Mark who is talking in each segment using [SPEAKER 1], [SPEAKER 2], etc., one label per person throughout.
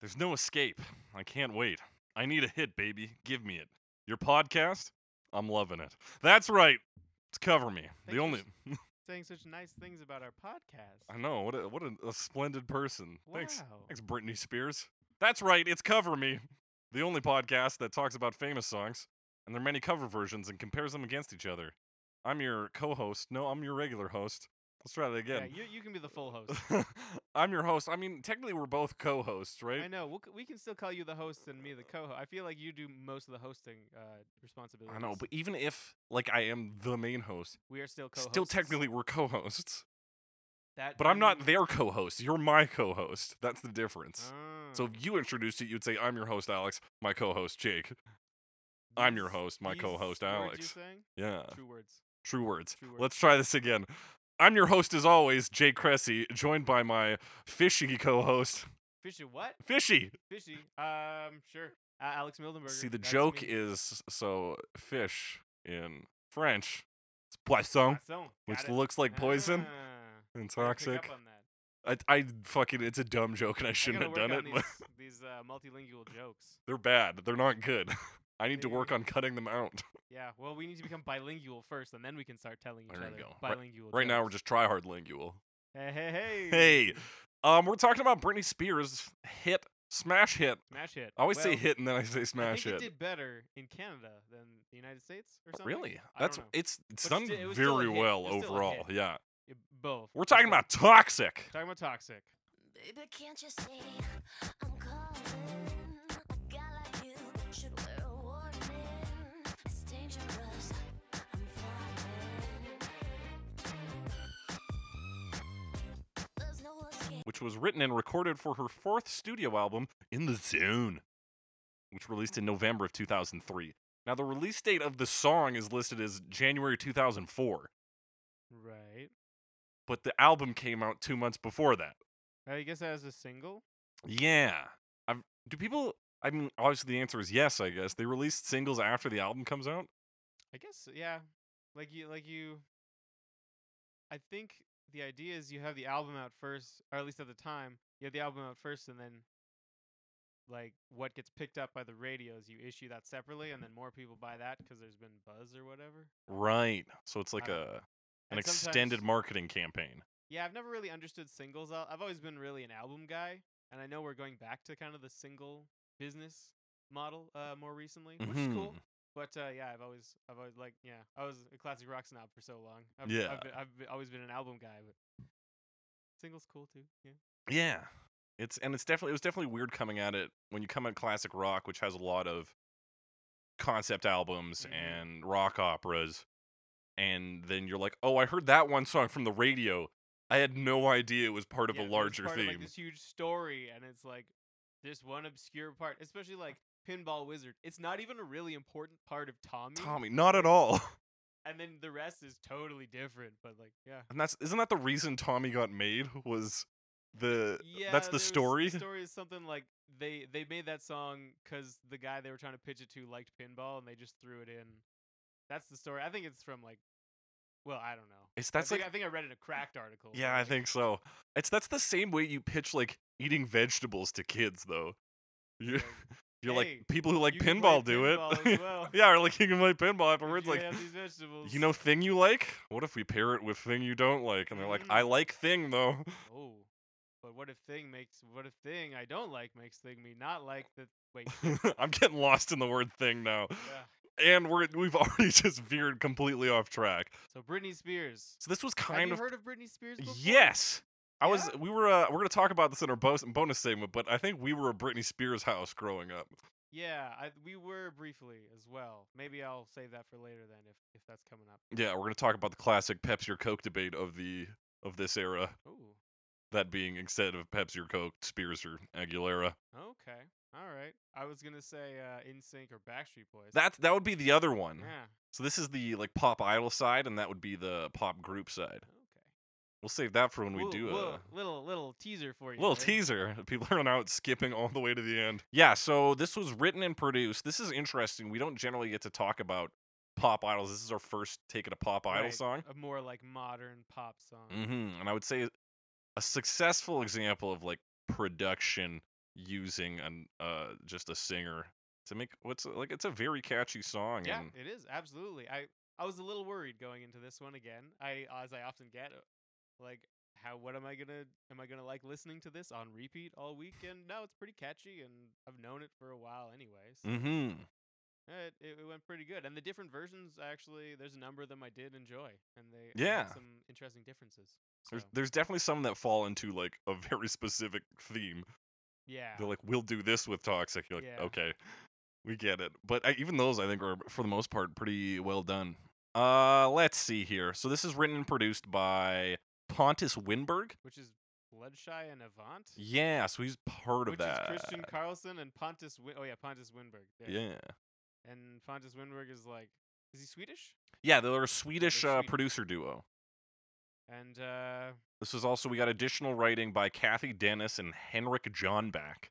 [SPEAKER 1] There's no escape. I can't wait. I need a hit, baby. Give me it. Your podcast? I'm loving it. That's right. It's cover me.
[SPEAKER 2] Thank
[SPEAKER 1] the
[SPEAKER 2] you
[SPEAKER 1] only
[SPEAKER 2] Saying such nice things about our podcast.
[SPEAKER 1] I know what a, what a, a splendid person. Thanks.
[SPEAKER 2] Wow.
[SPEAKER 1] Thanks, Britney Spears. That's right. It's Cover Me, the only podcast that talks about famous songs and their many cover versions and compares them against each other. I'm your co-host. No, I'm your regular host. Let's try that
[SPEAKER 2] Yeah,
[SPEAKER 1] again.
[SPEAKER 2] you, you can be the full host.
[SPEAKER 1] I'm your host. I mean, technically, we're both co-hosts, right?
[SPEAKER 2] I know. We'll, c- we can still call you the host and me the co-host. I feel like you do most of the hosting uh, responsibilities.
[SPEAKER 1] I know, but even if like I am the main host,
[SPEAKER 2] we are still co-hosts. Mm.
[SPEAKER 1] still technically we're co-hosts.
[SPEAKER 2] That
[SPEAKER 1] But I'm not
[SPEAKER 2] means-
[SPEAKER 1] their co-host. You're my co-host. That's the difference. So
[SPEAKER 2] Ah,
[SPEAKER 1] if you introduced it, you'd say, "I'm your host, Alex. My co-host, Jake. I'm your
[SPEAKER 2] these-
[SPEAKER 1] host. My
[SPEAKER 2] these
[SPEAKER 1] co-host,
[SPEAKER 2] words you're
[SPEAKER 1] Alex." Uh.
[SPEAKER 2] saying?
[SPEAKER 1] Yeah,
[SPEAKER 2] True words.
[SPEAKER 1] true words.
[SPEAKER 2] True words.
[SPEAKER 1] Let's try this again. I'm your host as always, Jake Cressy, joined by my fishy co-host,
[SPEAKER 2] Fishy what?
[SPEAKER 1] Fishy.
[SPEAKER 2] Fishy. Um, sure. Uh, Alex Mildenberger.
[SPEAKER 1] See, the
[SPEAKER 2] that's
[SPEAKER 1] joke
[SPEAKER 2] me.
[SPEAKER 1] is so fish in French. It's poisson,
[SPEAKER 2] Poisson,
[SPEAKER 1] which
[SPEAKER 2] got it.
[SPEAKER 1] looks like poison
[SPEAKER 2] Ah,
[SPEAKER 1] and
[SPEAKER 2] way to pick
[SPEAKER 1] toxic.
[SPEAKER 2] up on that.
[SPEAKER 1] I, I fucking it's a dumb joke and I
[SPEAKER 2] I
[SPEAKER 1] shouldn't
[SPEAKER 2] gotta
[SPEAKER 1] have
[SPEAKER 2] work
[SPEAKER 1] done it,
[SPEAKER 2] on
[SPEAKER 1] but
[SPEAKER 2] These, these uh, multilingual jokes.
[SPEAKER 1] they're bad. They're not good. I need to work
[SPEAKER 2] They-
[SPEAKER 1] on cutting them out.
[SPEAKER 2] Yeah. Well, we need to become bilingual first, and then we can start telling each
[SPEAKER 1] There you
[SPEAKER 2] other
[SPEAKER 1] go. Right-
[SPEAKER 2] bilingual.
[SPEAKER 1] Right now we're
[SPEAKER 2] jokes.
[SPEAKER 1] just try hard lingual.
[SPEAKER 2] Hey, hey, hey.
[SPEAKER 1] Hey. Um we're talking about Britney Spears hit smash hit.
[SPEAKER 2] Smash hit.
[SPEAKER 1] I always say
[SPEAKER 2] Well,
[SPEAKER 1] hit and then I say
[SPEAKER 2] I think
[SPEAKER 1] smash
[SPEAKER 2] it
[SPEAKER 1] hit.
[SPEAKER 2] did better in Canada than the United States or something.
[SPEAKER 1] Really?
[SPEAKER 2] I don't
[SPEAKER 1] That's
[SPEAKER 2] know.
[SPEAKER 1] it's it's
[SPEAKER 2] But
[SPEAKER 1] done
[SPEAKER 2] sti- it was still a
[SPEAKER 1] very
[SPEAKER 2] hit.
[SPEAKER 1] well
[SPEAKER 2] It was still a hit.
[SPEAKER 1] overall. Yeah.
[SPEAKER 2] Yeah, both.
[SPEAKER 1] We're
[SPEAKER 2] That's
[SPEAKER 1] talking
[SPEAKER 2] right.
[SPEAKER 1] about toxic.
[SPEAKER 2] Talking about toxic.
[SPEAKER 3] Baby, can't you see I'm calling? A guy like you should wear a warning. It's dangerous. I'm falling. There's no escape.
[SPEAKER 1] which was written and recorded for her fourth studio album, In the Zone, which released in November of 2003. Now, the release date of the song is listed as January 2004,
[SPEAKER 2] Right.
[SPEAKER 1] but the album came out two months before that.
[SPEAKER 2] I guess as a single.
[SPEAKER 1] Yeah. I've, do people. I mean, obviously the answer is yes, I guess. They released singles after the album comes out.
[SPEAKER 2] I guess yeah. Like you like you I think the idea is you have the album out first, or at least at the time, you have the album out first and then like what gets picked up by the radios, you issue that separately and then more people buy that cuz there's been buzz or whatever.
[SPEAKER 1] Right. So it's like
[SPEAKER 2] I-
[SPEAKER 1] a an
[SPEAKER 2] and
[SPEAKER 1] extended
[SPEAKER 2] sometimes-
[SPEAKER 1] marketing campaign.
[SPEAKER 2] Yeah, I've never really understood singles. Al- I've always been really an album guy, and I know we're going back to kind of the single business model uh, more recently, which is cool.
[SPEAKER 1] Mhm.
[SPEAKER 2] But uh, yeah, I've always, I've always like, yeah, I was a classic rock snob for so long. I've,
[SPEAKER 1] Yeah.
[SPEAKER 2] I've, been, I've been, always been an album guy, but singles cool too. Yeah,
[SPEAKER 1] Yeah. It's and it's definitely it was definitely weird coming at it when you come at classic rock, which has a lot of concept albums
[SPEAKER 2] Mhm.
[SPEAKER 1] and rock operas, and then you're like, Oh, I heard that one song from the radio. I had no idea it was part of
[SPEAKER 2] Yeah,
[SPEAKER 1] a
[SPEAKER 2] it's
[SPEAKER 1] larger
[SPEAKER 2] part
[SPEAKER 1] theme.
[SPEAKER 2] of, like this huge story, and it's like this one obscure part, especially like Pinball Wizard. It's not even a really important part of Tommy,
[SPEAKER 1] Tommy, not at all.
[SPEAKER 2] and then the rest is totally different. But like, yeah.
[SPEAKER 1] And that's isn't that the reason Tommy got made was the
[SPEAKER 2] yeah,
[SPEAKER 1] that's
[SPEAKER 2] there
[SPEAKER 1] the
[SPEAKER 2] was-
[SPEAKER 1] story?
[SPEAKER 2] The story is something like they they made that song because the guy they were trying to pitch it to liked pinball, and they just threw it in. That's the story. I think it's from like, well, I don't know.
[SPEAKER 1] It's that's
[SPEAKER 2] I
[SPEAKER 1] like
[SPEAKER 2] think, I think I read it in a cracked article. but,
[SPEAKER 1] Yeah, I
[SPEAKER 2] like,
[SPEAKER 1] think so. It's that's the same way you pitch like eating vegetables to kids though. You're,
[SPEAKER 2] like,
[SPEAKER 1] you're
[SPEAKER 2] "Hey,
[SPEAKER 1] like people who like
[SPEAKER 2] you can play
[SPEAKER 1] pinball do
[SPEAKER 2] pinball
[SPEAKER 1] it.
[SPEAKER 2] as well.
[SPEAKER 1] yeah, or like you can play pinball
[SPEAKER 2] "Did
[SPEAKER 1] afterwards.
[SPEAKER 2] you
[SPEAKER 1] Like
[SPEAKER 2] have these vegetables.
[SPEAKER 1] you know thing you like? What if we pair it with thing you don't like? And they're like,
[SPEAKER 2] Mm.
[SPEAKER 1] I like thing though.
[SPEAKER 2] Oh, but what if thing makes what if thing I don't like makes thing me not like the wait. thing-
[SPEAKER 1] I'm getting lost in the word thing now.
[SPEAKER 2] yeah.
[SPEAKER 1] And we're we've already just veered completely off track.
[SPEAKER 2] So Britney Spears.
[SPEAKER 1] So this was
[SPEAKER 2] have
[SPEAKER 1] kind
[SPEAKER 2] you
[SPEAKER 1] of
[SPEAKER 2] heard of Britney Spears? Before?
[SPEAKER 1] Yes. I was.
[SPEAKER 2] Yeah?
[SPEAKER 1] We were. Uh, we're gonna talk about this in our bonus, bonus segment, but I think we were a Britney Spears house growing up.
[SPEAKER 2] Yeah, I, we were briefly as well. Maybe I'll save that for later then, if if that's coming up.
[SPEAKER 1] Yeah, we're gonna talk about the classic Pepsi or Coke debate of the of this era.
[SPEAKER 2] Ooh.
[SPEAKER 1] That being instead of Pepsi or Coke, Spears or Aguilera.
[SPEAKER 2] Okay. All right. I was gonna say uh, In Sync or Backstreet Boys.
[SPEAKER 1] That that would be the other one.
[SPEAKER 2] Yeah.
[SPEAKER 1] So this is the like pop idol side, and that would be the pop group side.
[SPEAKER 2] Okay.
[SPEAKER 1] We'll save that for when we
[SPEAKER 2] Whoa,
[SPEAKER 1] do uh,
[SPEAKER 2] whoa, little little teaser for
[SPEAKER 1] a
[SPEAKER 2] you.
[SPEAKER 1] little
[SPEAKER 2] there.
[SPEAKER 1] teaser. People are now skipping all the way to the end. Yeah. So this was written and produced. This is interesting. We don't generally get to talk about pop idols. This is our first take at a pop idol
[SPEAKER 2] Right, Uh-huh.
[SPEAKER 1] song. Mm-hmm,
[SPEAKER 2] A more like modern pop song.
[SPEAKER 1] hmm And I would say a successful example of like production using an uh just a singer to make what's like it's a very catchy song
[SPEAKER 2] Yeah,
[SPEAKER 1] and
[SPEAKER 2] it is absolutely. I I was a little worried going into this one again. I as I often get, uh, like how what am I gonna am I gonna like listening to this on repeat all week? And now it's pretty catchy, and I've known it for a while anyway. So
[SPEAKER 1] mm-hmm.
[SPEAKER 2] yeah, it, it it went pretty good. And the different versions actually, there's a number of them I did enjoy, and they they had
[SPEAKER 1] Yeah.
[SPEAKER 2] some interesting differences.
[SPEAKER 1] There's
[SPEAKER 2] so,
[SPEAKER 1] there's definitely some that fall into like a very specific theme.
[SPEAKER 2] yeah,
[SPEAKER 1] They're like, we'll do this with toxic. You're like,
[SPEAKER 2] Yeah.
[SPEAKER 1] okay, we get it. But I, even those, I think, are for the most part pretty well done. Uh, let's see here. So this is written and produced by Pontus Winberg.
[SPEAKER 2] which is Bloodshy and Avant.
[SPEAKER 1] Yeah, so he's part of
[SPEAKER 2] Which is
[SPEAKER 1] that.
[SPEAKER 2] Christian Carlson and Pontus. Win- oh yeah, Pontus Winberg. there.
[SPEAKER 1] Yeah,
[SPEAKER 2] And Pontus Winberg is like, is he Swedish?
[SPEAKER 1] yeah, they're a Swedish uh,
[SPEAKER 2] Swedish.
[SPEAKER 1] producer duo.
[SPEAKER 2] And uh,
[SPEAKER 1] This was also we got additional writing by Kathy Dennis and Henrik Johnback.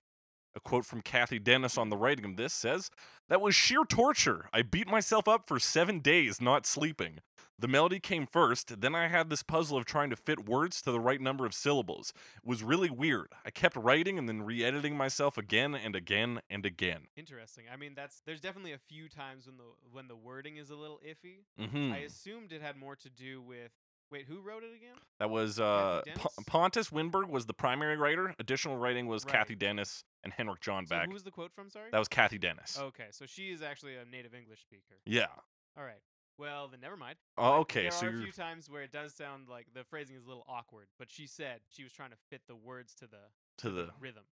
[SPEAKER 1] A quote from Kathy Dennis on the writing of this says, "That was sheer torture. I beat myself up for 7 days not sleeping. The melody came first, then I had this puzzle of trying to fit words to the right number of syllables. It was really weird. I kept writing and then re-editing myself again and again and again."
[SPEAKER 2] interesting. I mean, that's there's definitely a few times when the when the wording is a little iffy. I
[SPEAKER 1] Mhm.
[SPEAKER 2] assumed it had more to do with. Wait, who wrote it again?
[SPEAKER 1] That was uh
[SPEAKER 2] Kathy
[SPEAKER 1] P-
[SPEAKER 2] Dennis?
[SPEAKER 1] Pontus Winberg was the primary writer. Additional writing was
[SPEAKER 2] Right.
[SPEAKER 1] Kathy Dennis and Henrik
[SPEAKER 2] So
[SPEAKER 1] Johnback.
[SPEAKER 2] who was the Oh. quote from? Sorry.
[SPEAKER 1] that was Kathy Dennis.
[SPEAKER 2] okay, so she is actually a native English speaker.
[SPEAKER 1] Yeah.
[SPEAKER 2] All right. Well, then never mind.
[SPEAKER 1] Oh,
[SPEAKER 2] But
[SPEAKER 1] okay,
[SPEAKER 2] There
[SPEAKER 1] so
[SPEAKER 2] are a
[SPEAKER 1] you're-
[SPEAKER 2] few times where it does sound like the phrasing is a little awkward, but she said she was trying to fit the words to the
[SPEAKER 1] to the
[SPEAKER 2] rhythm.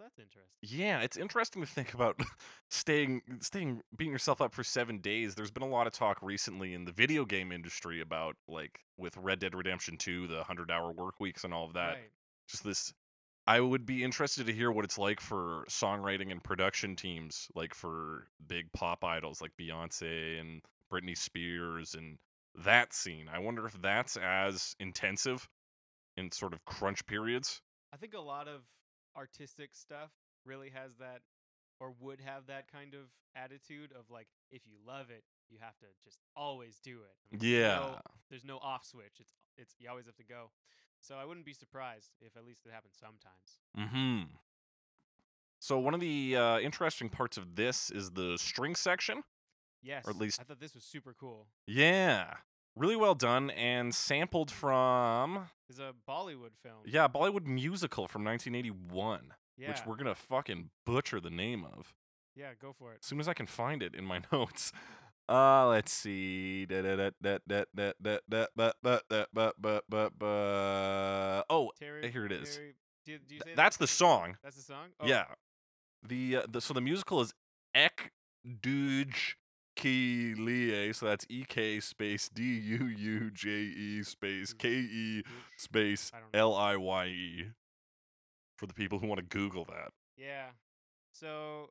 [SPEAKER 2] That's interesting.
[SPEAKER 1] yeah it's interesting to think about staying staying beating yourself up for seven days there's been a lot of talk recently in the video game industry about like with red dead redemption 2 the 100 hour work weeks and all of that
[SPEAKER 2] Right.
[SPEAKER 1] just this i would be interested to hear what it's like for songwriting and production teams like for big pop idols like beyonce and britney spears and that scene i wonder if that's as intensive in sort of crunch periods
[SPEAKER 2] I think a lot of artistic stuff really has that or would have that kind of attitude of like if you love it, you have to just always do it. and there's no- there's no off switch. It's it's you always have to go. So I wouldn't be surprised if at least it happens sometimes.
[SPEAKER 1] Hmm. So one of the uh, interesting parts of this is the string section.
[SPEAKER 2] Yes.
[SPEAKER 1] least-
[SPEAKER 2] I thought this was super cool.
[SPEAKER 1] Yeah, really well done and sampled from
[SPEAKER 2] It's a Bollywood film.
[SPEAKER 1] yeah Bollywood musical from 1981,
[SPEAKER 2] Yeah.
[SPEAKER 1] which we're gonna fucking butcher the name of
[SPEAKER 2] yeah, go for it.
[SPEAKER 1] as soon as I can find it in my notes. Uh, let's see. Da- da- da- da- da- da- da- da- da- da- da- ba- ba- ba- ba- Oh,
[SPEAKER 2] Terry
[SPEAKER 1] here it is.
[SPEAKER 2] Terry- do, do you
[SPEAKER 1] Th-
[SPEAKER 2] say that?
[SPEAKER 1] that's the song.
[SPEAKER 2] That's the song? Oh,
[SPEAKER 1] Yeah. The, uh, the so the musical is Ek Duj Ki Lie, so that's E K space D U U J E space K E
[SPEAKER 2] oops.
[SPEAKER 1] space
[SPEAKER 2] Mm. I don't know.
[SPEAKER 1] L I Y E. For the people who want to Google that.
[SPEAKER 2] Yeah. So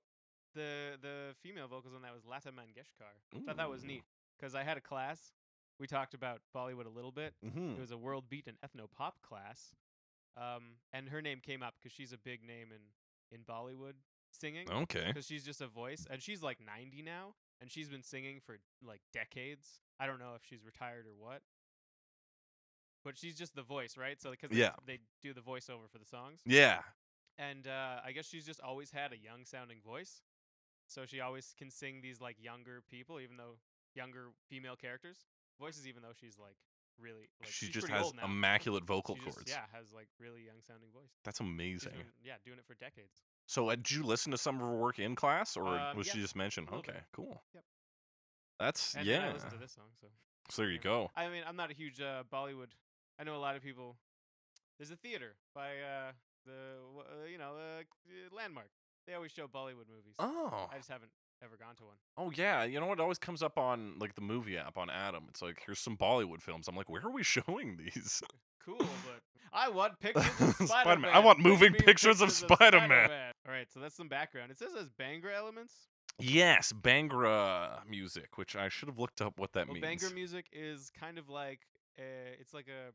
[SPEAKER 2] the the female vocals on that was Lata Mangeshkar. Thought that was
[SPEAKER 1] Ooh.
[SPEAKER 2] neat because I had a class. We talked about Bollywood a little bit.
[SPEAKER 1] Mm-hmm.
[SPEAKER 2] It was a world beat and ethno pop class, um, and her name came up because she's a big name in in Bollywood singing.
[SPEAKER 1] Okay.
[SPEAKER 2] Because she's just a voice, and she's like 90 now, and she's been singing for like decades. I don't know if she's retired or what, but she's just the voice, right? So because
[SPEAKER 1] Yeah.
[SPEAKER 2] they do the voiceover for the songs
[SPEAKER 1] Yeah.
[SPEAKER 2] and uh, I guess she's just always had a young sounding voice, so she always can sing these like younger people, even though younger female characters voices, even though she's like really like,
[SPEAKER 1] she
[SPEAKER 2] she's
[SPEAKER 1] just
[SPEAKER 2] pretty
[SPEAKER 1] has
[SPEAKER 2] old now.
[SPEAKER 1] immaculate vocal
[SPEAKER 2] She just,
[SPEAKER 1] cords.
[SPEAKER 2] yeah, has like really young sounding voice.
[SPEAKER 1] That's
[SPEAKER 2] She's
[SPEAKER 1] amazing.
[SPEAKER 2] Doing, yeah, doing it for decades.
[SPEAKER 1] So uh, did you listen to some of her work in class or
[SPEAKER 2] Uh,
[SPEAKER 1] was
[SPEAKER 2] yeah,
[SPEAKER 1] she just mentioned?
[SPEAKER 2] a little
[SPEAKER 1] Okay,
[SPEAKER 2] bit.
[SPEAKER 1] cool.
[SPEAKER 2] Yep.
[SPEAKER 1] That's
[SPEAKER 2] And then
[SPEAKER 1] yeah.
[SPEAKER 2] I listened to this song, so
[SPEAKER 1] So there you
[SPEAKER 2] yeah.
[SPEAKER 1] go.
[SPEAKER 2] I mean, I'm not a huge uh, Bollywood. I know a lot of people. There's a theater by uh, the wh- uh, you know uh, uh, landmark. They always show Bollywood movies.
[SPEAKER 1] Oh.
[SPEAKER 2] I just haven't ever gone to one.
[SPEAKER 1] Oh yeah, you know what? It always comes up on like the movie app on Adam. It's like here's some Bollywood films. I'm like, where are we showing these?
[SPEAKER 2] cool, but I want pictures of Spider-Man.
[SPEAKER 1] Spider-Man. I want
[SPEAKER 2] Bring
[SPEAKER 1] moving
[SPEAKER 2] me
[SPEAKER 1] pictures of Spider-Man.
[SPEAKER 2] All right, so that's some background. It says there's Bangra elements.
[SPEAKER 1] yes, Bangra music, which I should have looked up what that
[SPEAKER 2] well,
[SPEAKER 1] means.
[SPEAKER 2] Oh, Bangra music is kind of like uh, it's like a,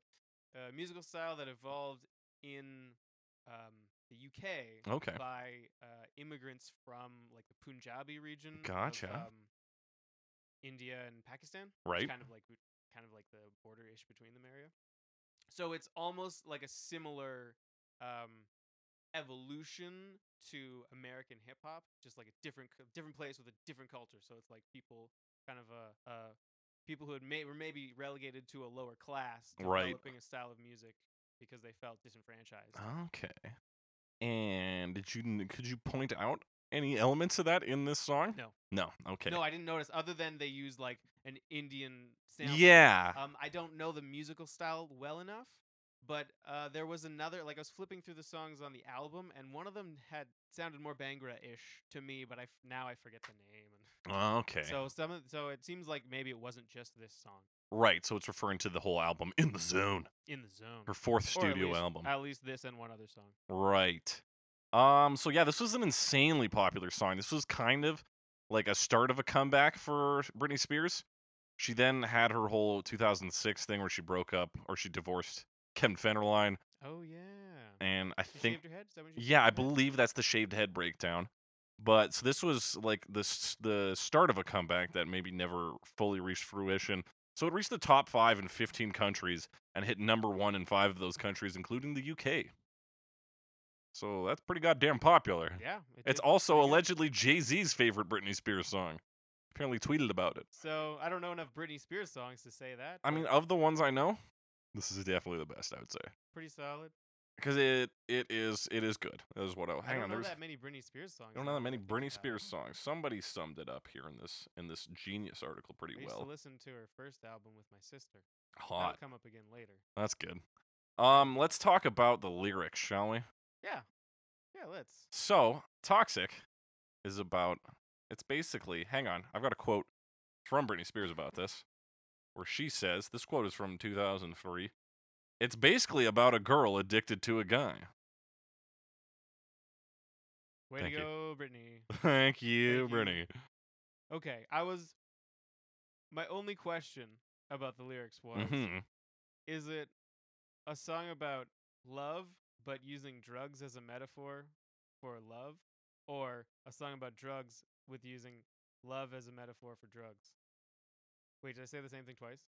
[SPEAKER 2] a musical style that evolved in um, the UK
[SPEAKER 1] okay.
[SPEAKER 2] by uh, immigrants from like the Punjabi region. of,
[SPEAKER 1] Gotcha.
[SPEAKER 2] um, India and Pakistan. It's
[SPEAKER 1] Right.
[SPEAKER 2] kind of like w- kind of like the border ish between them area. So it's almost like a similar um evolution to American hip hop, just like a different cu- different place with a different culture. So it's like people kind of uh, uh people who had may, were maybe relegated to a lower class
[SPEAKER 1] Right.
[SPEAKER 2] developing a style of music because they felt disenfranchised.
[SPEAKER 1] Ah. Okay. And did you n- could you point out any elements of that in this song?
[SPEAKER 2] No.
[SPEAKER 1] No. Okay.
[SPEAKER 2] No, I didn't notice other than they used like an Indian sample.
[SPEAKER 1] yeah.
[SPEAKER 2] Um, I don't know the musical style well enough, but uh, there was another. Like I was flipping through the songs on the album, and one of them had sounded more Bangra-ish to me, but I f- now I forget the name. And
[SPEAKER 1] okay.
[SPEAKER 2] Uh, so some of, so it seems like maybe it wasn't just this song
[SPEAKER 1] right. So it's referring to the whole album in the zone,
[SPEAKER 2] in the zone.
[SPEAKER 1] her fourth
[SPEAKER 2] Or at
[SPEAKER 1] studio
[SPEAKER 2] least-
[SPEAKER 1] album.
[SPEAKER 2] At least this and one other song.
[SPEAKER 1] Right. Um. So yeah, this was an insanely popular song. This was kind of like a start of a comeback for Britney Spears. She then had her whole 2006 thing where she broke up or she divorced Kevin Federline,
[SPEAKER 2] Oh yeah.
[SPEAKER 1] and I
[SPEAKER 2] She
[SPEAKER 1] think
[SPEAKER 2] shaved her head. Is that when she shaved
[SPEAKER 1] yeah,
[SPEAKER 2] her
[SPEAKER 1] I
[SPEAKER 2] head?
[SPEAKER 1] believe that's the shaved head breakdown. But so this was like the s- the start of a comeback that maybe never fully reached fruition. So it reached the top five in 15 countries and hit number one in five of those countries, including the UK. So that's pretty goddamn popular.
[SPEAKER 2] Yeah. it
[SPEAKER 1] it's
[SPEAKER 2] did.
[SPEAKER 1] also
[SPEAKER 2] pretty good.
[SPEAKER 1] allegedly Jay Z's favorite Britney Spears song. Apparently tweeted about it.
[SPEAKER 2] So I don't know enough Britney Spears songs to say that.
[SPEAKER 1] I mean,
[SPEAKER 2] but
[SPEAKER 1] of the ones I know, this is definitely the best. I would say
[SPEAKER 2] pretty solid.
[SPEAKER 1] because it it is it is good. That is what I
[SPEAKER 2] I
[SPEAKER 1] hang
[SPEAKER 2] don't
[SPEAKER 1] on.
[SPEAKER 2] know
[SPEAKER 1] There's
[SPEAKER 2] that many Britney Spears songs.
[SPEAKER 1] I don't
[SPEAKER 2] now
[SPEAKER 1] know that
[SPEAKER 2] that
[SPEAKER 1] many
[SPEAKER 2] I think about
[SPEAKER 1] Britney
[SPEAKER 2] it.
[SPEAKER 1] Spears songs. Somebody summed it up here in this in this genius article pretty
[SPEAKER 2] I used to
[SPEAKER 1] well.
[SPEAKER 2] listen to her first album with my sister. That'll
[SPEAKER 1] Hot.
[SPEAKER 2] come up again later.
[SPEAKER 1] That's good. Um, let's talk about the lyrics, shall we?
[SPEAKER 2] Yeah. Yeah, let's.
[SPEAKER 1] So, Toxic is about it's basically hang on, I've got a quote from Britney Spears about this. Where she says, this quote is from 2003. It's basically about a girl addicted to a guy.
[SPEAKER 2] Way
[SPEAKER 1] Thank
[SPEAKER 2] to
[SPEAKER 1] you.
[SPEAKER 2] go, Brittany.
[SPEAKER 1] Thank you,
[SPEAKER 2] Thank you.
[SPEAKER 1] Britney.
[SPEAKER 2] Okay, I was. My only question about the lyrics was
[SPEAKER 1] hmm
[SPEAKER 2] is it a song about love, but using drugs as a metaphor for love? Or a song about drugs with using love as a metaphor for drugs? Wait, did I say the same thing twice?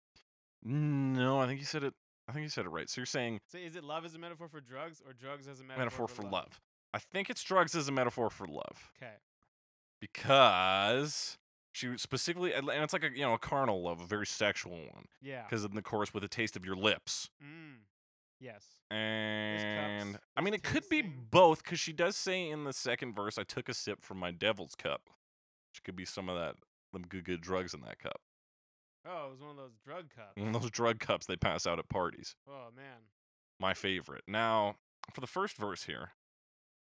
[SPEAKER 1] Mm-hmm. No, I think you said it. I think you said it right. So you're saying
[SPEAKER 2] So is it love as a metaphor for drugs or drugs as a metaphor,
[SPEAKER 1] metaphor for love. I think it's drugs as a metaphor for love
[SPEAKER 2] Okay.
[SPEAKER 1] because she was specifically, and it's like a you know a carnal love, a very sexual one,
[SPEAKER 2] Yeah.
[SPEAKER 1] because in the chorus with a taste of your lips.
[SPEAKER 2] Mm. Yes.
[SPEAKER 1] And I
[SPEAKER 2] there's
[SPEAKER 1] mean, it could be
[SPEAKER 2] tasting.
[SPEAKER 1] both because she does say in the second verse, "I took a sip from my devil's cup," which could be some of that them good good drugs in that cup.
[SPEAKER 2] Oh, it was one of those drug cups.
[SPEAKER 1] And Mm, those drug cups they pass out at parties.
[SPEAKER 2] Oh man.
[SPEAKER 1] my favorite. Now, for the first verse here,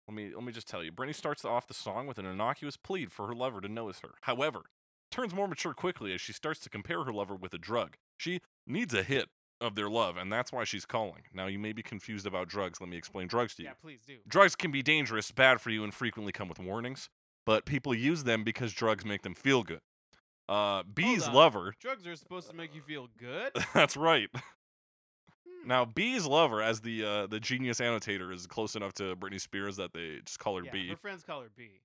[SPEAKER 1] let me let me just tell you. Britney starts off the song with an innocuous plead for her lover to notice her. However, turns more mature quickly as she starts to compare her lover with a drug. She needs a hit of their love, and that's why she's calling. Now, you may be confused about drugs. Let me explain drugs to you.
[SPEAKER 2] Yeah, please do.
[SPEAKER 1] Drugs can be dangerous, bad for you, and frequently come with warnings. But people use them because drugs make them feel good. Uh, B's
[SPEAKER 2] on.
[SPEAKER 1] lover.
[SPEAKER 2] Drugs are supposed to make you feel good.
[SPEAKER 1] that's right.
[SPEAKER 2] Hmm.
[SPEAKER 1] Now, B's lover, as the uh, the genius annotator, is close enough to Britney Spears that they just call her
[SPEAKER 2] yeah,
[SPEAKER 1] B,
[SPEAKER 2] Her friends call her B.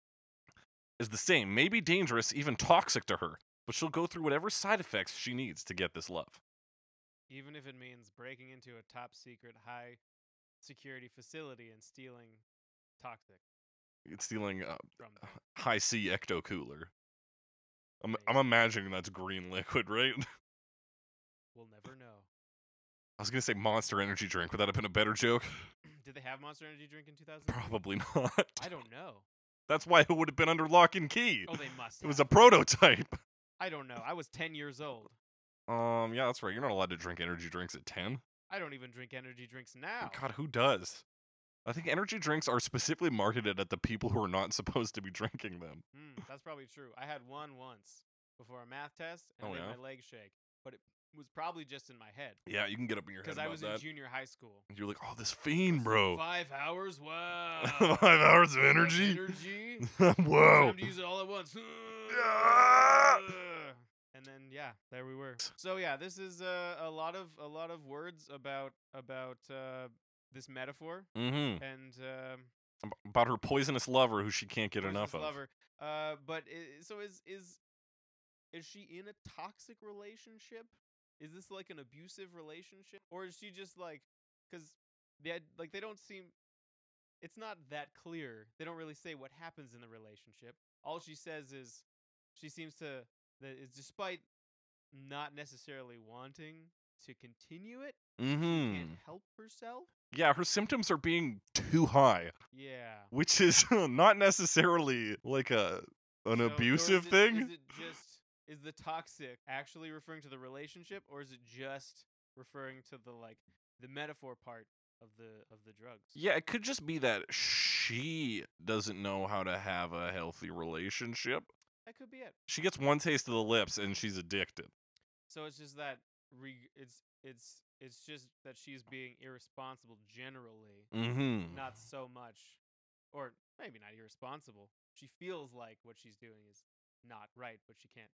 [SPEAKER 1] is the same, maybe dangerous, even toxic to her, but she'll go through whatever side effects she needs to get this love.
[SPEAKER 2] Even if it means breaking into a top secret high security facility and stealing toxic
[SPEAKER 1] It's stealing uh,
[SPEAKER 2] from them.
[SPEAKER 1] high C ecto cooler. I'm,
[SPEAKER 2] Amazing.
[SPEAKER 1] I'm imagining that's green liquid, right? I
[SPEAKER 2] We'll never know.
[SPEAKER 1] was gonna say monster energy drink. Would that have been a better joke?
[SPEAKER 2] Did they have Monster Energy drink in 2000?
[SPEAKER 1] Probably not.
[SPEAKER 2] I don't know.
[SPEAKER 1] That's why it would have been under lock and key.
[SPEAKER 2] Oh, they must.
[SPEAKER 1] it was a
[SPEAKER 2] have.
[SPEAKER 1] prototype.
[SPEAKER 2] I don't know. I was 10 years old.
[SPEAKER 1] Um, yeah, that's right. You're not allowed to drink energy drinks at ten.
[SPEAKER 2] I don't even drink energy drinks now.
[SPEAKER 1] God, who does? I think energy drinks are specifically marketed at the people who are not supposed to be drinking them.
[SPEAKER 2] Mm, that's probably true. I had one once before a math test and
[SPEAKER 1] Oh,
[SPEAKER 2] it made
[SPEAKER 1] yeah?
[SPEAKER 2] my leg shake, but it was probably just in my head
[SPEAKER 1] Yeah, you can get up in your head
[SPEAKER 2] because
[SPEAKER 1] about
[SPEAKER 2] I was in
[SPEAKER 1] that.
[SPEAKER 2] junior high school.
[SPEAKER 1] You're like, oh, this fiend, bro.
[SPEAKER 2] Five hours, wow.
[SPEAKER 1] Five hours of
[SPEAKER 2] uh, Of
[SPEAKER 1] energy.
[SPEAKER 2] Energy.
[SPEAKER 1] Whoa.
[SPEAKER 2] Time to use it all at once.
[SPEAKER 1] Ah!
[SPEAKER 2] and then yeah, there we were. So yeah, this is uh, a lot of a lot of words about about uh, this metaphor
[SPEAKER 1] Mm-hmm.
[SPEAKER 2] and. um
[SPEAKER 1] About her poisonous lover who she can't get
[SPEAKER 2] Where's
[SPEAKER 1] enough
[SPEAKER 2] this
[SPEAKER 1] of.
[SPEAKER 2] Lover. Uh, but i so is is is she in a toxic relationship? Is this like an abusive relationship, or is she just like because they like they don't seem it's not that clear. They don't really say what happens in the relationship. All she says is she seems to that is despite not necessarily wanting to continue it, she
[SPEAKER 1] Mm-hmm.
[SPEAKER 2] can't help herself.
[SPEAKER 1] Yeah, her symptoms are being too high,
[SPEAKER 2] Yeah.
[SPEAKER 1] which is not necessarily like a an
[SPEAKER 2] So- or is
[SPEAKER 1] abusive
[SPEAKER 2] it-
[SPEAKER 1] thing.
[SPEAKER 2] Is it just is the toxic actually referring to the relationship, or is it just referring to the like the metaphor part of the of the drugs?
[SPEAKER 1] Yeah, it could just be that she doesn't know how to have a healthy relationship.
[SPEAKER 2] that could be it.
[SPEAKER 1] She gets one taste of the lips and she's addicted.
[SPEAKER 2] So it's just that re- it's it's it's just that she's being irresponsible generally,
[SPEAKER 1] Mm-hmm.
[SPEAKER 2] not so much, or maybe not irresponsible. She feels like what she's doing is not right, but she can't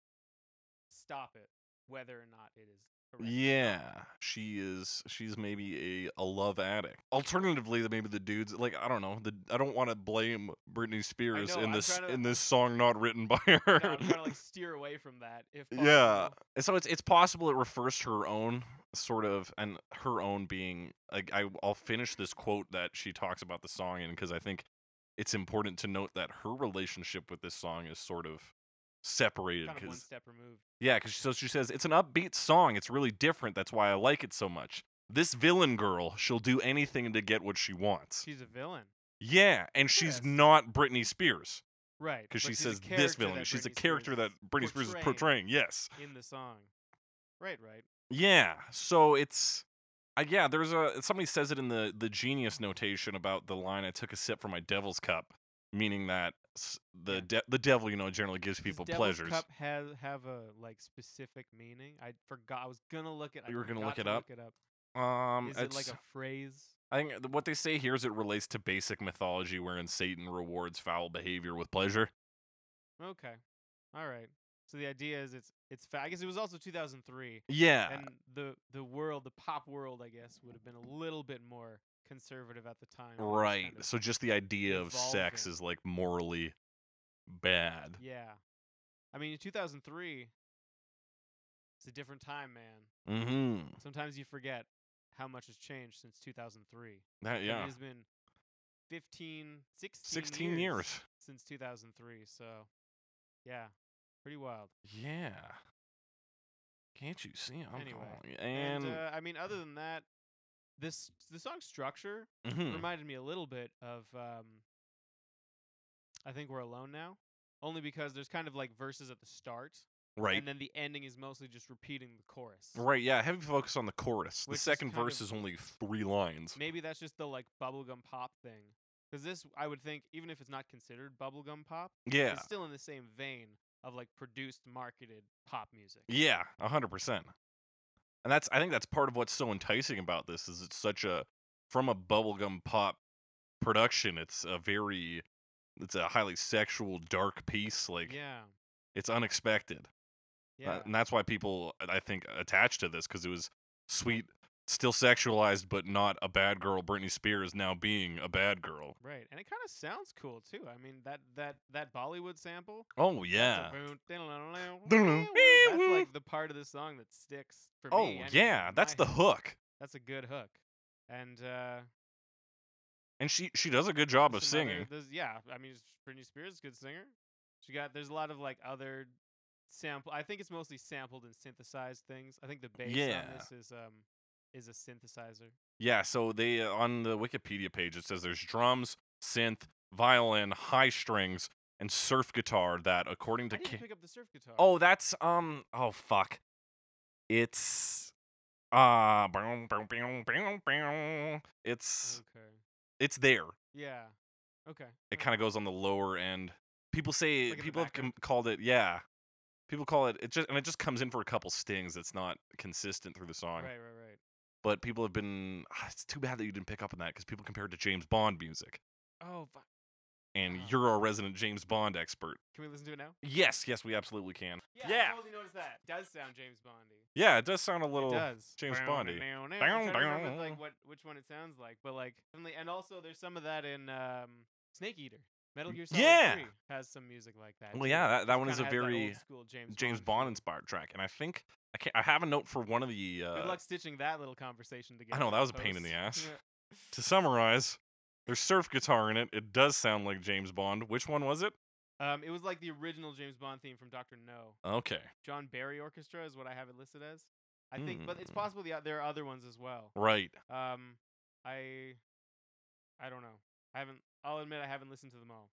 [SPEAKER 2] stop it, whether or not it is correct.
[SPEAKER 1] Yeah, she is. She's maybe a, a love addict. Alternatively, that maybe the dudes like I don't know. The I don't want to blame Britney Spears
[SPEAKER 2] know,
[SPEAKER 1] in
[SPEAKER 2] I'm
[SPEAKER 1] this
[SPEAKER 2] tryna-
[SPEAKER 1] in this song not written by her.
[SPEAKER 2] No, I'm trying to like steer away from that. If possible.
[SPEAKER 1] Yeah. And so it's it's possible it refers to her own sort of and her own being like I I'll finish this quote that she talks about the song in because I think it's important to note that her relationship with this song is sort of separated
[SPEAKER 2] kind of one
[SPEAKER 1] because
[SPEAKER 2] step removed.
[SPEAKER 1] yeah, because so she says it's an upbeat song. It's really different. That's why I like it so much. This villain girl, she'll do anything to get what she wants.
[SPEAKER 2] She's a villain,
[SPEAKER 1] Yeah, and she's
[SPEAKER 2] Yes.
[SPEAKER 1] not Britney Spears
[SPEAKER 2] right?
[SPEAKER 1] because
[SPEAKER 2] but
[SPEAKER 1] she
[SPEAKER 2] she's a
[SPEAKER 1] says this
[SPEAKER 2] character
[SPEAKER 1] villain.
[SPEAKER 2] that
[SPEAKER 1] She's a
[SPEAKER 2] Britney Spears
[SPEAKER 1] character that Britney Spears is portraying. Yes.
[SPEAKER 2] in the song. Right, right.
[SPEAKER 1] Yeah. So it's uh, yeah, there's a somebody says it in the the genius notation about the line I took a sip from my devil's cup, meaning that s- the
[SPEAKER 2] Yeah.
[SPEAKER 1] de- the devil, you know, generally gives
[SPEAKER 2] Does
[SPEAKER 1] people
[SPEAKER 2] Devil's
[SPEAKER 1] pleasures.
[SPEAKER 2] Cup has have a like specific meaning. I forgot. I was gonna look it. I
[SPEAKER 1] You were gonna
[SPEAKER 2] forgot
[SPEAKER 1] look it
[SPEAKER 2] to
[SPEAKER 1] up?
[SPEAKER 2] Look it up.
[SPEAKER 1] Um
[SPEAKER 2] Is it like
[SPEAKER 1] it's-
[SPEAKER 2] a phrase?
[SPEAKER 1] I think uh, th- what they say here is it relates to basic mythology wherein Satan rewards foul behavior with pleasure.
[SPEAKER 2] Okay, all right. So the idea is it's it's. Fa- I guess it was also 2003,
[SPEAKER 1] Yeah.
[SPEAKER 2] and the the world, the pop world, I guess, would have been a little bit more conservative at the time. and it was
[SPEAKER 1] right.
[SPEAKER 2] kind of-
[SPEAKER 1] So just the idea of sex
[SPEAKER 2] evolving.
[SPEAKER 1] is like morally bad.
[SPEAKER 2] yeah, I mean, in 2003, it's a different time, man.
[SPEAKER 1] Mm-hmm.
[SPEAKER 2] Sometimes you forget how much has changed since 2003.
[SPEAKER 1] That
[SPEAKER 2] And It
[SPEAKER 1] yeah.
[SPEAKER 2] has been 15, 16,
[SPEAKER 1] 16 years.
[SPEAKER 2] since 2003. So, yeah, pretty wild.
[SPEAKER 1] Yeah. Can't you see? I'm
[SPEAKER 2] Anyway,
[SPEAKER 1] calling you.
[SPEAKER 2] And,
[SPEAKER 1] And,
[SPEAKER 2] uh, I mean, other than that, this the song structure
[SPEAKER 1] mhm.
[SPEAKER 2] reminded me a little bit of um, I think we're alone now, only because there's kind of like verses at the start,
[SPEAKER 1] right,
[SPEAKER 2] and then the ending is mostly just repeating the chorus.
[SPEAKER 1] right, yeah. Heavy focus on the chorus. The
[SPEAKER 2] Which is
[SPEAKER 1] second
[SPEAKER 2] kind
[SPEAKER 1] verse
[SPEAKER 2] of-
[SPEAKER 1] is only three lines.
[SPEAKER 2] Maybe that's just the like bubblegum pop thing. Because this, I would think, even if it's not considered bubblegum pop,
[SPEAKER 1] Yeah,
[SPEAKER 2] it's still in the same vein of like produced, marketed pop music.
[SPEAKER 1] yeah, a hundred percent. And that's I think that's part of what's so enticing about this is it's such a from a bubblegum pop production. It's a very it's a highly sexual dark piece. Like
[SPEAKER 2] yeah,
[SPEAKER 1] it's unexpected. Uh,
[SPEAKER 2] yeah.
[SPEAKER 1] and that's why people, uh, I I think, attached to this because it was sweet, still sexualized, but not a bad girl. Britney Spears now being a bad girl.
[SPEAKER 2] Right, and it kind of sounds cool too. I mean that that that Bollywood sample.
[SPEAKER 1] Oh
[SPEAKER 2] that's
[SPEAKER 1] yeah.
[SPEAKER 2] a boom,
[SPEAKER 1] Dun-dun.
[SPEAKER 2] That's like the part of the song that sticks for
[SPEAKER 1] Oh
[SPEAKER 2] me. anyway,
[SPEAKER 1] yeah,
[SPEAKER 2] in
[SPEAKER 1] that's
[SPEAKER 2] my
[SPEAKER 1] the
[SPEAKER 2] head.
[SPEAKER 1] hook.
[SPEAKER 2] That's a good hook, and uh,
[SPEAKER 1] And she she does a good job of
[SPEAKER 2] some other-
[SPEAKER 1] singing.
[SPEAKER 2] there's- yeah, I mean s- Britney Spears is a good singer. She got there's a lot of like other sample. I think it's mostly sampled and synthesized things. I think the bass
[SPEAKER 1] Yeah.
[SPEAKER 2] on this is um is a synthesizer.
[SPEAKER 1] Yeah, so they uh, on the Wikipedia page it says there's drums, synth, violin, high strings, and surf guitar that according to
[SPEAKER 2] I need to
[SPEAKER 1] Ki-
[SPEAKER 2] pick up the surf guitar.
[SPEAKER 1] Oh, that's um. Oh fuck. It's uh. It's
[SPEAKER 2] okay.
[SPEAKER 1] it's there.
[SPEAKER 2] Yeah. Okay.
[SPEAKER 1] It kind of goes on the lower end. People say
[SPEAKER 2] Like in the
[SPEAKER 1] people have com-
[SPEAKER 2] background.
[SPEAKER 1] called it. Yeah. People call it. It just and it just comes in for a couple stings. It's not consistent through the song.
[SPEAKER 2] Right, right, right.
[SPEAKER 1] But people have been. ah, It's too bad that you didn't pick up on that because people compared it to James Bond music,
[SPEAKER 2] Oh, fuck.
[SPEAKER 1] and
[SPEAKER 2] Ah.
[SPEAKER 1] you're a resident James Bond expert.
[SPEAKER 2] Can we listen to it now?
[SPEAKER 1] Yes, yes, we absolutely can.
[SPEAKER 2] Yeah,
[SPEAKER 1] Yeah.
[SPEAKER 2] I totally noticed that. Does sound James Bondy.
[SPEAKER 1] Yeah, it does sound a little.
[SPEAKER 2] it does.
[SPEAKER 1] James
[SPEAKER 2] Bow,
[SPEAKER 1] Bondy.
[SPEAKER 2] bow, bow.
[SPEAKER 1] Bow,
[SPEAKER 2] I'm trying to remember,
[SPEAKER 1] bow.
[SPEAKER 2] like what which one it sounds like, but like definitely- and also there's some of that in um, Snake Eater. Metal Gear Solid
[SPEAKER 1] Yeah.
[SPEAKER 2] 3 has some music like that.
[SPEAKER 1] Well,
[SPEAKER 2] too.
[SPEAKER 1] yeah, that, that one
[SPEAKER 2] Kinda
[SPEAKER 1] is a
[SPEAKER 2] has that old
[SPEAKER 1] very
[SPEAKER 2] school James,
[SPEAKER 1] James Bond
[SPEAKER 2] Bond.
[SPEAKER 1] inspired track, and I think I can not I have a note for one of the.
[SPEAKER 2] feel.
[SPEAKER 1] Uh,
[SPEAKER 2] Good luck stitching that little conversation together.
[SPEAKER 1] know, that
[SPEAKER 2] in
[SPEAKER 1] was a pain in the ass.
[SPEAKER 2] post.
[SPEAKER 1] to summarize, There's surf guitar in it. It does sound like James Bond. Which one was it?
[SPEAKER 2] Um, it was like the original James Bond theme from Doctor No.
[SPEAKER 1] Okay.
[SPEAKER 2] John Barry Orchestra is what I have it listed as. I think,
[SPEAKER 1] Hmm.
[SPEAKER 2] but it's possible the, o- there are other ones as well.
[SPEAKER 1] Right.
[SPEAKER 2] Um, I, I don't know. I haven't. I'll admit I haven't listened to them all.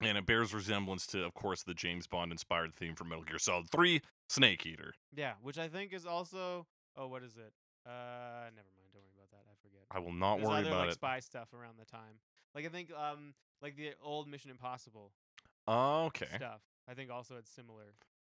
[SPEAKER 1] And it bears resemblance to, of course, the James Bond inspired theme from Metal Gear Solid 3, Snake Eater.
[SPEAKER 2] Yeah, which I think is also. Oh, what is it? Uh, never mind. Don't worry about that. I forget.
[SPEAKER 1] I will not
[SPEAKER 2] There's
[SPEAKER 1] worry
[SPEAKER 2] other
[SPEAKER 1] about
[SPEAKER 2] like
[SPEAKER 1] it.
[SPEAKER 2] spy stuff around the time. Like I think, um, like the old Mission Impossible
[SPEAKER 1] okay.
[SPEAKER 2] stuff. I think also had similar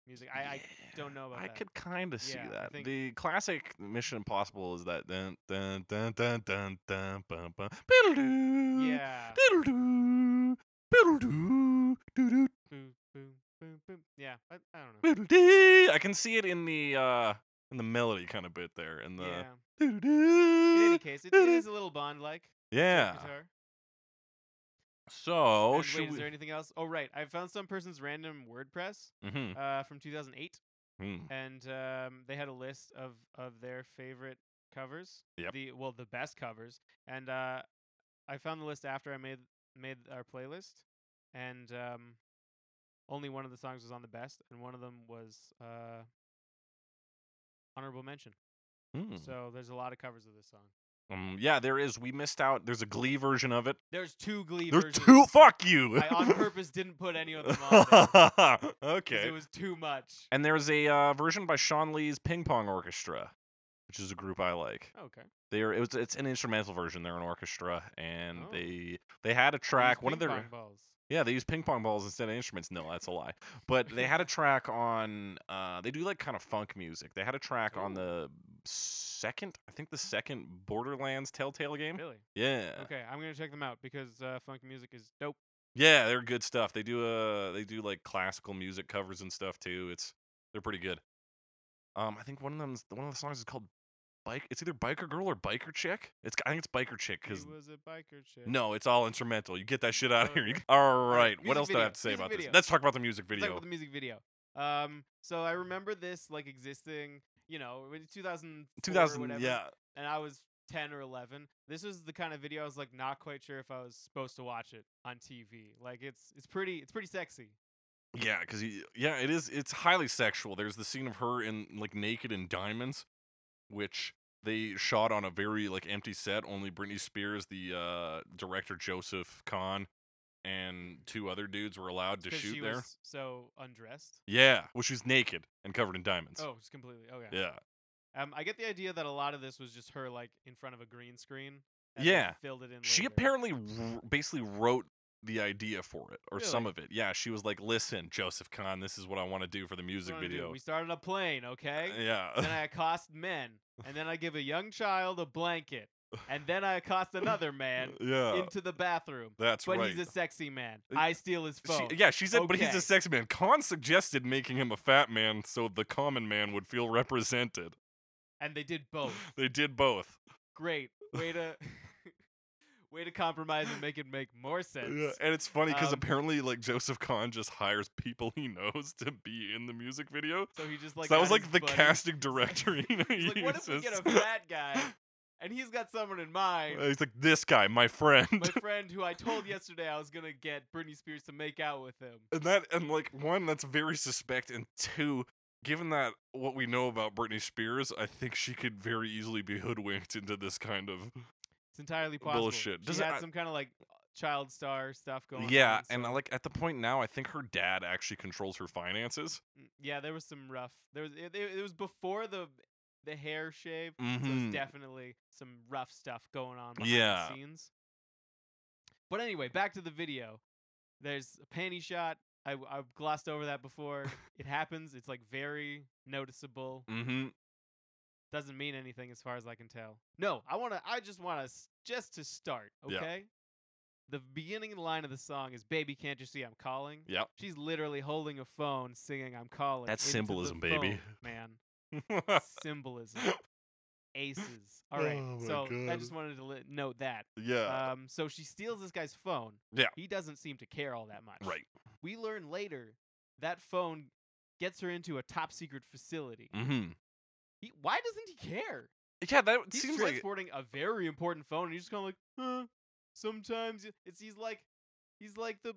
[SPEAKER 2] music. I, I don't know about
[SPEAKER 1] I
[SPEAKER 2] that.
[SPEAKER 1] could kind of see
[SPEAKER 2] Yeah, I
[SPEAKER 1] that.
[SPEAKER 2] think-
[SPEAKER 1] The classic Mission Impossible is that dun dun dun dun dun dun bum bum biddle-doo,
[SPEAKER 2] Yeah.
[SPEAKER 1] diddle-doo, biddle-doo, doo-doo,
[SPEAKER 2] Boom, boom, boom, boom. Yeah. I, I don't know.
[SPEAKER 1] biddle-dee. I can see it in the uh in the melody kind of bit there in the
[SPEAKER 2] yeah. In
[SPEAKER 1] doo-doo-doo.
[SPEAKER 2] any case, it, it is a little Bond-like.
[SPEAKER 1] yeah.
[SPEAKER 2] Guitar.
[SPEAKER 1] So
[SPEAKER 2] And
[SPEAKER 1] should
[SPEAKER 2] wait, is
[SPEAKER 1] we?
[SPEAKER 2] there anything else? Oh, right. I found some person's random WordPress
[SPEAKER 1] Mhm,
[SPEAKER 2] uh, from 2008,
[SPEAKER 1] mhm.
[SPEAKER 2] and um, they had a list of of their favorite covers.
[SPEAKER 1] Yep.
[SPEAKER 2] The well, the best covers, and uh, I found the list after I made made our playlist, and um, only one of the songs was on the best, and one of them was uh, honorable mention.
[SPEAKER 1] Mm.
[SPEAKER 2] So there's a lot of covers of this song.
[SPEAKER 1] Um, yeah, there is. We missed out. There's a Glee version of it.
[SPEAKER 2] There's two Glee
[SPEAKER 1] There's
[SPEAKER 2] versions.
[SPEAKER 1] two. Fuck you.
[SPEAKER 2] I on purpose didn't put any of them on there 'cause
[SPEAKER 1] okay.
[SPEAKER 2] it was too much.
[SPEAKER 1] And there's a uh, version by Sean Lee's Ping Pong Orchestra, which is a group I like.
[SPEAKER 2] Okay.
[SPEAKER 1] They are it was it's an instrumental version. They're an orchestra, and
[SPEAKER 2] Oh.
[SPEAKER 1] they they had a track.
[SPEAKER 2] Use
[SPEAKER 1] One of
[SPEAKER 2] ping
[SPEAKER 1] their
[SPEAKER 2] pong balls.
[SPEAKER 1] yeah, they use ping pong balls instead of instruments. No, that's a lie. But they had a track on. Uh, they do like kind of funk music. They had a track on
[SPEAKER 2] Ooh.
[SPEAKER 1] the second, I think the second Borderlands Telltale game.
[SPEAKER 2] Really?
[SPEAKER 1] Yeah,
[SPEAKER 2] Okay, I'm gonna check them out because uh, funky music is dope.
[SPEAKER 1] yeah, they're good stuff. They do uh they do like classical music covers and stuff too. It's they're pretty good. Um, I think one of them's one of the songs is called "Bike." It's either "Biker Girl" or "Biker Chick." It's I think it's "Biker Chick"
[SPEAKER 2] He
[SPEAKER 1] because
[SPEAKER 2] was a biker chick.
[SPEAKER 1] no, it's all instrumental. You get that shit out of here. You,
[SPEAKER 2] uh, Oh, Okay.
[SPEAKER 1] all
[SPEAKER 2] right,
[SPEAKER 1] right, what
[SPEAKER 2] music
[SPEAKER 1] else do I
[SPEAKER 2] video,
[SPEAKER 1] have to say
[SPEAKER 2] music
[SPEAKER 1] about
[SPEAKER 2] video.
[SPEAKER 1] this? Let's talk about the music
[SPEAKER 2] Let's talk
[SPEAKER 1] video.
[SPEAKER 2] about the music video. Um, so I remember this like existing, you know, in 2000,
[SPEAKER 1] Two thousand,
[SPEAKER 2] whatever,
[SPEAKER 1] yeah,
[SPEAKER 2] and I was 10 or 11. This was the kind of video I was like not quite sure if I was supposed to watch it on TV. Like it's it's pretty it's pretty sexy.
[SPEAKER 1] yeah, because yeah, it is. It's highly sexual. There's the scene of her in like naked in diamonds, which they shot on a very like empty set. Only Britney Spears, the uh, director Joseph Kahn, and two other dudes were allowed to
[SPEAKER 2] 'cause
[SPEAKER 1] shoot
[SPEAKER 2] she
[SPEAKER 1] there.
[SPEAKER 2] was so undressed.
[SPEAKER 1] Yeah, well, she's naked and covered in diamonds.
[SPEAKER 2] Oh, just completely. Okay.
[SPEAKER 1] yeah.
[SPEAKER 2] Um, I get the idea that a lot of this was just her like in front of a green screen. and they
[SPEAKER 1] Yeah.
[SPEAKER 2] Filled it in.
[SPEAKER 1] She
[SPEAKER 2] later.
[SPEAKER 1] apparently r- basically wrote the idea for it or some
[SPEAKER 2] Really?
[SPEAKER 1] of it. Yeah, she was like, "Listen, Joseph Kahn, this is what I want to do for the
[SPEAKER 2] That's
[SPEAKER 1] music
[SPEAKER 2] what I do.
[SPEAKER 1] video."
[SPEAKER 2] We started a plane, okay? then
[SPEAKER 1] yeah.
[SPEAKER 2] I accost men, and then I give a young child a blanket, and then I accost another man
[SPEAKER 1] yeah.
[SPEAKER 2] into the bathroom.
[SPEAKER 1] Uh, that's
[SPEAKER 2] but
[SPEAKER 1] right.
[SPEAKER 2] he's a sexy man.
[SPEAKER 1] Uh,
[SPEAKER 2] I steal his phone.
[SPEAKER 1] She, yeah, she said, but he's
[SPEAKER 2] Okay.
[SPEAKER 1] a sex man. Kahn suggested making him a fat man so the common man would feel represented.
[SPEAKER 2] And they did both.
[SPEAKER 1] They did both.
[SPEAKER 2] Great way to way to compromise and make it make more sense.
[SPEAKER 1] Yeah, and it's funny because
[SPEAKER 2] Um,
[SPEAKER 1] apparently, like Joseph Kahn just hires people he knows to be in the music video.
[SPEAKER 2] So he just like
[SPEAKER 1] so that was
[SPEAKER 2] got
[SPEAKER 1] like
[SPEAKER 2] his
[SPEAKER 1] the
[SPEAKER 2] buddy-
[SPEAKER 1] casting director. You know,
[SPEAKER 2] He's like, what if we get
[SPEAKER 1] uses.
[SPEAKER 2] a fat guy, and he's got someone in mind?
[SPEAKER 1] Uh, He's like this guy, my friend.
[SPEAKER 2] My friend, who I told yesterday I was gonna get Britney Spears to make out with him.
[SPEAKER 1] and that and like one that's very suspect and two given that what we know about britney spears i think she could very easily be hoodwinked into this kind of
[SPEAKER 2] It's entirely possible.
[SPEAKER 1] Bullshit.
[SPEAKER 2] She
[SPEAKER 1] Does it-
[SPEAKER 2] had
[SPEAKER 1] I-
[SPEAKER 2] some kind of like child star stuff going.
[SPEAKER 1] yeah
[SPEAKER 2] on,
[SPEAKER 1] and
[SPEAKER 2] so-
[SPEAKER 1] uh, like at the point now i think her dad actually controls her finances
[SPEAKER 2] Mm, yeah, there was some rough. There was it, it, it was before the the hair shave. So
[SPEAKER 1] Mhm.
[SPEAKER 2] there's definitely some rough stuff going on behind
[SPEAKER 1] Yeah.
[SPEAKER 2] the scenes. But anyway, back to the video. There's a panty shot. I, w- I glossed over that before. it happens. It's like very noticeable.
[SPEAKER 1] mm-hmm
[SPEAKER 2] Doesn't mean anything as far as I can tell. No, I want to. I just want to just to start.
[SPEAKER 1] Yeah.
[SPEAKER 2] Okay. The beginning line of the song is "Baby, can't you see I'm calling?"
[SPEAKER 1] Yep.
[SPEAKER 2] She's literally holding a phone, singing "I'm calling."
[SPEAKER 1] That's
[SPEAKER 2] into the
[SPEAKER 1] symbolism, baby.
[SPEAKER 2] phone, man. symbolism. Aces. All right.
[SPEAKER 1] Oh my
[SPEAKER 2] so I
[SPEAKER 1] God.
[SPEAKER 2] just wanted to li- note that.
[SPEAKER 1] yeah
[SPEAKER 2] Um, so she steals this guy's phone.
[SPEAKER 1] Uh, Yeah.
[SPEAKER 2] He doesn't seem to care all that much.
[SPEAKER 1] right
[SPEAKER 2] We learn later that phone gets her into a top secret facility.
[SPEAKER 1] mm-hmm
[SPEAKER 2] He, why doesn't he care?
[SPEAKER 1] yeah that
[SPEAKER 2] He's
[SPEAKER 1] seems like
[SPEAKER 2] transporting a very important phone, and he's just kind of like, huh, Sometimes y- it's he's like he's like the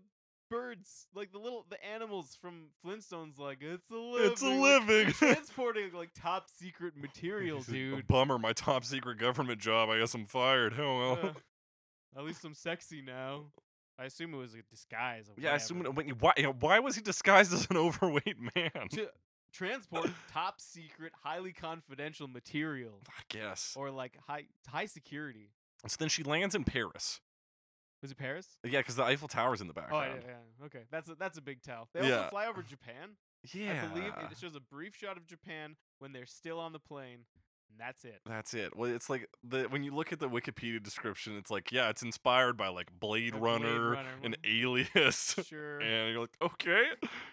[SPEAKER 2] birds, like the little the animals from Flintstones. Like it's a living.
[SPEAKER 1] It's a
[SPEAKER 2] like,
[SPEAKER 1] living. Oh,
[SPEAKER 2] transporting like top secret material,
[SPEAKER 1] He's like, "A
[SPEAKER 2] dude.
[SPEAKER 1] Bummer, my top secret government job. I guess I'm fired. Oh well.
[SPEAKER 2] Uh, at least I'm sexy now. I assume it was a disguise. Or
[SPEAKER 1] yeah, I assume
[SPEAKER 2] whatever.
[SPEAKER 1] when, why, you know, why was he disguised as an overweight man?
[SPEAKER 2] to transport top secret, highly confidential material,
[SPEAKER 1] I guess.
[SPEAKER 2] or like high high security.
[SPEAKER 1] So then she lands in Paris.
[SPEAKER 2] Was it Paris?
[SPEAKER 1] Yeah, because the Eiffel Tower's in the
[SPEAKER 2] Oh yeah,
[SPEAKER 1] background.
[SPEAKER 2] yeah. Okay, that's a, that's a big tell. They also
[SPEAKER 1] Yeah.
[SPEAKER 2] fly over Japan.
[SPEAKER 1] yeah.
[SPEAKER 2] I believe it shows a brief shot of Japan when they're still on the plane, and that's it.
[SPEAKER 1] That's it. Well, it's like the when you look at the Wikipedia description, it's like yeah, it's inspired by like Blade,
[SPEAKER 2] Like Blade
[SPEAKER 1] Runner,
[SPEAKER 2] Runner,
[SPEAKER 1] and
[SPEAKER 2] what-
[SPEAKER 1] Alias,
[SPEAKER 2] Sure.
[SPEAKER 1] and you're like, okay,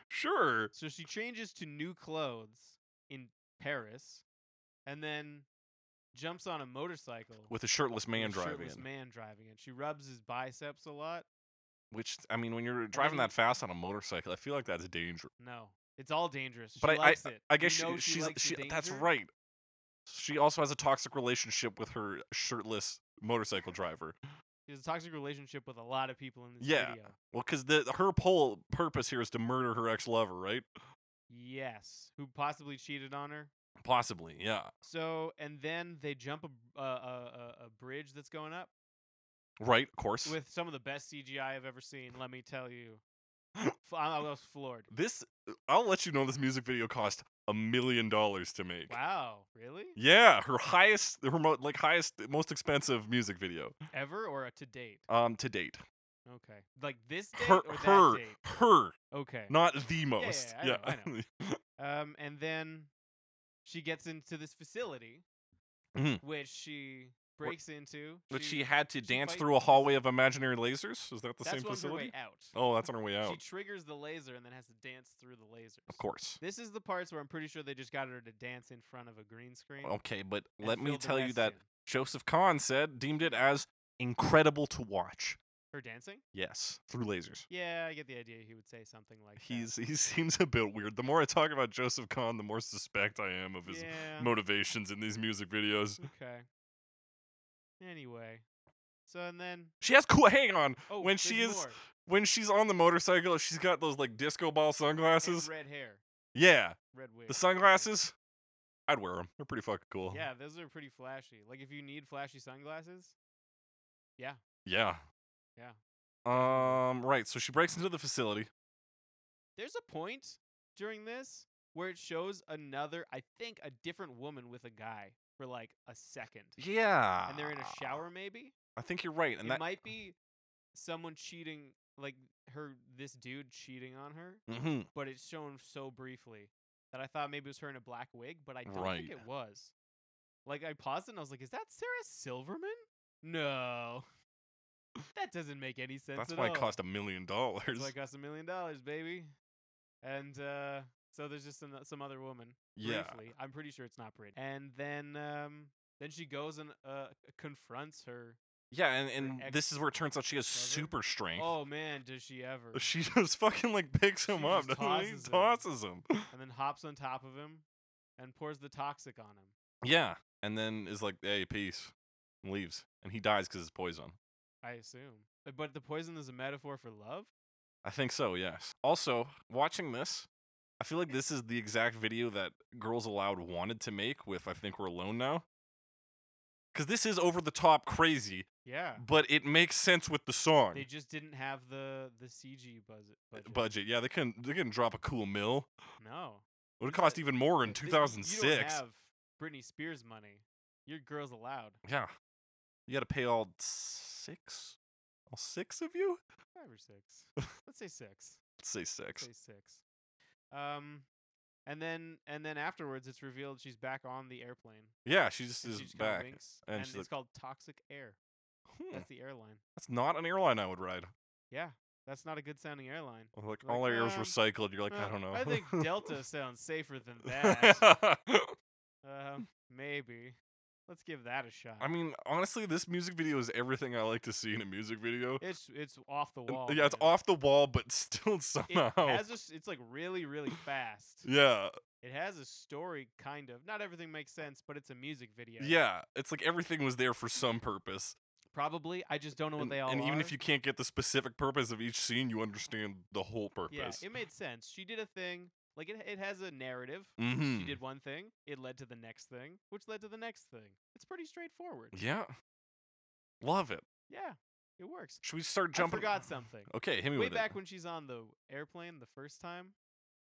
[SPEAKER 1] sure.
[SPEAKER 2] So she changes to new clothes in Paris, and then jumps on a motorcycle
[SPEAKER 1] With a shirtless man
[SPEAKER 2] with a
[SPEAKER 1] driving
[SPEAKER 2] shirtless
[SPEAKER 1] it,
[SPEAKER 2] man driving it. She rubs his biceps a lot.
[SPEAKER 1] which I mean, when you're driving
[SPEAKER 2] then-
[SPEAKER 1] that fast on a motorcycle, I feel like that's dangerous.
[SPEAKER 2] No, it's all dangerous.
[SPEAKER 1] But
[SPEAKER 2] she
[SPEAKER 1] I-
[SPEAKER 2] likes it.
[SPEAKER 1] I
[SPEAKER 2] You
[SPEAKER 1] guess she,
[SPEAKER 2] know
[SPEAKER 1] she's
[SPEAKER 2] likes the
[SPEAKER 1] she, that's
[SPEAKER 2] danger.
[SPEAKER 1] right. She also has a toxic relationship with her shirtless motorcycle driver.
[SPEAKER 2] She has a toxic relationship with a lot of people in this
[SPEAKER 1] Yeah.
[SPEAKER 2] video.
[SPEAKER 1] Well, because the her whole purpose here is to murder her ex lover, right?
[SPEAKER 2] Yes, who possibly cheated on her.
[SPEAKER 1] Possibly, yeah.
[SPEAKER 2] So, and then they jump a, b- a, a, a- a bridge that's going up
[SPEAKER 1] Right, of course.
[SPEAKER 2] with some of the best CGI I've ever seen. Let me tell you, F- I I was floored.
[SPEAKER 1] this I'll let you know this music video cost a million dollars to make.
[SPEAKER 2] Wow, really?
[SPEAKER 1] Yeah, her highest her mo- like highest most expensive music video
[SPEAKER 2] Ever or a to date?
[SPEAKER 1] um to date.
[SPEAKER 2] Okay, like this date
[SPEAKER 1] Her
[SPEAKER 2] or
[SPEAKER 1] her
[SPEAKER 2] that date?
[SPEAKER 1] her
[SPEAKER 2] Okay.
[SPEAKER 1] not the most.
[SPEAKER 2] yeah, I know, I Um, and then she gets into this facility,
[SPEAKER 1] Mhm.
[SPEAKER 2] which she
[SPEAKER 1] Where-
[SPEAKER 2] breaks into.
[SPEAKER 1] but she had to
[SPEAKER 2] she
[SPEAKER 1] dance
[SPEAKER 2] fight-
[SPEAKER 1] through a hallway of imaginary lasers. Is that the
[SPEAKER 2] that's
[SPEAKER 1] same
[SPEAKER 2] on her way
[SPEAKER 1] facility?
[SPEAKER 2] out.
[SPEAKER 1] Oh, that's on her way out.
[SPEAKER 2] She triggers the laser and then has to dance through the lasers.
[SPEAKER 1] of course.
[SPEAKER 2] This is the parts where I'm pretty sure they just got her to dance in front of a green screen.
[SPEAKER 1] Okay, but
[SPEAKER 2] and
[SPEAKER 1] let me
[SPEAKER 2] fill the
[SPEAKER 1] tell you
[SPEAKER 2] rest
[SPEAKER 1] that
[SPEAKER 2] in.
[SPEAKER 1] Joseph Kahn said deemed it as incredible to watch.
[SPEAKER 2] her dancing.
[SPEAKER 1] Yes, through lasers.
[SPEAKER 2] Yeah, I get the idea. He would say something like, that.
[SPEAKER 1] He's he seems a bit weird. The more I talk about Joseph Kahn, the more suspect I am of his
[SPEAKER 2] yeah, Mm.
[SPEAKER 1] motivations in these music videos.
[SPEAKER 2] okay." Anyway, so and then
[SPEAKER 1] She has cool. Hang on,
[SPEAKER 2] oh,
[SPEAKER 1] When she
[SPEAKER 2] there's
[SPEAKER 1] is
[SPEAKER 2] more.
[SPEAKER 1] when she's on the motorcycle, she's got those like disco ball
[SPEAKER 2] And
[SPEAKER 1] sunglasses.
[SPEAKER 2] red hair,
[SPEAKER 1] Yeah,
[SPEAKER 2] red wig,
[SPEAKER 1] the
[SPEAKER 2] okay.
[SPEAKER 1] sunglasses. Oh. I'd wear them. They're pretty fucking cool.
[SPEAKER 2] Yeah, those are pretty flashy. Like if you need flashy sunglasses,
[SPEAKER 1] Yeah.
[SPEAKER 2] Yeah.
[SPEAKER 1] Um. Right. So she breaks into the facility.
[SPEAKER 2] there's a point during this where it shows another, I think, a different woman with a guy for like a second,
[SPEAKER 1] Yeah.
[SPEAKER 2] and they're in a shower maybe.
[SPEAKER 1] I think you're right, and
[SPEAKER 2] it
[SPEAKER 1] that.
[SPEAKER 2] might be someone cheating, like her, this dude cheating on her,
[SPEAKER 1] hmm
[SPEAKER 2] but it's shown so briefly that I thought maybe it was her in a black wig, but I don't
[SPEAKER 1] Right.
[SPEAKER 2] think it was. Like I paused it and I was like, "Is that Sarah Silverman?" No, that doesn't make any sense.
[SPEAKER 1] That's
[SPEAKER 2] at
[SPEAKER 1] why it
[SPEAKER 2] all.
[SPEAKER 1] cost a million dollars.
[SPEAKER 2] That's why it cost a million dollars, baby. And uh, so there's just some, some other woman.
[SPEAKER 1] yeah.
[SPEAKER 2] Briefly, I'm pretty sure it's not Brit. And then, um, then she goes and uh, confronts her.
[SPEAKER 1] Yeah, and, and
[SPEAKER 2] ex
[SPEAKER 1] this is where it turns out she has
[SPEAKER 2] lover?
[SPEAKER 1] super strength.
[SPEAKER 2] Oh man, does she ever?
[SPEAKER 1] She just fucking like picks
[SPEAKER 2] She
[SPEAKER 1] him up,
[SPEAKER 2] just
[SPEAKER 1] doesn't she?
[SPEAKER 2] tosses
[SPEAKER 1] tosses him.
[SPEAKER 2] and then hops on top of him and pours the toxic on him.
[SPEAKER 1] Yeah, and then is like, "Hey, peace," and leaves, and he dies because it's poison.
[SPEAKER 2] I assume. Uh, But the poison is a metaphor for love?
[SPEAKER 1] I think so. Yes. Also, watching this, I feel like this is the exact video that Girls Aloud wanted to make with "I Think We're Alone Now," because this is over the top crazy,
[SPEAKER 2] Yeah.
[SPEAKER 1] but it makes sense with the song
[SPEAKER 2] They just didn't have the the CG buzz-
[SPEAKER 1] Uh,
[SPEAKER 2] budget.
[SPEAKER 1] budget. Yeah, they couldn't they couldn't drop a cool mill.
[SPEAKER 2] no.
[SPEAKER 1] Would have
[SPEAKER 2] You
[SPEAKER 1] cost
[SPEAKER 2] got-
[SPEAKER 1] even more in
[SPEAKER 2] Th- th-
[SPEAKER 1] two
[SPEAKER 2] you
[SPEAKER 1] thousand
[SPEAKER 2] You don't
[SPEAKER 1] six.
[SPEAKER 2] have Britney Spears money. Your girl's allowed.
[SPEAKER 1] Yeah, you got to pay all six, all six of you.
[SPEAKER 2] Five or six. Let's say six.
[SPEAKER 1] Let's say
[SPEAKER 2] Let's
[SPEAKER 1] six.
[SPEAKER 2] say six. Um and then and then afterwards it's revealed she's back on the airplane.
[SPEAKER 1] Yeah, she just
[SPEAKER 2] and
[SPEAKER 1] is
[SPEAKER 2] she just kinda
[SPEAKER 1] back.
[SPEAKER 2] winks,
[SPEAKER 1] and
[SPEAKER 2] and,
[SPEAKER 1] she's
[SPEAKER 2] it's
[SPEAKER 1] like-
[SPEAKER 2] called Toxic Air.
[SPEAKER 1] Hmm,
[SPEAKER 2] That's the airline.
[SPEAKER 1] That's not an airline I would ride.
[SPEAKER 2] Yeah. That's not a good sounding airline.
[SPEAKER 1] Like,
[SPEAKER 2] Like,
[SPEAKER 1] all air is
[SPEAKER 2] um,
[SPEAKER 1] recycled. You're like,
[SPEAKER 2] Uh,
[SPEAKER 1] I don't know.
[SPEAKER 2] I think Delta sounds safer than that. Uh, maybe. Let's give that a shot.
[SPEAKER 1] I mean, honestly, this music video is everything I like to see in a music video.
[SPEAKER 2] it's it's off the
[SPEAKER 1] And-
[SPEAKER 2] wall.
[SPEAKER 1] uh, yeah, it's
[SPEAKER 2] man.
[SPEAKER 1] off the wall, but still somehow.
[SPEAKER 2] It has a s it's like really really fast.
[SPEAKER 1] yeah,
[SPEAKER 2] It has a story kind of. Not everything makes sense, but it's a music video.
[SPEAKER 1] yeah. It's like everything was there for some purpose.
[SPEAKER 2] Probably. I just don't know what
[SPEAKER 1] and,
[SPEAKER 2] they all
[SPEAKER 1] and
[SPEAKER 2] are.
[SPEAKER 1] even if you can't get the specific purpose of each scene, you understand the whole
[SPEAKER 2] yeah,
[SPEAKER 1] purpose.
[SPEAKER 2] it made sense. She did a thing. Like it, it has a narrative.
[SPEAKER 1] mm-hmm.
[SPEAKER 2] She did one thing. It led to the next thing, which led to the next thing. It's pretty straightforward.
[SPEAKER 1] Yeah. Love it.
[SPEAKER 2] Yeah, it works.
[SPEAKER 1] Should we start jumping?
[SPEAKER 2] I forgot something.
[SPEAKER 1] Okay, hit me
[SPEAKER 2] Way
[SPEAKER 1] with
[SPEAKER 2] back
[SPEAKER 1] it.
[SPEAKER 2] when she's on the airplane the first time,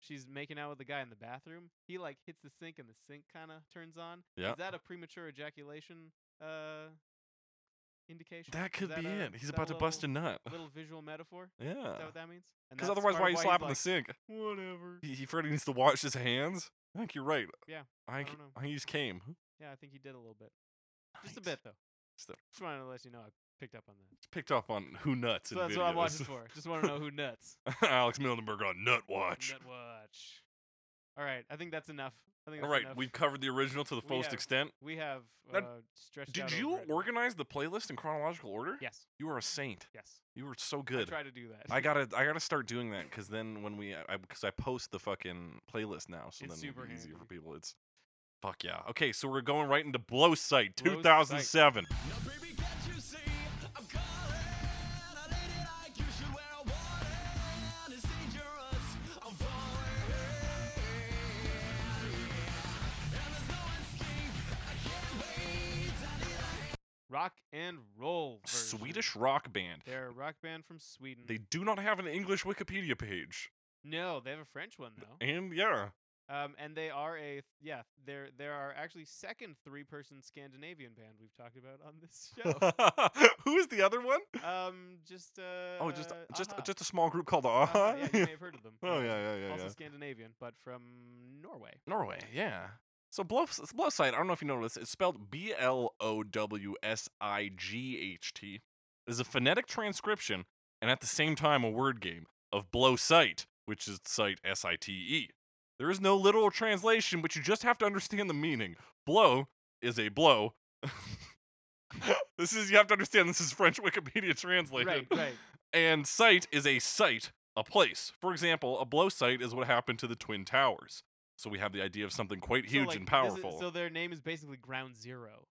[SPEAKER 2] she's making out with the guy in the bathroom. He like hits the sink and the sink kind of turns on.
[SPEAKER 1] Yeah.
[SPEAKER 2] Is that a premature ejaculation uh indication?
[SPEAKER 1] That
[SPEAKER 2] Is
[SPEAKER 1] could be
[SPEAKER 2] a-
[SPEAKER 1] it.
[SPEAKER 2] is
[SPEAKER 1] He's
[SPEAKER 2] that
[SPEAKER 1] about to bust a
[SPEAKER 2] little,
[SPEAKER 1] nut.
[SPEAKER 2] little visual metaphor.
[SPEAKER 1] Yeah.
[SPEAKER 2] Is that what that means? And
[SPEAKER 1] Because
[SPEAKER 2] that's
[SPEAKER 1] otherwise,
[SPEAKER 2] part
[SPEAKER 1] why are
[SPEAKER 2] of
[SPEAKER 1] you
[SPEAKER 2] he's
[SPEAKER 1] slapping
[SPEAKER 2] like,
[SPEAKER 1] the sink?
[SPEAKER 2] Whatever.
[SPEAKER 1] He, he Freddy needs to wash his hands. I think you're right.
[SPEAKER 2] Yeah,
[SPEAKER 1] I,
[SPEAKER 2] I
[SPEAKER 1] c-
[SPEAKER 2] don't know.
[SPEAKER 1] I just came.
[SPEAKER 2] Yeah, I think he did a little bit. Just a
[SPEAKER 1] Nice.
[SPEAKER 2] bit though.
[SPEAKER 1] Just a-
[SPEAKER 2] Just wanted to let you know I picked up on that.
[SPEAKER 1] Just picked up on who nuts.
[SPEAKER 2] So
[SPEAKER 1] in
[SPEAKER 2] that's what I'm
[SPEAKER 1] videos.
[SPEAKER 2] watching for. Just want to know who nuts.
[SPEAKER 1] Alex Mildenberg on Nut Watch.
[SPEAKER 2] Nut watch. All right, I think that's enough. I think
[SPEAKER 1] All
[SPEAKER 2] that's
[SPEAKER 1] right,
[SPEAKER 2] enough.
[SPEAKER 1] we've covered the original to the
[SPEAKER 2] We
[SPEAKER 1] fullest
[SPEAKER 2] have-
[SPEAKER 1] extent.
[SPEAKER 2] We have
[SPEAKER 1] Now,
[SPEAKER 2] uh, stretched.
[SPEAKER 1] Did
[SPEAKER 2] out
[SPEAKER 1] you
[SPEAKER 2] over it.
[SPEAKER 1] organize the playlist in chronological order?
[SPEAKER 2] Yes,
[SPEAKER 1] You are a saint.
[SPEAKER 2] yes.
[SPEAKER 1] You were so
[SPEAKER 2] I
[SPEAKER 1] good.
[SPEAKER 2] try to do that.
[SPEAKER 1] I gotta, I gotta start doing that because then when we, I because I, post the fucking playlist now, so
[SPEAKER 2] It's
[SPEAKER 1] then it'll
[SPEAKER 2] super
[SPEAKER 1] be easier for
[SPEAKER 2] handy.
[SPEAKER 1] people. It's fuck yeah. Okay, so we're going right into Blow Sight
[SPEAKER 2] Blow Sight.
[SPEAKER 1] 2007.
[SPEAKER 4] Now, baby, can't you see? I'm calling. I need it like you should wear a warning. It's dangerous. I'm falling. Yeah. And there's no escape. I can't wait. I need a
[SPEAKER 2] rock and roll. version.
[SPEAKER 1] Swedish rock band.
[SPEAKER 2] They're a rock band from Sweden.
[SPEAKER 1] They do not have an English Wikipedia page.
[SPEAKER 2] no, they have a French one though.
[SPEAKER 1] And yeah,
[SPEAKER 2] Um, and they are a yeah. There there are actually second three person Scandinavian band we've talked about on this show.
[SPEAKER 1] who is the other one?
[SPEAKER 2] um, just uh.
[SPEAKER 1] oh, just just
[SPEAKER 2] Aha.
[SPEAKER 1] just a small group called the
[SPEAKER 2] Aha,
[SPEAKER 1] Aha.
[SPEAKER 2] yeah, you may have heard of them.
[SPEAKER 1] oh
[SPEAKER 2] Um,
[SPEAKER 1] yeah, yeah, yeah,
[SPEAKER 2] also
[SPEAKER 1] yeah.
[SPEAKER 2] Scandinavian, but from Norway.
[SPEAKER 1] Norway, yeah. So blow, it's blow sight. I don't know if you know this. It's spelled B L O W S I G H T. Is a phonetic transcription and at the same time a word game of blow sight, which is sight S I T E. There is no literal translation, but you just have to understand the meaning. Blow is a blow. this is you have to understand this is French Wikipedia translated.
[SPEAKER 2] Right, right.
[SPEAKER 1] And site is a site, a place. For example, a blow site is what happened to the Twin Towers. So we have the idea of something quite
[SPEAKER 2] So,
[SPEAKER 1] huge
[SPEAKER 2] like,
[SPEAKER 1] and
[SPEAKER 2] this is-
[SPEAKER 1] powerful.
[SPEAKER 2] so their name is basically Ground Zero.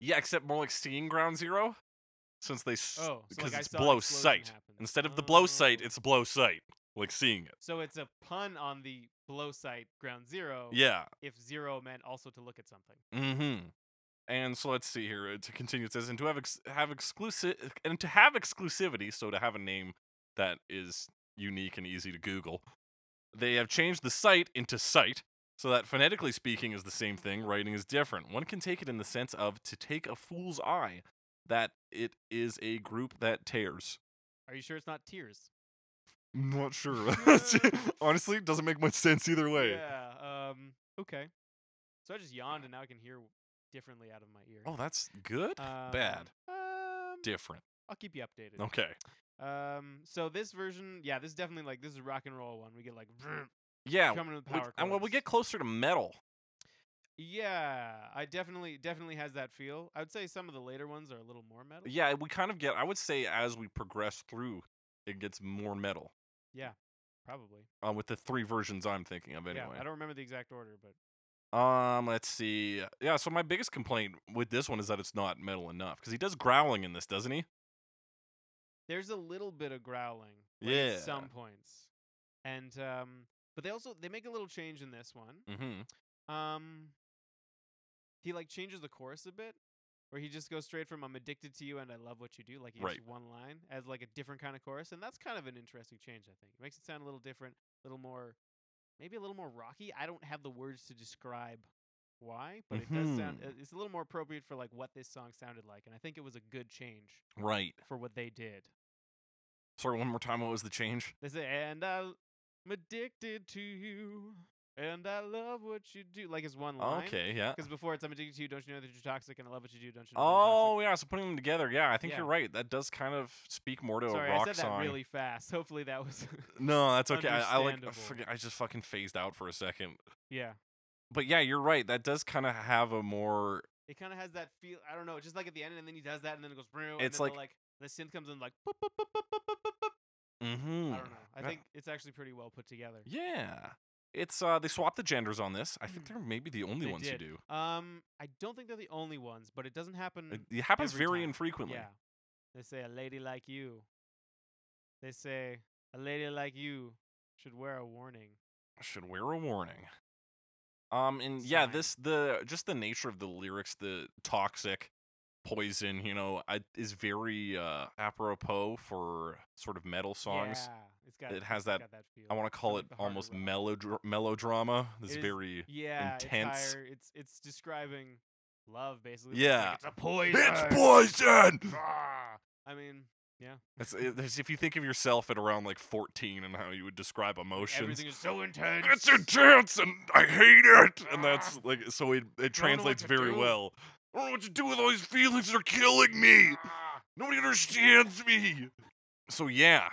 [SPEAKER 1] yeah, except more like seeing Ground Zero, since they s-
[SPEAKER 2] Oh, so
[SPEAKER 1] because
[SPEAKER 2] like I
[SPEAKER 1] it's
[SPEAKER 2] saw an
[SPEAKER 1] blow
[SPEAKER 2] explosion
[SPEAKER 1] sight
[SPEAKER 2] happen.
[SPEAKER 1] instead of the blow sight,
[SPEAKER 2] Oh.
[SPEAKER 1] it's blow sight, like seeing it.
[SPEAKER 2] so it's a pun on the blow sight ground zero.
[SPEAKER 1] Yeah.
[SPEAKER 2] If zero meant also to look at something.
[SPEAKER 1] Mm-hmm. And so let's see here. uh, To continue, it says, and to have ex- have exclusive and to have exclusivity, so to have a name that is unique and easy to Google, they have changed the site into sight, so that phonetically speaking is the same thing. Writing is different. One can take it in the sense of to take a fool's eye, that it is a group that tears.
[SPEAKER 2] Are you sure it's not tears?
[SPEAKER 1] Not sure. Honestly, it doesn't make much sense either way.
[SPEAKER 2] Yeah. Um. Okay. So I just yawned and now I can hear differently out of my ear.
[SPEAKER 1] Oh, that's good.
[SPEAKER 2] Um,
[SPEAKER 1] bad.
[SPEAKER 2] Um,
[SPEAKER 1] different.
[SPEAKER 2] I'll keep you updated.
[SPEAKER 1] Okay.
[SPEAKER 2] Um. So this version, yeah, this is definitely like this is a rock and roll one. We get like
[SPEAKER 1] Yeah.
[SPEAKER 2] coming with
[SPEAKER 1] We-
[SPEAKER 2] power.
[SPEAKER 1] and when we
[SPEAKER 2] chords.
[SPEAKER 1] get closer to metal,
[SPEAKER 2] Yeah, I definitely definitely has that feel. I would say some of the later ones are a little more metal.
[SPEAKER 1] yeah, we kind of get. I would say as we progress through, it gets more metal.
[SPEAKER 2] Probably.
[SPEAKER 1] Um, with the three versions I'm thinking of, anyway.
[SPEAKER 2] Yeah, I don't remember the exact order, but
[SPEAKER 1] um, let's see. Yeah, so my biggest complaint with this one is that it's not metal enough because he does growling in this, doesn't he?
[SPEAKER 2] there's a little bit of growling. like,
[SPEAKER 1] Yeah.
[SPEAKER 2] At some points. And um but they also they make a little change in this one.
[SPEAKER 1] Mm-hmm.
[SPEAKER 2] Um he like changes the chorus a bit where he just goes straight from I'm addicted to you and I love what you do like he
[SPEAKER 1] Right.
[SPEAKER 2] gives you one line as like a different kind of chorus and that's kind of an interesting change I think. It makes it sound a little different, a little more maybe a little more rocky. I don't have the words to describe why, but it does sound
[SPEAKER 1] Mhm.
[SPEAKER 2] it's a little more appropriate for like what this song sounded like and I think it was a good change
[SPEAKER 1] Right.
[SPEAKER 2] for what they did.
[SPEAKER 1] Sorry, one more time. What was the change?
[SPEAKER 2] They say, and I'm addicted to you, and I love what you do. Like it's one line.
[SPEAKER 1] Okay. Yeah.
[SPEAKER 2] Because before it's, I'm addicted to you. Don't you know that you're toxic? And I love what you do. Don't you know?
[SPEAKER 1] Oh yeah, so putting them together, yeah, I think
[SPEAKER 2] Yeah.
[SPEAKER 1] you're right. That does kind of speak more to
[SPEAKER 2] that I'm toxic?
[SPEAKER 1] a
[SPEAKER 2] sorry,
[SPEAKER 1] rock
[SPEAKER 2] I said that
[SPEAKER 1] song.
[SPEAKER 2] really fast. Hopefully that was.
[SPEAKER 1] no, that's okay. I, I like I,
[SPEAKER 2] understandable.
[SPEAKER 1] forget, I just fucking phased out for a second.
[SPEAKER 2] yeah.
[SPEAKER 1] But yeah, you're right. That does kind of have a more
[SPEAKER 2] It kind of has that feel. I don't know. It's just like at the end, and then he does that, and then it goes. "Brew," and
[SPEAKER 1] It's
[SPEAKER 2] then the,
[SPEAKER 1] like-
[SPEAKER 2] like the synth comes in like. "Boop, boop, boop, boop, boop, boop, boop, boop."
[SPEAKER 1] Mm-hmm.
[SPEAKER 2] I don't know. I think it's actually pretty well put together.
[SPEAKER 1] Yeah. It's uh they swap the genders on this. I think they're maybe the only
[SPEAKER 2] Mm. They
[SPEAKER 1] ones who do.
[SPEAKER 2] Um, I don't think they're the only ones, but it doesn't happen.
[SPEAKER 1] It, it happens
[SPEAKER 2] Every
[SPEAKER 1] very
[SPEAKER 2] time.
[SPEAKER 1] infrequently.
[SPEAKER 2] Yeah, They say a lady like you. They say a lady like you should wear a warning.
[SPEAKER 1] should wear a warning. Um and yeah,
[SPEAKER 2] Sign.
[SPEAKER 1] this the just the nature of the lyrics, the toxic poison, you know, I, is very uh apropos for sort of metal songs.
[SPEAKER 2] Yeah, it's got
[SPEAKER 1] It has
[SPEAKER 2] it's
[SPEAKER 1] that-
[SPEAKER 2] got that feel.
[SPEAKER 1] I want to call
[SPEAKER 2] like
[SPEAKER 1] it
[SPEAKER 2] the harder
[SPEAKER 1] almost
[SPEAKER 2] rock.
[SPEAKER 1] melodra- melodrama. This
[SPEAKER 2] It is-
[SPEAKER 1] very
[SPEAKER 2] yeah,
[SPEAKER 1] intense.
[SPEAKER 2] It's, higher, it's it's describing love basically. It's
[SPEAKER 1] Yeah.
[SPEAKER 2] like, it's a poison.
[SPEAKER 1] It's poison.
[SPEAKER 2] Ah! I mean, yeah,
[SPEAKER 1] It's, it's eh, if you think of yourself at around like 14 and how you would describe emotions.
[SPEAKER 2] everything is so intense.
[SPEAKER 1] It's intense and I hate it. And that's like so it it
[SPEAKER 2] Ah. know what
[SPEAKER 1] translates
[SPEAKER 2] to
[SPEAKER 1] very
[SPEAKER 2] do.
[SPEAKER 1] well. I don't know what to do with all these feelings. They're killing me.
[SPEAKER 2] Ah!
[SPEAKER 1] Nobody understands me. So yeah.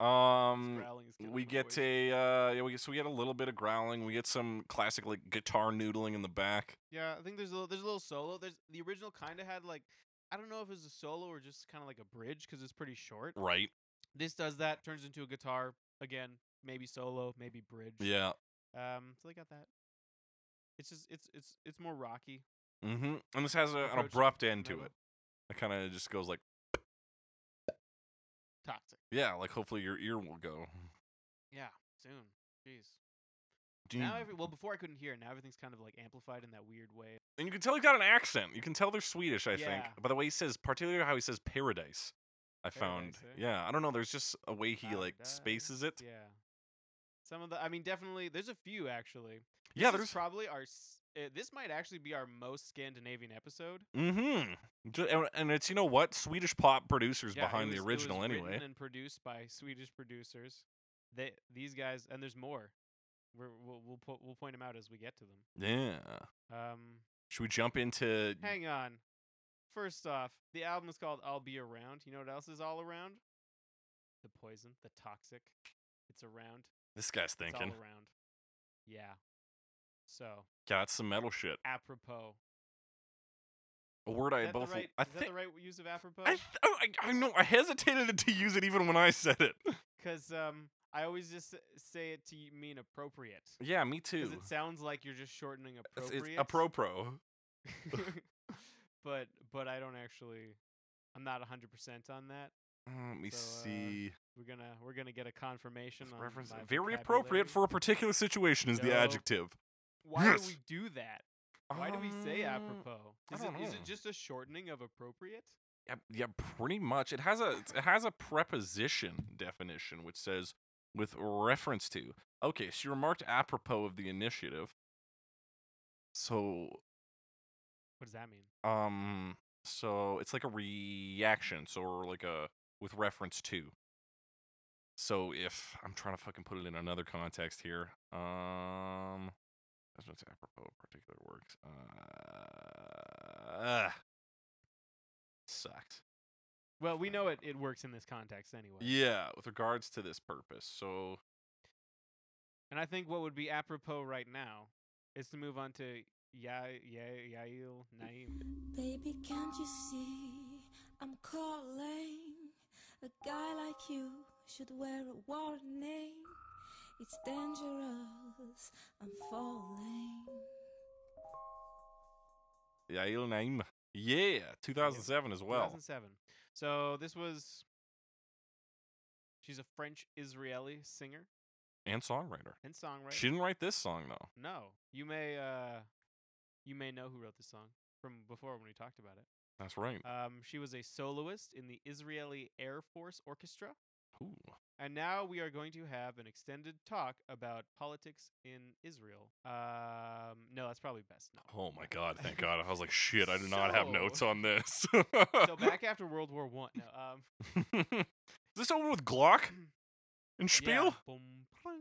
[SPEAKER 2] This
[SPEAKER 1] Um
[SPEAKER 2] growling is killing
[SPEAKER 1] we
[SPEAKER 2] my
[SPEAKER 1] get
[SPEAKER 2] voice.
[SPEAKER 1] a uh yeah, we get, so we get a little bit of growling. We get some classic like guitar noodling in the back.
[SPEAKER 2] Yeah, I think there's a little, there's a little solo. There's the original kind of had like I don't know if it was a solo or just kind of like a bridge because it's pretty short.
[SPEAKER 1] Right?
[SPEAKER 2] This does that, turns into a guitar again, maybe solo, maybe bridge.
[SPEAKER 1] Yeah.
[SPEAKER 2] Um, so they got that. It's just it's it's it's more rocky.
[SPEAKER 1] Mm-hmm. And this has a, an
[SPEAKER 2] Approaching
[SPEAKER 1] abrupt end to
[SPEAKER 2] metal.
[SPEAKER 1] it. It kind of just goes like,
[SPEAKER 2] Toxic.
[SPEAKER 1] yeah, like hopefully your ear will go.
[SPEAKER 2] Yeah, soon. Jeez.
[SPEAKER 1] Do you-
[SPEAKER 2] Now every well before I couldn't hear. Now everything's kind of like amplified in that weird way.
[SPEAKER 1] and you can tell he's got an accent. You can tell they're Swedish, I think.
[SPEAKER 2] Yeah.
[SPEAKER 1] By the way he says, particularly how he says paradise. I found,
[SPEAKER 2] Paradise, eh?
[SPEAKER 1] yeah, I don't know. There's just a way he like
[SPEAKER 2] Paradise,
[SPEAKER 1] spaces it.
[SPEAKER 2] Yeah. Some of the I mean definitely there's a few actually.
[SPEAKER 1] Yeah,
[SPEAKER 2] this
[SPEAKER 1] there's
[SPEAKER 2] is probably our s- uh, this might actually be our most Scandinavian episode.
[SPEAKER 1] Mm-hmm. And, and it's you know what Swedish pop producers
[SPEAKER 2] Yeah, it
[SPEAKER 1] behind
[SPEAKER 2] was-
[SPEAKER 1] the
[SPEAKER 2] it was
[SPEAKER 1] original
[SPEAKER 2] written
[SPEAKER 1] anyway.
[SPEAKER 2] and produced by Swedish producers. They these guys and there's more. We're, we'll we'll po- we'll point them out as we get to them.
[SPEAKER 1] Yeah.
[SPEAKER 2] Um,
[SPEAKER 1] Should we jump into?
[SPEAKER 2] hang on. First off, the album is called "I'll Be Around." You know what else is all around? The poison, the toxic. It's around.
[SPEAKER 1] This guy's thinking.
[SPEAKER 2] It's all around. Yeah. So
[SPEAKER 1] Got some metal shit.
[SPEAKER 2] apropos.
[SPEAKER 1] A word I
[SPEAKER 2] Is
[SPEAKER 1] had
[SPEAKER 2] that, the
[SPEAKER 1] both.
[SPEAKER 2] right,
[SPEAKER 1] I
[SPEAKER 2] is that
[SPEAKER 1] think.
[SPEAKER 2] the right use of apropos?
[SPEAKER 1] I, th- oh, I I know. I hesitated to use it even when I said it.
[SPEAKER 2] Because um, I always just s- say it to y- mean appropriate.
[SPEAKER 1] yeah, me too.
[SPEAKER 2] Because it sounds like you're just shortening
[SPEAKER 1] It's,
[SPEAKER 2] appropriate.
[SPEAKER 1] it's a pro pro.
[SPEAKER 2] but but I don't actually. I'm not 100 percent on that.
[SPEAKER 1] Let me
[SPEAKER 2] So, uh,
[SPEAKER 1] see.
[SPEAKER 2] We're gonna we're gonna get a confirmation on
[SPEAKER 1] Reference
[SPEAKER 2] my
[SPEAKER 1] very appropriate
[SPEAKER 2] vocabulary.
[SPEAKER 1] for a particular situation is the
[SPEAKER 2] No.
[SPEAKER 1] adjective.
[SPEAKER 2] Why
[SPEAKER 1] Yes.
[SPEAKER 2] do we do that? Why do we say
[SPEAKER 1] Um,
[SPEAKER 2] apropos?
[SPEAKER 1] I
[SPEAKER 2] Is it
[SPEAKER 1] don't
[SPEAKER 2] is
[SPEAKER 1] know.
[SPEAKER 2] it just a shortening of appropriate?
[SPEAKER 1] Yeah, yeah, pretty much. It has a it has a preposition definition which says with reference to. Okay, she remarked apropos of the initiative. So,
[SPEAKER 2] What does that mean?
[SPEAKER 1] um, so it's like a reaction, so or like a with reference to. So if I'm trying to fucking put it in another context here, um, that's what's apropos of particular works. Uh, ah, sucks.
[SPEAKER 2] Well, we know it, it works in this context anyway.
[SPEAKER 1] Yeah, with regards to this purpose. So
[SPEAKER 2] And I think what would be apropos right now is to move on to Ya Ya Yael Naim.
[SPEAKER 3] Baby, can't you see I'm calling? A guy like you should wear a warning. It's dangerous. I'm falling.
[SPEAKER 1] Yael Naim. Yeah, 2007 as well.
[SPEAKER 2] 2007. So this was. She's a French Israeli singer
[SPEAKER 1] And songwriter.
[SPEAKER 2] and songwriter.
[SPEAKER 1] She didn't write this song though.
[SPEAKER 2] no, you may uh, you may know who wrote this song from before when we talked about it.
[SPEAKER 1] That's right.
[SPEAKER 2] Um, she was a soloist in the Israeli Air Force Orchestra.
[SPEAKER 1] Ooh.
[SPEAKER 2] And now we are going to have an extended talk about politics in Israel. Um, no, that's probably best not.
[SPEAKER 1] Oh my god, thank god. I was like, shit, I do not have notes
[SPEAKER 2] So-
[SPEAKER 1] on this.
[SPEAKER 2] so back after World War One. No, um,
[SPEAKER 1] Is this open with Glock and Spiel?
[SPEAKER 2] Mm. yeah. Boom, pling,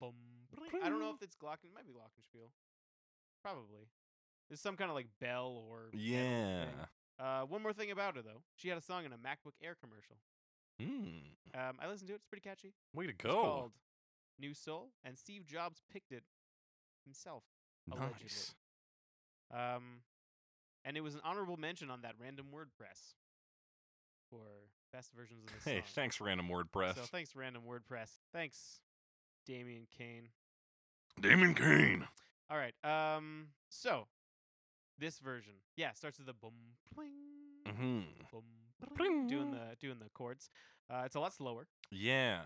[SPEAKER 2] boom, pling. I don't know if it's Glocken. It might be Glockenspiel. Probably. There's some kind of like bell or. metal
[SPEAKER 1] Yeah.
[SPEAKER 2] thing. Uh, one more thing about her though. She had a song in a MacBook Air commercial.
[SPEAKER 1] Mm,
[SPEAKER 2] Um, I listened to it. It's pretty catchy.
[SPEAKER 1] way to
[SPEAKER 2] It's
[SPEAKER 1] go.
[SPEAKER 2] called New Soul, and Steve Jobs picked it himself. allegedly.
[SPEAKER 1] Nice.
[SPEAKER 2] Um, and it was an honorable mention on that random WordPress for best versions of this
[SPEAKER 1] Hey,
[SPEAKER 2] song.
[SPEAKER 1] thanks, Random WordPress.
[SPEAKER 2] So thanks, random WordPress. Thanks, Damian Kane.
[SPEAKER 1] Damon Kane.
[SPEAKER 2] All right. Um, so This version, yeah, it starts with the boom, pling,
[SPEAKER 1] Mm-hmm.
[SPEAKER 2] boom, pling, doing
[SPEAKER 1] Pling.
[SPEAKER 2] the doing the chords. Uh, it's a lot slower,
[SPEAKER 1] Yeah.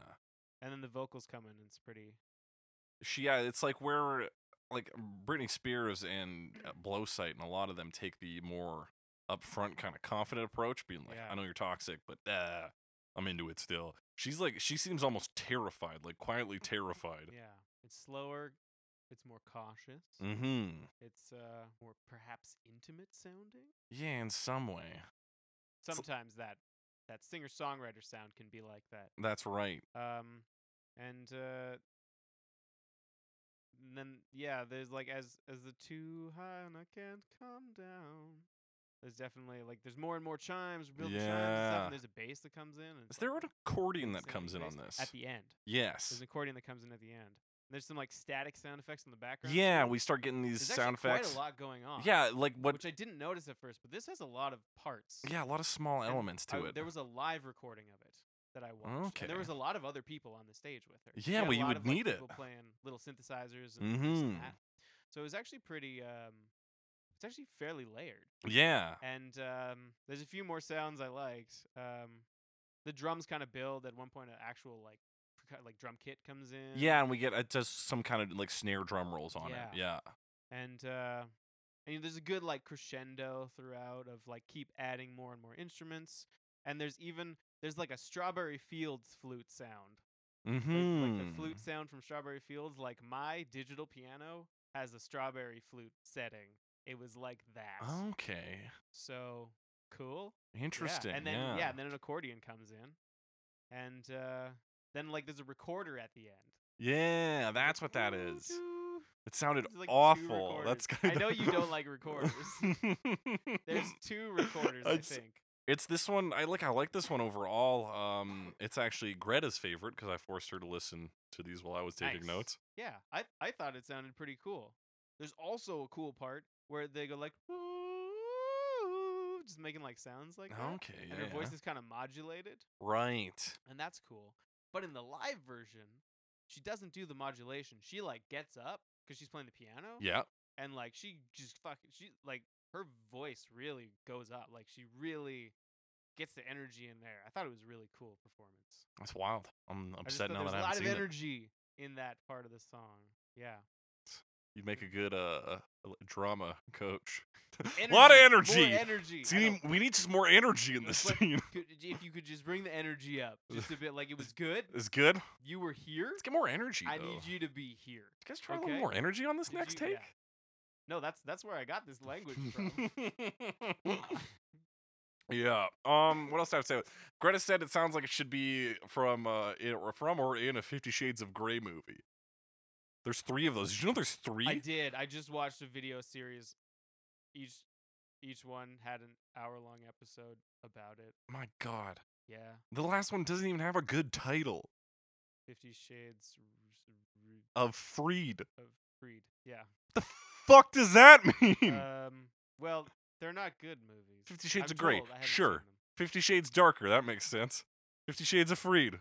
[SPEAKER 2] and then the vocals come in. And it's pretty.
[SPEAKER 1] She, yeah, it's like where like Britney Spears and uh, Blowsight and a lot of them take the more upfront kind of confident approach, being like,
[SPEAKER 2] Yeah.
[SPEAKER 1] I know you're toxic, but uh, I'm into it still. She's like, she seems almost terrified, like quietly terrified.
[SPEAKER 2] Yeah, it's slower. It's more cautious.
[SPEAKER 1] Mm-hmm.
[SPEAKER 2] It's uh more perhaps intimate sounding.
[SPEAKER 1] Yeah, in some way. Sl-
[SPEAKER 2] Sometimes that that singer songwriter sound can be like that.
[SPEAKER 1] That's right.
[SPEAKER 2] Um, and uh, and then yeah, there's like as as the too high and I can't come down. There's definitely like there's more and more chimes, real chimes and stuff.
[SPEAKER 1] Yeah.
[SPEAKER 2] And there's a bass that comes in. And
[SPEAKER 1] Is
[SPEAKER 2] it's, like,
[SPEAKER 1] there an accordion
[SPEAKER 2] singing
[SPEAKER 1] that comes in
[SPEAKER 2] bass
[SPEAKER 1] on this?
[SPEAKER 2] at the end? There's
[SPEAKER 1] yes.
[SPEAKER 2] an accordion that comes in at the end. There's some like static sound effects in the background.
[SPEAKER 1] Yeah,
[SPEAKER 2] too.
[SPEAKER 1] we start getting these
[SPEAKER 2] There's actually
[SPEAKER 1] sound effects.
[SPEAKER 2] Quite a lot going on.
[SPEAKER 1] Yeah, like what?
[SPEAKER 2] which I didn't notice at first, but this has a lot of parts.
[SPEAKER 1] Yeah, a lot of small
[SPEAKER 2] And
[SPEAKER 1] elements to
[SPEAKER 2] I-
[SPEAKER 1] it.
[SPEAKER 2] There was a live recording of it that I watched. And
[SPEAKER 1] Okay.
[SPEAKER 2] there was a lot of other people on the stage with her. She
[SPEAKER 1] Yeah,
[SPEAKER 2] had a
[SPEAKER 1] well, you
[SPEAKER 2] lot
[SPEAKER 1] would
[SPEAKER 2] of, like,
[SPEAKER 1] need it.
[SPEAKER 2] People playing little synthesizers and, this
[SPEAKER 1] Mhm.
[SPEAKER 2] and that. So it was actually pretty. Um, it's actually fairly layered,
[SPEAKER 1] yeah.
[SPEAKER 2] and um, there's a few more sounds I liked. Um, the drums kind of build at one point. An actual like percu- like drum kit comes in.
[SPEAKER 1] Yeah, and we get uh, just some kind of like snare drum rolls on it. Yeah.
[SPEAKER 2] and uh, and there's a good like crescendo throughout of like keep adding more and more instruments, and there's even there's like a strawberry fields flute sound, like,
[SPEAKER 1] Mm-hmm.
[SPEAKER 2] like the flute sound from Strawberry Fields. Like my digital piano has a strawberry flute setting. It was like that.
[SPEAKER 1] Oh. Okay.
[SPEAKER 2] So cool. Yeah,
[SPEAKER 1] Interesting.
[SPEAKER 2] And then
[SPEAKER 1] yeah.
[SPEAKER 2] and then an accordion comes in, and uh, then like there's a recorder at the end.
[SPEAKER 1] Yeah, that's what that
[SPEAKER 2] Doo
[SPEAKER 1] is.
[SPEAKER 2] doo.
[SPEAKER 1] It sounded
[SPEAKER 2] There's, like, two
[SPEAKER 1] awful.
[SPEAKER 2] recorders.
[SPEAKER 1] That's
[SPEAKER 2] I
[SPEAKER 1] kind
[SPEAKER 2] know
[SPEAKER 1] of
[SPEAKER 2] you don't like recorders. There's two recorders, I
[SPEAKER 1] It's-
[SPEAKER 2] think.
[SPEAKER 1] It's this one. I like. I like this one overall. Um, it's actually Greta's favorite because I forced her to listen to these while I was taking
[SPEAKER 2] Nice.
[SPEAKER 1] notes.
[SPEAKER 2] Yeah, I I thought it sounded pretty cool. There's also a cool part where they go like, "Ooh," just making like sounds like that,
[SPEAKER 1] Okay.
[SPEAKER 2] and
[SPEAKER 1] yeah.
[SPEAKER 2] her voice is kind of modulated,
[SPEAKER 1] Right.
[SPEAKER 2] and that's cool. But in the live version, she doesn't do the modulation. She like gets up because she's playing the piano,
[SPEAKER 1] Yeah.
[SPEAKER 2] and like she just fucking she like her voice really goes up. Like she really gets the energy in there. I thought it was really cool performance.
[SPEAKER 1] That's wild. I'm
[SPEAKER 2] I just
[SPEAKER 1] upset
[SPEAKER 2] thought
[SPEAKER 1] now
[SPEAKER 2] there
[SPEAKER 1] that
[SPEAKER 2] was
[SPEAKER 1] I
[SPEAKER 2] a lot
[SPEAKER 1] haven't
[SPEAKER 2] of
[SPEAKER 1] seen it.
[SPEAKER 2] energy in that part of the song. Yeah.
[SPEAKER 1] You'd make a good uh l- drama coach. A lot of energy.
[SPEAKER 2] More energy.
[SPEAKER 1] See,
[SPEAKER 2] I
[SPEAKER 1] we
[SPEAKER 2] know.
[SPEAKER 1] need- we need just more energy in
[SPEAKER 2] It's
[SPEAKER 1] this
[SPEAKER 2] like-
[SPEAKER 1] scene.
[SPEAKER 2] Could- if you could just bring the energy up just a bit, like it was good.
[SPEAKER 1] It's good.
[SPEAKER 2] You were here.
[SPEAKER 1] Let's get more energy.
[SPEAKER 2] I
[SPEAKER 1] though.
[SPEAKER 2] need you to be here.
[SPEAKER 1] guys try a
[SPEAKER 2] okay.
[SPEAKER 1] little more energy on this
[SPEAKER 2] Did
[SPEAKER 1] next
[SPEAKER 2] you-
[SPEAKER 1] take.
[SPEAKER 2] yeah. No, that's that's where I got this language from.
[SPEAKER 1] yeah. Um. What else do I have to say? Greta said it sounds like it should be from uh in, or from or in a Fifty Shades of Grey movie. There's three of those. Did you know there's three?
[SPEAKER 2] I did. I just watched a video series. Each each one had an hour long episode about it.
[SPEAKER 1] My God,
[SPEAKER 2] Yeah,
[SPEAKER 1] the last one doesn't even have a good title
[SPEAKER 2] Fifty Shades r- r-
[SPEAKER 1] of Freed.
[SPEAKER 2] of Freed. Yeah.
[SPEAKER 1] The fuck does that mean?
[SPEAKER 2] Um. Well, they're not good movies.
[SPEAKER 1] Fifty Shades
[SPEAKER 2] I'm
[SPEAKER 1] of Grey,
[SPEAKER 2] told. I haven't seen
[SPEAKER 1] sure.
[SPEAKER 2] them.
[SPEAKER 1] Fifty Shades Darker. That makes sense. Fifty Shades of Freed.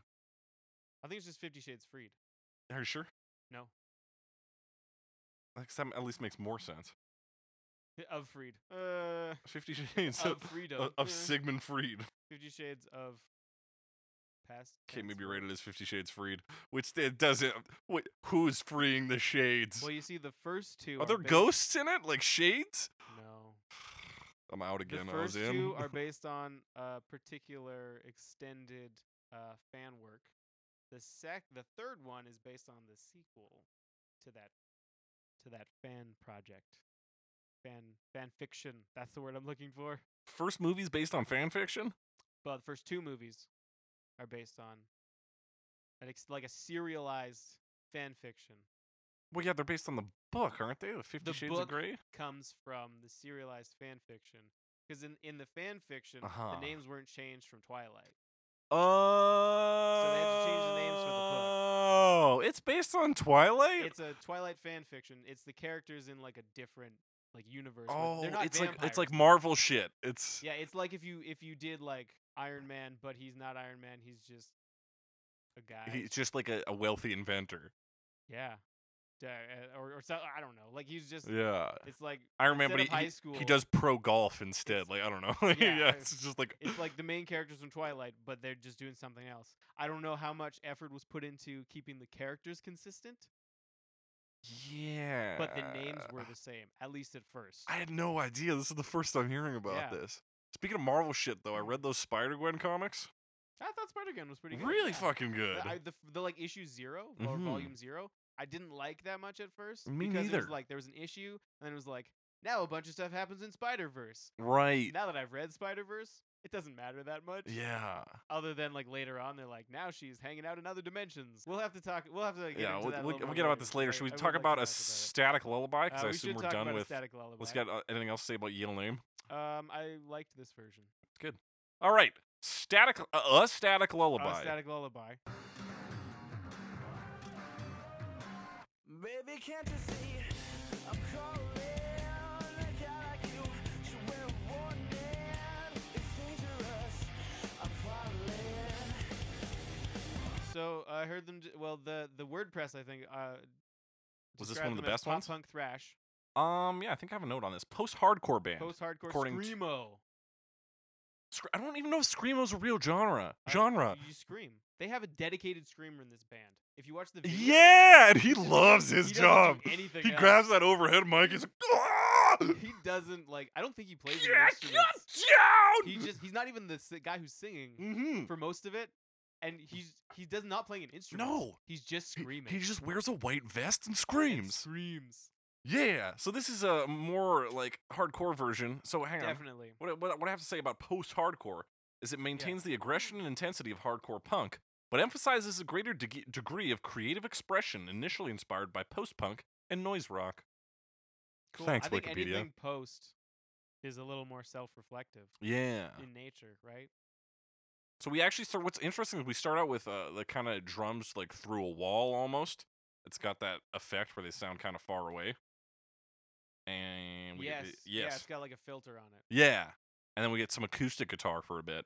[SPEAKER 2] I think it's just Fifty Shades Freed.
[SPEAKER 1] Are you sure?
[SPEAKER 2] No.
[SPEAKER 1] Like, some- at least makes more sense.
[SPEAKER 2] Of Freed. Uh,
[SPEAKER 1] Fifty Shades
[SPEAKER 2] Of
[SPEAKER 1] of,
[SPEAKER 2] freedom. Mm.
[SPEAKER 1] of, of
[SPEAKER 2] Yeah.
[SPEAKER 1] Sigmund Freed.
[SPEAKER 2] Fifty Shades of Past.
[SPEAKER 1] Can't
[SPEAKER 2] tense.
[SPEAKER 1] maybe rated as Fifty Shades Freed, which it doesn't. Wait, who's freeing the shades?
[SPEAKER 2] Well, you see, the first two
[SPEAKER 1] are there
[SPEAKER 2] based-
[SPEAKER 1] ghosts in it, like shades?
[SPEAKER 2] No.
[SPEAKER 1] I'm out again.
[SPEAKER 2] the
[SPEAKER 1] I was
[SPEAKER 2] first
[SPEAKER 1] in.
[SPEAKER 2] two are based on a particular extended uh, fan work. The sec, the third one is based on the sequel to that to that fan project, fan fan fiction. That's the word I'm looking for.
[SPEAKER 1] first movies based on fan fiction.
[SPEAKER 2] Well, the first two movies are based on an ex- like a serialized fan fiction.
[SPEAKER 1] Well, yeah, they're based on the book, aren't they? The Fifty
[SPEAKER 2] The
[SPEAKER 1] Shades
[SPEAKER 2] book-
[SPEAKER 1] of Grey.
[SPEAKER 2] comes from the serialized fan fiction because in, in the fan fiction
[SPEAKER 1] Uh-huh.
[SPEAKER 2] the names weren't changed from twilight
[SPEAKER 1] Oh.
[SPEAKER 2] they had to change the names for the
[SPEAKER 1] Oh,
[SPEAKER 2] book.
[SPEAKER 1] it's based on Twilight.
[SPEAKER 2] it's a twilight fan fiction it's the characters in like a different like universe where
[SPEAKER 1] oh,
[SPEAKER 2] they're not
[SPEAKER 1] it's like
[SPEAKER 2] vampires.
[SPEAKER 1] it's like Marvel shit. It's
[SPEAKER 2] yeah it's like if you if you did like iron man but he's not iron man he's just a guy
[SPEAKER 1] he's just like a, a wealthy inventor.
[SPEAKER 2] yeah da- uh, or or so, I don't know. Like he's just
[SPEAKER 1] Yeah.
[SPEAKER 2] it's like
[SPEAKER 1] I remember
[SPEAKER 2] instead
[SPEAKER 1] he,
[SPEAKER 2] of high
[SPEAKER 1] he-
[SPEAKER 2] school.
[SPEAKER 1] he does pro golf instead. Like I don't know. yeah,
[SPEAKER 2] yeah, I-
[SPEAKER 1] it's just like
[SPEAKER 2] It's like the main characters from Twilight, but they're just doing something else. I don't know how much effort was put into keeping the characters consistent,
[SPEAKER 1] yeah.
[SPEAKER 2] but the names were the same, at least at first.
[SPEAKER 1] Uh. I had no idea. This is the first I'm hearing about
[SPEAKER 2] Yeah.
[SPEAKER 1] this. Speaking of Marvel shit, though, I read those Spider Gwen comics.
[SPEAKER 2] I thought Spider Gwen was pretty good.
[SPEAKER 1] really
[SPEAKER 2] yeah.
[SPEAKER 1] fucking good.
[SPEAKER 2] The, I, the, f- the like issue 0 or
[SPEAKER 1] Mhm.
[SPEAKER 2] volume zero. I didn't like that much at first.
[SPEAKER 1] Me
[SPEAKER 2] because It was
[SPEAKER 1] neither.
[SPEAKER 2] like there was an issue, and then it was like now a bunch of stuff happens in Spider Verse.
[SPEAKER 1] right.
[SPEAKER 2] Now that I've read Spider Verse, it doesn't matter that much.
[SPEAKER 1] yeah.
[SPEAKER 2] Other than like later on, they're like now she's hanging out in other dimensions. We'll have to talk. We'll have to like, get
[SPEAKER 1] yeah.
[SPEAKER 2] into
[SPEAKER 1] We'll,
[SPEAKER 2] that a
[SPEAKER 1] we'll,
[SPEAKER 2] little
[SPEAKER 1] we'll
[SPEAKER 2] more
[SPEAKER 1] get about this later.
[SPEAKER 2] I-
[SPEAKER 1] Should we
[SPEAKER 2] I would
[SPEAKER 1] talk
[SPEAKER 2] like to
[SPEAKER 1] about a
[SPEAKER 2] about it.
[SPEAKER 1] static lullaby? Because I
[SPEAKER 2] Uh, we
[SPEAKER 1] assume
[SPEAKER 2] should
[SPEAKER 1] we're
[SPEAKER 2] talk
[SPEAKER 1] done
[SPEAKER 2] about a
[SPEAKER 1] with.
[SPEAKER 2] Static Lullaby.
[SPEAKER 1] Let's get uh, anything else to say about Yellow Name?
[SPEAKER 2] Um, I liked this version.
[SPEAKER 1] All right. Static, uh, a static
[SPEAKER 2] Uh,
[SPEAKER 1] lullaby.
[SPEAKER 2] static Lullaby.
[SPEAKER 4] Baby, can't you see? I'm calling a guy like you should wear a warning. It's dangerous. I'm falling.
[SPEAKER 2] So I heard them. d- well, the the WordPress I think. Uh,
[SPEAKER 1] Was this one
[SPEAKER 2] described
[SPEAKER 1] of the
[SPEAKER 2] them as
[SPEAKER 1] best ones?
[SPEAKER 2] Pop punk thrash,
[SPEAKER 1] um, yeah, I think I have a note on this. Post-hardcore band.
[SPEAKER 2] post hardcore
[SPEAKER 1] according to-
[SPEAKER 2] screamo.
[SPEAKER 1] Scr- I don't even know if screamo's a real genre.
[SPEAKER 2] Uh,
[SPEAKER 1] Genre.
[SPEAKER 2] You scream. They have a dedicated screamer in this band. If you watch the video,
[SPEAKER 1] Yeah, and he
[SPEAKER 2] doesn't-
[SPEAKER 1] loves his
[SPEAKER 2] he doesn't do
[SPEAKER 1] job.
[SPEAKER 2] anything
[SPEAKER 1] He
[SPEAKER 2] else.
[SPEAKER 1] grabs that overhead mic. He's like, "Ah!
[SPEAKER 2] He doesn't like. I don't think he plays any
[SPEAKER 1] Yeah,
[SPEAKER 2] instruments.
[SPEAKER 1] down.
[SPEAKER 2] He just. He's not even the si- guy who's singing
[SPEAKER 1] Mhm.
[SPEAKER 2] for most of it, and he's he does not play an instrument.
[SPEAKER 1] No.
[SPEAKER 2] he's just
[SPEAKER 1] He-
[SPEAKER 2] screaming.
[SPEAKER 1] He just wears a white vest and
[SPEAKER 2] And
[SPEAKER 1] screams.
[SPEAKER 2] Screams.
[SPEAKER 1] Yeah. So this is a more like hardcore version. So hang on.
[SPEAKER 2] Definitely.
[SPEAKER 1] What, I- what, I- what I have to say about post-hardcore is it maintains the aggression and intensity of hardcore punk, but emphasizes a greater deg- degree of creative expression initially inspired by post-punk and noise rock.
[SPEAKER 2] Cool.
[SPEAKER 1] Thanks,
[SPEAKER 2] I think
[SPEAKER 1] Wikipedia.
[SPEAKER 2] anything post is a little more self-reflective
[SPEAKER 1] Yeah.
[SPEAKER 2] in nature, right?
[SPEAKER 1] So we actually start. What's interesting is we start out with uh, the kind of drums like through a wall almost. It's got that effect where they sound kind of far away. And we
[SPEAKER 2] yes.
[SPEAKER 1] get the,
[SPEAKER 2] Yeah,
[SPEAKER 1] yes,
[SPEAKER 2] it's got like a filter on it.
[SPEAKER 1] yeah. And then we get some acoustic guitar for a bit,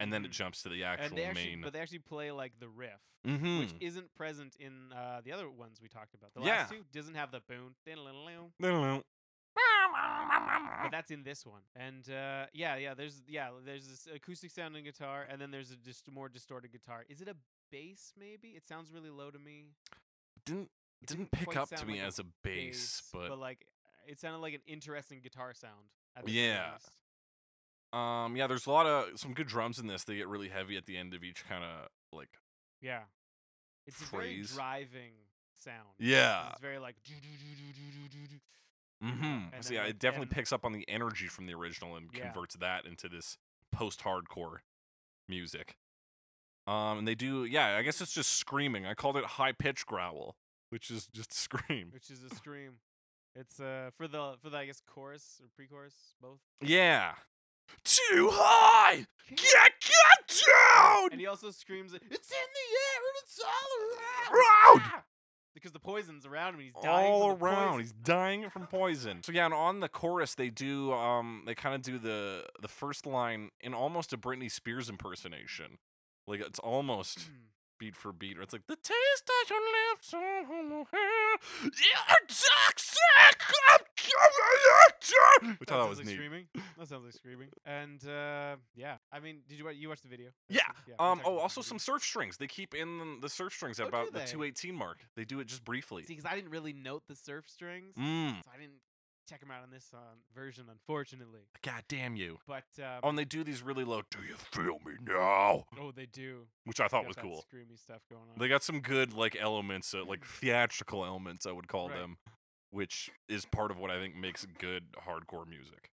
[SPEAKER 1] and then it
[SPEAKER 2] Mhm.
[SPEAKER 1] jumps to the actual
[SPEAKER 2] and they actually,
[SPEAKER 1] main.
[SPEAKER 2] but they actually play like the riff,
[SPEAKER 1] mm-hmm.
[SPEAKER 2] which isn't present in uh, the other ones we talked about. The last
[SPEAKER 1] Yeah.
[SPEAKER 2] two doesn't have the boom, but
[SPEAKER 1] Ah.
[SPEAKER 2] that's in this one. And uh, yeah, yeah, there's yeah, there's this acoustic sounding guitar, and then there's a just more distorted guitar. Is it a bass? Maybe it sounds really low to me.
[SPEAKER 1] didn't
[SPEAKER 2] It
[SPEAKER 1] didn't pick
[SPEAKER 2] quite
[SPEAKER 1] up to
[SPEAKER 2] sound
[SPEAKER 1] me
[SPEAKER 2] like
[SPEAKER 1] as a bass, but,
[SPEAKER 2] like it sounded like an interesting guitar sound. at the very
[SPEAKER 1] Yeah.
[SPEAKER 2] least.
[SPEAKER 1] um yeah, there's a lot of some good drums in this. They get really heavy at the end of each kind of like
[SPEAKER 2] yeah, it's
[SPEAKER 1] Phrase.
[SPEAKER 2] a very driving sound.
[SPEAKER 1] yeah.
[SPEAKER 2] It's very like
[SPEAKER 1] Mm-hmm.
[SPEAKER 2] and
[SPEAKER 1] So
[SPEAKER 2] then
[SPEAKER 1] yeah,
[SPEAKER 2] the-
[SPEAKER 1] it definitely
[SPEAKER 2] and-
[SPEAKER 1] picks up on the energy from the original and
[SPEAKER 2] Yeah.
[SPEAKER 1] converts that into this post-hardcore music. Um, and they do, yeah. I guess it's just screaming. I called it high pitch growl, which is just scream.
[SPEAKER 2] which is a scream. It's uh for the for the I guess chorus or pre-chorus both.
[SPEAKER 1] Yeah. Too high. Get get
[SPEAKER 2] And
[SPEAKER 1] down.
[SPEAKER 2] he also screams, "It's in the air and it's all around!"
[SPEAKER 1] Round.
[SPEAKER 2] Ah! Because the poison's around him, and he's dying.
[SPEAKER 1] Oh, All
[SPEAKER 2] from the
[SPEAKER 1] around,
[SPEAKER 2] poison.
[SPEAKER 1] he's dying from poison. So yeah, and on the chorus, they do, um, they kind of do the the first line in almost a Britney Spears impersonation. Like it's almost. beat for beat, or it's like the taste of your lips, oh, you're toxic. I'm coming at you." Which
[SPEAKER 2] that
[SPEAKER 1] I thought
[SPEAKER 2] sounds
[SPEAKER 1] was
[SPEAKER 2] like
[SPEAKER 1] neat.
[SPEAKER 2] screaming. That sounds like screaming. And uh, yeah, I mean, did you wa- you watch the video? I
[SPEAKER 1] Yeah.
[SPEAKER 2] assume. we
[SPEAKER 1] Um.
[SPEAKER 2] talked
[SPEAKER 1] Oh,
[SPEAKER 2] about
[SPEAKER 1] also
[SPEAKER 2] the
[SPEAKER 1] some
[SPEAKER 2] video.
[SPEAKER 1] surf strings. They keep in the- the surf strings at
[SPEAKER 2] Oh, do
[SPEAKER 1] about the
[SPEAKER 2] they?
[SPEAKER 1] 218 mark. They do it just briefly.
[SPEAKER 2] See, because I didn't really note the surf strings,
[SPEAKER 1] Mm.
[SPEAKER 2] so I didn't check them out on this um, version, unfortunately.
[SPEAKER 1] God damn you.
[SPEAKER 2] But um,
[SPEAKER 1] Oh, and they do these really low. Do you feel me now?
[SPEAKER 2] oh, they do.
[SPEAKER 1] Which I thought
[SPEAKER 2] got
[SPEAKER 1] was
[SPEAKER 2] that
[SPEAKER 1] cool.
[SPEAKER 2] Screamy stuff going on.
[SPEAKER 1] They got some good like elements, uh, like theatrical elements, I would call
[SPEAKER 2] Mm-hmm. Right.
[SPEAKER 1] them, which is part of what I think makes good hardcore music.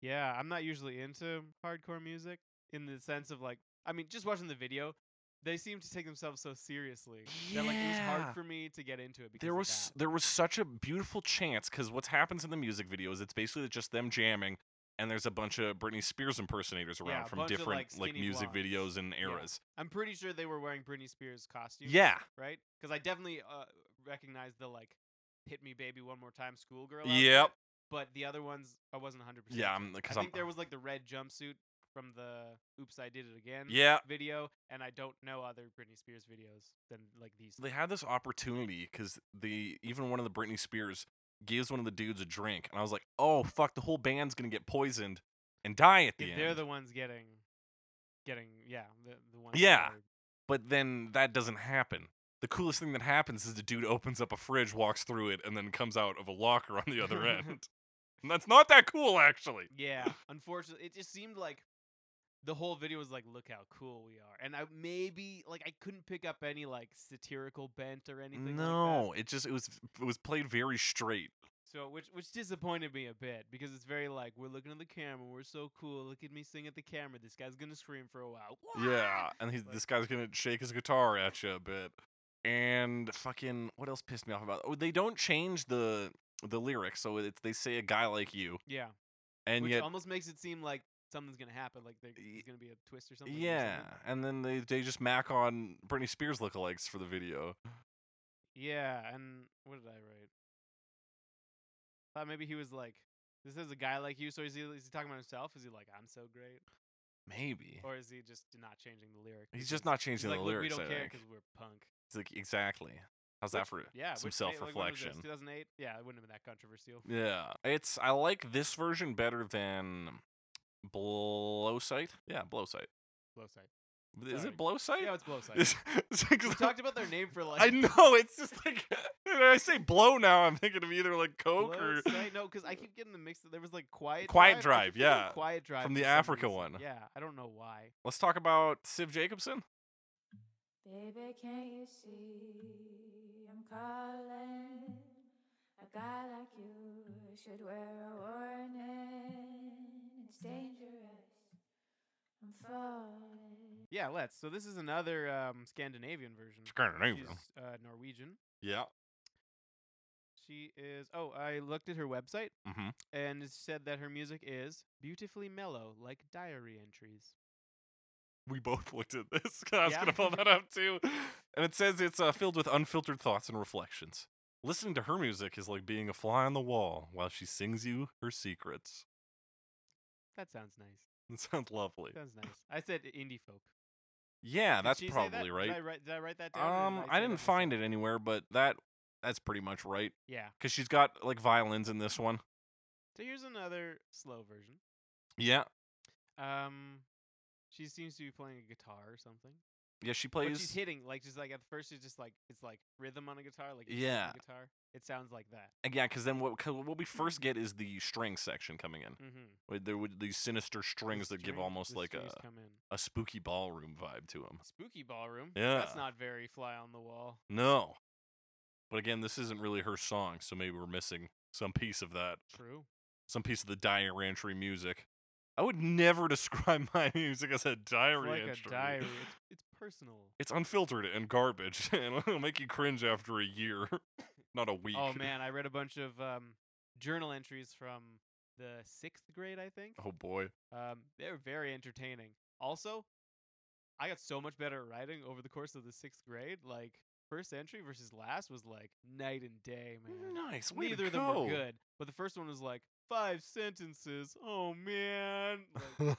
[SPEAKER 2] Yeah, I'm not usually into hardcore music in the sense of like, I mean, just watching the video, they seem to take themselves so seriously that like it was
[SPEAKER 1] Yeah.
[SPEAKER 2] hard for me to get into it because
[SPEAKER 1] there
[SPEAKER 2] of
[SPEAKER 1] was
[SPEAKER 2] that.
[SPEAKER 1] there was such a beautiful chance because what happens in the music video is it's basically just them jamming and there's a bunch of Britney Spears impersonators around
[SPEAKER 2] Yeah, a
[SPEAKER 1] from
[SPEAKER 2] bunch of,
[SPEAKER 1] different
[SPEAKER 2] like, skinny
[SPEAKER 1] music
[SPEAKER 2] blondes.
[SPEAKER 1] videos and
[SPEAKER 2] Yeah.
[SPEAKER 1] eras.
[SPEAKER 2] I'm pretty sure they were wearing Britney Spears costumes.
[SPEAKER 1] Yeah,
[SPEAKER 2] right? Because I definitely uh, recognize the like, "Hit Me, Baby, One More Time" schoolgirl. outfit,
[SPEAKER 1] Yep.
[SPEAKER 2] But the other ones, I wasn't 100. percent
[SPEAKER 1] yeah, I'm
[SPEAKER 2] I
[SPEAKER 1] because I'm
[SPEAKER 2] think there was like the red jumpsuit from the "Oops, I Did It Again"
[SPEAKER 1] Yeah,
[SPEAKER 2] video, and I don't know other Britney Spears videos than like these.
[SPEAKER 1] they had this opportunity because the even one of the Britney Spears gives one of the dudes a drink, and I was like, oh fuck, the whole band's gonna get poisoned and die at the
[SPEAKER 2] if
[SPEAKER 1] end.
[SPEAKER 2] they're the ones getting, getting yeah, the the ones. that
[SPEAKER 1] Yeah.
[SPEAKER 2] are-
[SPEAKER 1] but then that doesn't happen. The coolest thing that happens is the dude opens up a fridge, walks through it, and then comes out of a locker on the other end. And that's not that cool, actually.
[SPEAKER 2] Yeah, unfortunately, it just seemed like the whole video was like, "Look how cool we are," and I maybe like I couldn't pick up any like satirical bent or anything. like that.
[SPEAKER 1] No, it just it was it was played very straight.
[SPEAKER 2] So which which disappointed me a bit because it's very like we're looking at the camera, we're so cool. Look at me sing at the camera. This guy's gonna scream for a while.
[SPEAKER 1] Yeah, and he's,
[SPEAKER 2] Like-
[SPEAKER 1] this guy's gonna shake his guitar at you a bit. And fucking, what else pissed me off about? Oh, they don't change the the lyrics, so it's they say a guy like you,
[SPEAKER 2] yeah.
[SPEAKER 1] and
[SPEAKER 2] which
[SPEAKER 1] yet
[SPEAKER 2] almost makes it seem like something's gonna happen, like there-
[SPEAKER 1] Ye-
[SPEAKER 2] there's gonna be a twist or something. or something.
[SPEAKER 1] yeah, and then they they just mac on Britney Spears lookalikes for the video.
[SPEAKER 2] Yeah, and what did I write? Thought maybe he was like, "This is a guy like you." So is he is he talking about himself? Is he like, "I'm so great,"
[SPEAKER 1] Maybe
[SPEAKER 2] or is he just not changing the lyric?
[SPEAKER 1] he's
[SPEAKER 2] because-
[SPEAKER 1] just not
[SPEAKER 2] he's
[SPEAKER 1] changing
[SPEAKER 2] like,
[SPEAKER 1] the
[SPEAKER 2] "Look,
[SPEAKER 1] lyrics.
[SPEAKER 2] We don't
[SPEAKER 1] I
[SPEAKER 2] care
[SPEAKER 1] think.
[SPEAKER 2] we're punk.
[SPEAKER 1] It's like exactly. How's that for
[SPEAKER 2] Yeah,
[SPEAKER 1] some
[SPEAKER 2] which may- like,
[SPEAKER 1] self
[SPEAKER 2] when was this,
[SPEAKER 1] reflection?
[SPEAKER 2] 2008. Yeah, it wouldn't have been that controversial.
[SPEAKER 1] Yeah, it's I like this version better than blow sight. Yeah, blow sight.
[SPEAKER 2] Blow sight.
[SPEAKER 1] Is
[SPEAKER 2] Sorry.
[SPEAKER 1] it blow sight?
[SPEAKER 2] Yeah, it's blow sight.
[SPEAKER 1] Is- is it 'cause
[SPEAKER 2] we
[SPEAKER 1] I-
[SPEAKER 2] talked about their name for like.
[SPEAKER 1] I know it's just like when I say blow now, I'm thinking of either like
[SPEAKER 2] Blow
[SPEAKER 1] Coke or
[SPEAKER 2] Sight- no, because I keep getting the mix. That there was like Quiet
[SPEAKER 1] Quiet
[SPEAKER 2] Drive. I
[SPEAKER 1] Drive,
[SPEAKER 2] keep thinking of
[SPEAKER 1] yeah,
[SPEAKER 2] Quiet Drive
[SPEAKER 1] from
[SPEAKER 2] for
[SPEAKER 1] the
[SPEAKER 2] some
[SPEAKER 1] Africa
[SPEAKER 2] reason.
[SPEAKER 1] one.
[SPEAKER 2] Yeah, I don't know why.
[SPEAKER 1] let's talk about Siv Jacobson.
[SPEAKER 3] Baby, can't you see I'm calling? A guy like you should wear a warning. It's dangerous. I'm falling.
[SPEAKER 2] Yeah, let's. So this is another um, Scandinavian version.
[SPEAKER 1] Scandinavian.
[SPEAKER 2] She's, uh, Norwegian.
[SPEAKER 1] Yeah.
[SPEAKER 2] She is. Oh, I looked at her website
[SPEAKER 1] Mm-hmm.
[SPEAKER 2] and it said that her music is beautifully mellow, like diary entries.
[SPEAKER 1] We both looked at this. 'cause I was
[SPEAKER 2] Yeah.
[SPEAKER 1] gonna pull that up too. And it says it's uh, filled with unfiltered thoughts and reflections. Listening to her music is like being a fly on the wall while she sings you her secrets.
[SPEAKER 2] That sounds nice.
[SPEAKER 1] That sounds lovely.
[SPEAKER 2] Sounds nice. I said indie folk.
[SPEAKER 1] Yeah,
[SPEAKER 2] Did
[SPEAKER 1] that's
[SPEAKER 2] she say
[SPEAKER 1] probably
[SPEAKER 2] that?
[SPEAKER 1] right.
[SPEAKER 2] Did I write, did I write that down? or did
[SPEAKER 1] Um, I
[SPEAKER 2] say
[SPEAKER 1] didn't
[SPEAKER 2] that
[SPEAKER 1] find
[SPEAKER 2] myself?
[SPEAKER 1] it anywhere, but that that's pretty much right
[SPEAKER 2] Yeah.
[SPEAKER 1] because she's got like violins in this one.
[SPEAKER 2] So here's another slow version.
[SPEAKER 1] Yeah,
[SPEAKER 2] Um, she seems to be playing a guitar or something.
[SPEAKER 1] yeah, she
[SPEAKER 2] But
[SPEAKER 1] plays.
[SPEAKER 2] she's hitting like just like at first it's just like it's like rhythm on a guitar, like you said,
[SPEAKER 1] Yeah.
[SPEAKER 2] the guitar. It sounds like that.
[SPEAKER 1] and yeah, because then what 'cause what we first get is the string section coming in.
[SPEAKER 2] Mm-hmm.
[SPEAKER 1] where There would these sinister strings that give almost like a
[SPEAKER 2] come in.
[SPEAKER 1] a spooky ballroom vibe to them.
[SPEAKER 2] spooky ballroom.
[SPEAKER 1] Yeah.
[SPEAKER 2] that's not very fly on the wall.
[SPEAKER 1] No, but again, this isn't really her song, so maybe we're missing some piece of that,
[SPEAKER 2] True.
[SPEAKER 1] some piece of the diary entry music. I would never describe my music as a
[SPEAKER 2] It's
[SPEAKER 1] diary
[SPEAKER 2] like
[SPEAKER 1] entry.
[SPEAKER 2] a diary. It's, it's personal.
[SPEAKER 1] It's unfiltered and garbage, and it'll make you cringe after a year, not a week.
[SPEAKER 2] Oh man, I read a bunch of um, journal entries from the sixth grade, I think.
[SPEAKER 1] Oh boy.
[SPEAKER 2] Um, they're very entertaining. Also, I got so much better at writing over the course of the sixth grade. Like first entry versus last was like night and day, man.
[SPEAKER 1] Nice. way to
[SPEAKER 2] Neither of them were
[SPEAKER 1] go.
[SPEAKER 2] good, but the first one was like five sentences. Oh man.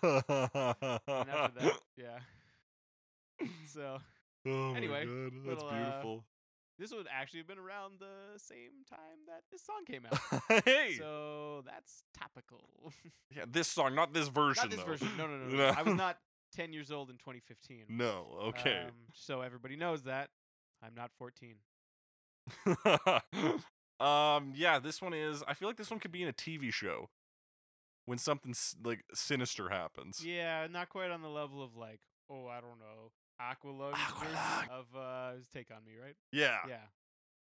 [SPEAKER 2] Like, and after that, yeah. So
[SPEAKER 1] oh my
[SPEAKER 2] Anyway,
[SPEAKER 1] god, that's
[SPEAKER 2] little, uh,
[SPEAKER 1] beautiful.
[SPEAKER 2] this would actually have been around the same time that this song came out.
[SPEAKER 1] hey,
[SPEAKER 2] So that's topical.
[SPEAKER 1] yeah, this song, not this version.
[SPEAKER 2] not this
[SPEAKER 1] though.
[SPEAKER 2] version. No, no, no, no. I was not 10 years old in 2015.
[SPEAKER 1] No, okay.
[SPEAKER 2] Um, so everybody knows that I'm not 14.
[SPEAKER 1] um, yeah, this one is. I feel like this one could be in a TV show when something s- like sinister happens.
[SPEAKER 2] Yeah, not quite on the level of like, oh, I don't know, Aqualung
[SPEAKER 1] Aqualung. Ah.
[SPEAKER 2] of uh, his Take on Me, right?
[SPEAKER 1] Yeah.
[SPEAKER 2] Yeah,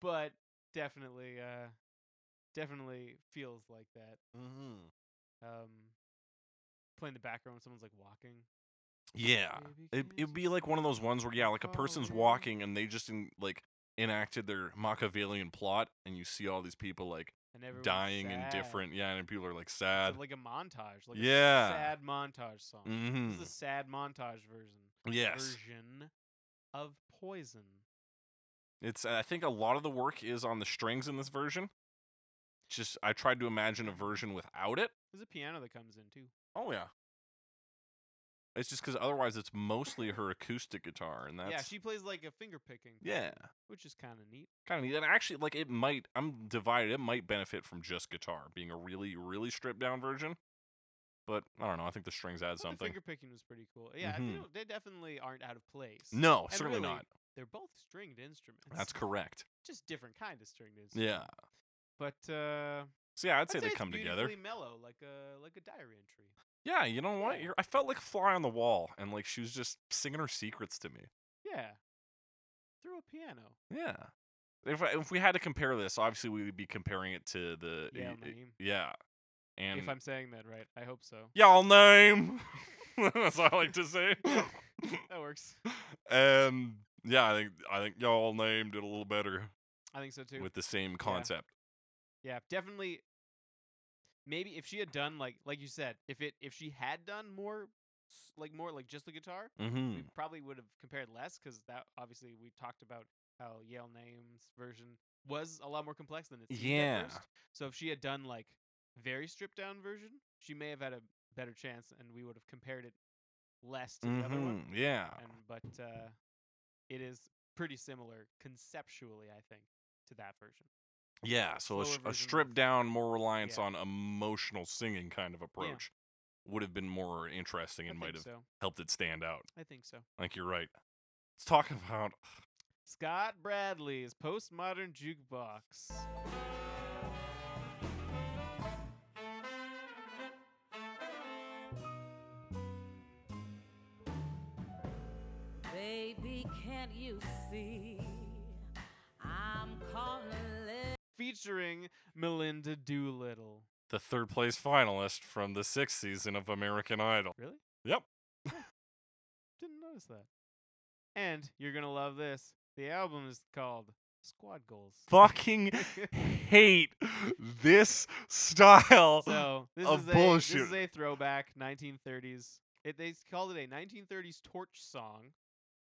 [SPEAKER 2] but definitely, uh, definitely feels like that. Mm-hmm.
[SPEAKER 1] Mhm.
[SPEAKER 2] Um, playing the background when someone's like walking.
[SPEAKER 1] Yeah.
[SPEAKER 2] Baby,
[SPEAKER 1] It
[SPEAKER 2] can't
[SPEAKER 1] it'd be
[SPEAKER 2] you
[SPEAKER 1] like one of those ones where yeah, like a
[SPEAKER 2] Oh,
[SPEAKER 1] person's
[SPEAKER 2] yeah.
[SPEAKER 1] walking and they just in, like enacted their Machiavellian plot, and you see all these people like
[SPEAKER 2] And everyone's
[SPEAKER 1] dying and
[SPEAKER 2] sad.
[SPEAKER 1] different. Yeah, and people are like
[SPEAKER 2] So
[SPEAKER 1] sad.
[SPEAKER 2] like a montage, like
[SPEAKER 1] Yeah.
[SPEAKER 2] a sad montage song. This
[SPEAKER 1] mm-hmm.
[SPEAKER 2] is a sad montage version.
[SPEAKER 1] Yes,
[SPEAKER 2] Version of Poison.
[SPEAKER 1] it's. I think a lot of the work is on the strings in this version. Just I tried to imagine a version without it.
[SPEAKER 2] There's a piano that comes in too.
[SPEAKER 1] Oh yeah, Oh, It's just because otherwise it's mostly her acoustic guitar, and that's
[SPEAKER 2] yeah, she plays like a finger picking.
[SPEAKER 1] yeah,
[SPEAKER 2] which is kind of neat.
[SPEAKER 1] kind of neat. And actually, like it might, I'm divided. It might benefit from just guitar being a really, really stripped down version. But I don't know. I think the strings add
[SPEAKER 2] Well, the
[SPEAKER 1] something.
[SPEAKER 2] finger picking was pretty cool. Yeah,
[SPEAKER 1] Mhm.
[SPEAKER 2] they, don't, they definitely aren't out of place.
[SPEAKER 1] No,
[SPEAKER 2] And
[SPEAKER 1] certainly
[SPEAKER 2] really,
[SPEAKER 1] not.
[SPEAKER 2] They're both stringed instruments.
[SPEAKER 1] That's correct.
[SPEAKER 2] just different kind of stringed instruments.
[SPEAKER 1] Yeah.
[SPEAKER 2] But uh,
[SPEAKER 1] So yeah, I'd, say,
[SPEAKER 2] I'd
[SPEAKER 1] they
[SPEAKER 2] it's
[SPEAKER 1] come together.
[SPEAKER 2] beautifully mellow, like a like a diary entry.
[SPEAKER 1] Yeah, you know what?
[SPEAKER 2] Yeah.
[SPEAKER 1] You're, I felt like a fly on the wall, and like she was just singing her secrets to me.
[SPEAKER 2] Yeah, through a piano.
[SPEAKER 1] Yeah. If I, if we had to compare this, obviously we would be comparing it to the
[SPEAKER 2] Yeah,
[SPEAKER 1] y- y-
[SPEAKER 2] name.
[SPEAKER 1] yeah. And
[SPEAKER 2] If I'm saying that right, I hope so.
[SPEAKER 1] y'all name. That's what I like to say.
[SPEAKER 2] That works.
[SPEAKER 1] and yeah, I think I think y'all name did a little better
[SPEAKER 2] I think so too.
[SPEAKER 1] with the same concept.
[SPEAKER 2] yeah, definitely. Maybe if she had done like like you said, if it if she had done more, s- like more like just the guitar,
[SPEAKER 1] Mm-hmm.
[SPEAKER 2] we probably would have compared less because that obviously we talked about how Yale Name's version was a lot more complex than it seemed
[SPEAKER 1] Yeah.
[SPEAKER 2] at first. So if she had done like very stripped down version, she may have had a better chance, and we would have compared it less to the other one.
[SPEAKER 1] hmm Yeah.
[SPEAKER 2] And but uh, it is pretty similar conceptually, I think, to that version.
[SPEAKER 1] Yeah. So a,
[SPEAKER 2] slower
[SPEAKER 1] sh-
[SPEAKER 2] version
[SPEAKER 1] a
[SPEAKER 2] with-
[SPEAKER 1] stripped down, more reliance
[SPEAKER 2] Yeah.
[SPEAKER 1] on emotional singing kind of approach would have been more interesting
[SPEAKER 2] I
[SPEAKER 1] and
[SPEAKER 2] think
[SPEAKER 1] might have
[SPEAKER 2] so.
[SPEAKER 1] helped it stand out.
[SPEAKER 2] I think so.
[SPEAKER 1] I think you're right. Let's talk about
[SPEAKER 2] Scott Bradley's postmodern jukebox.
[SPEAKER 5] Baby, can't you see? I'm calling.
[SPEAKER 2] Featuring Melinda Doolittle.
[SPEAKER 1] the third place finalist from the sixth season of American Idol.
[SPEAKER 2] Really?
[SPEAKER 1] Yep.
[SPEAKER 2] Didn't notice that. And you're gonna love this. The album is called Squad Goals.
[SPEAKER 1] Fucking hate this style.
[SPEAKER 2] so this
[SPEAKER 1] a
[SPEAKER 2] is a
[SPEAKER 1] bullshit.
[SPEAKER 2] this is a throwback 1930s. It, they s- called it a 1930s torch song,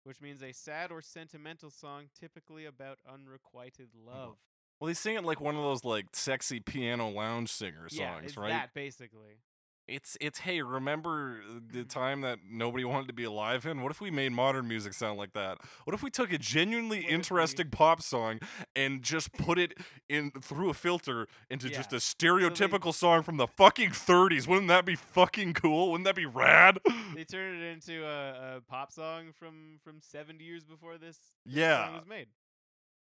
[SPEAKER 2] which means a sad or sentimental song, typically about unrequited love.
[SPEAKER 1] Well, they sing it like one of those like sexy piano lounge singer songs,
[SPEAKER 2] yeah, it's
[SPEAKER 1] right?
[SPEAKER 2] that basically.
[SPEAKER 1] It's it's hey, remember
[SPEAKER 2] Mm-hmm.
[SPEAKER 1] the time that nobody wanted to be alive in? What if we made modern music sound like that? What if we took a genuinely
[SPEAKER 2] What if we-
[SPEAKER 1] interesting pop song and just put it in through a filter into
[SPEAKER 2] Yeah.
[SPEAKER 1] just a
[SPEAKER 2] they-
[SPEAKER 1] stereotypical song from the fucking 30s? Wouldn't that be fucking cool? Wouldn't that be rad?
[SPEAKER 2] They turned it into a, a pop song from from 70 years before this song
[SPEAKER 1] yeah.
[SPEAKER 2] was made.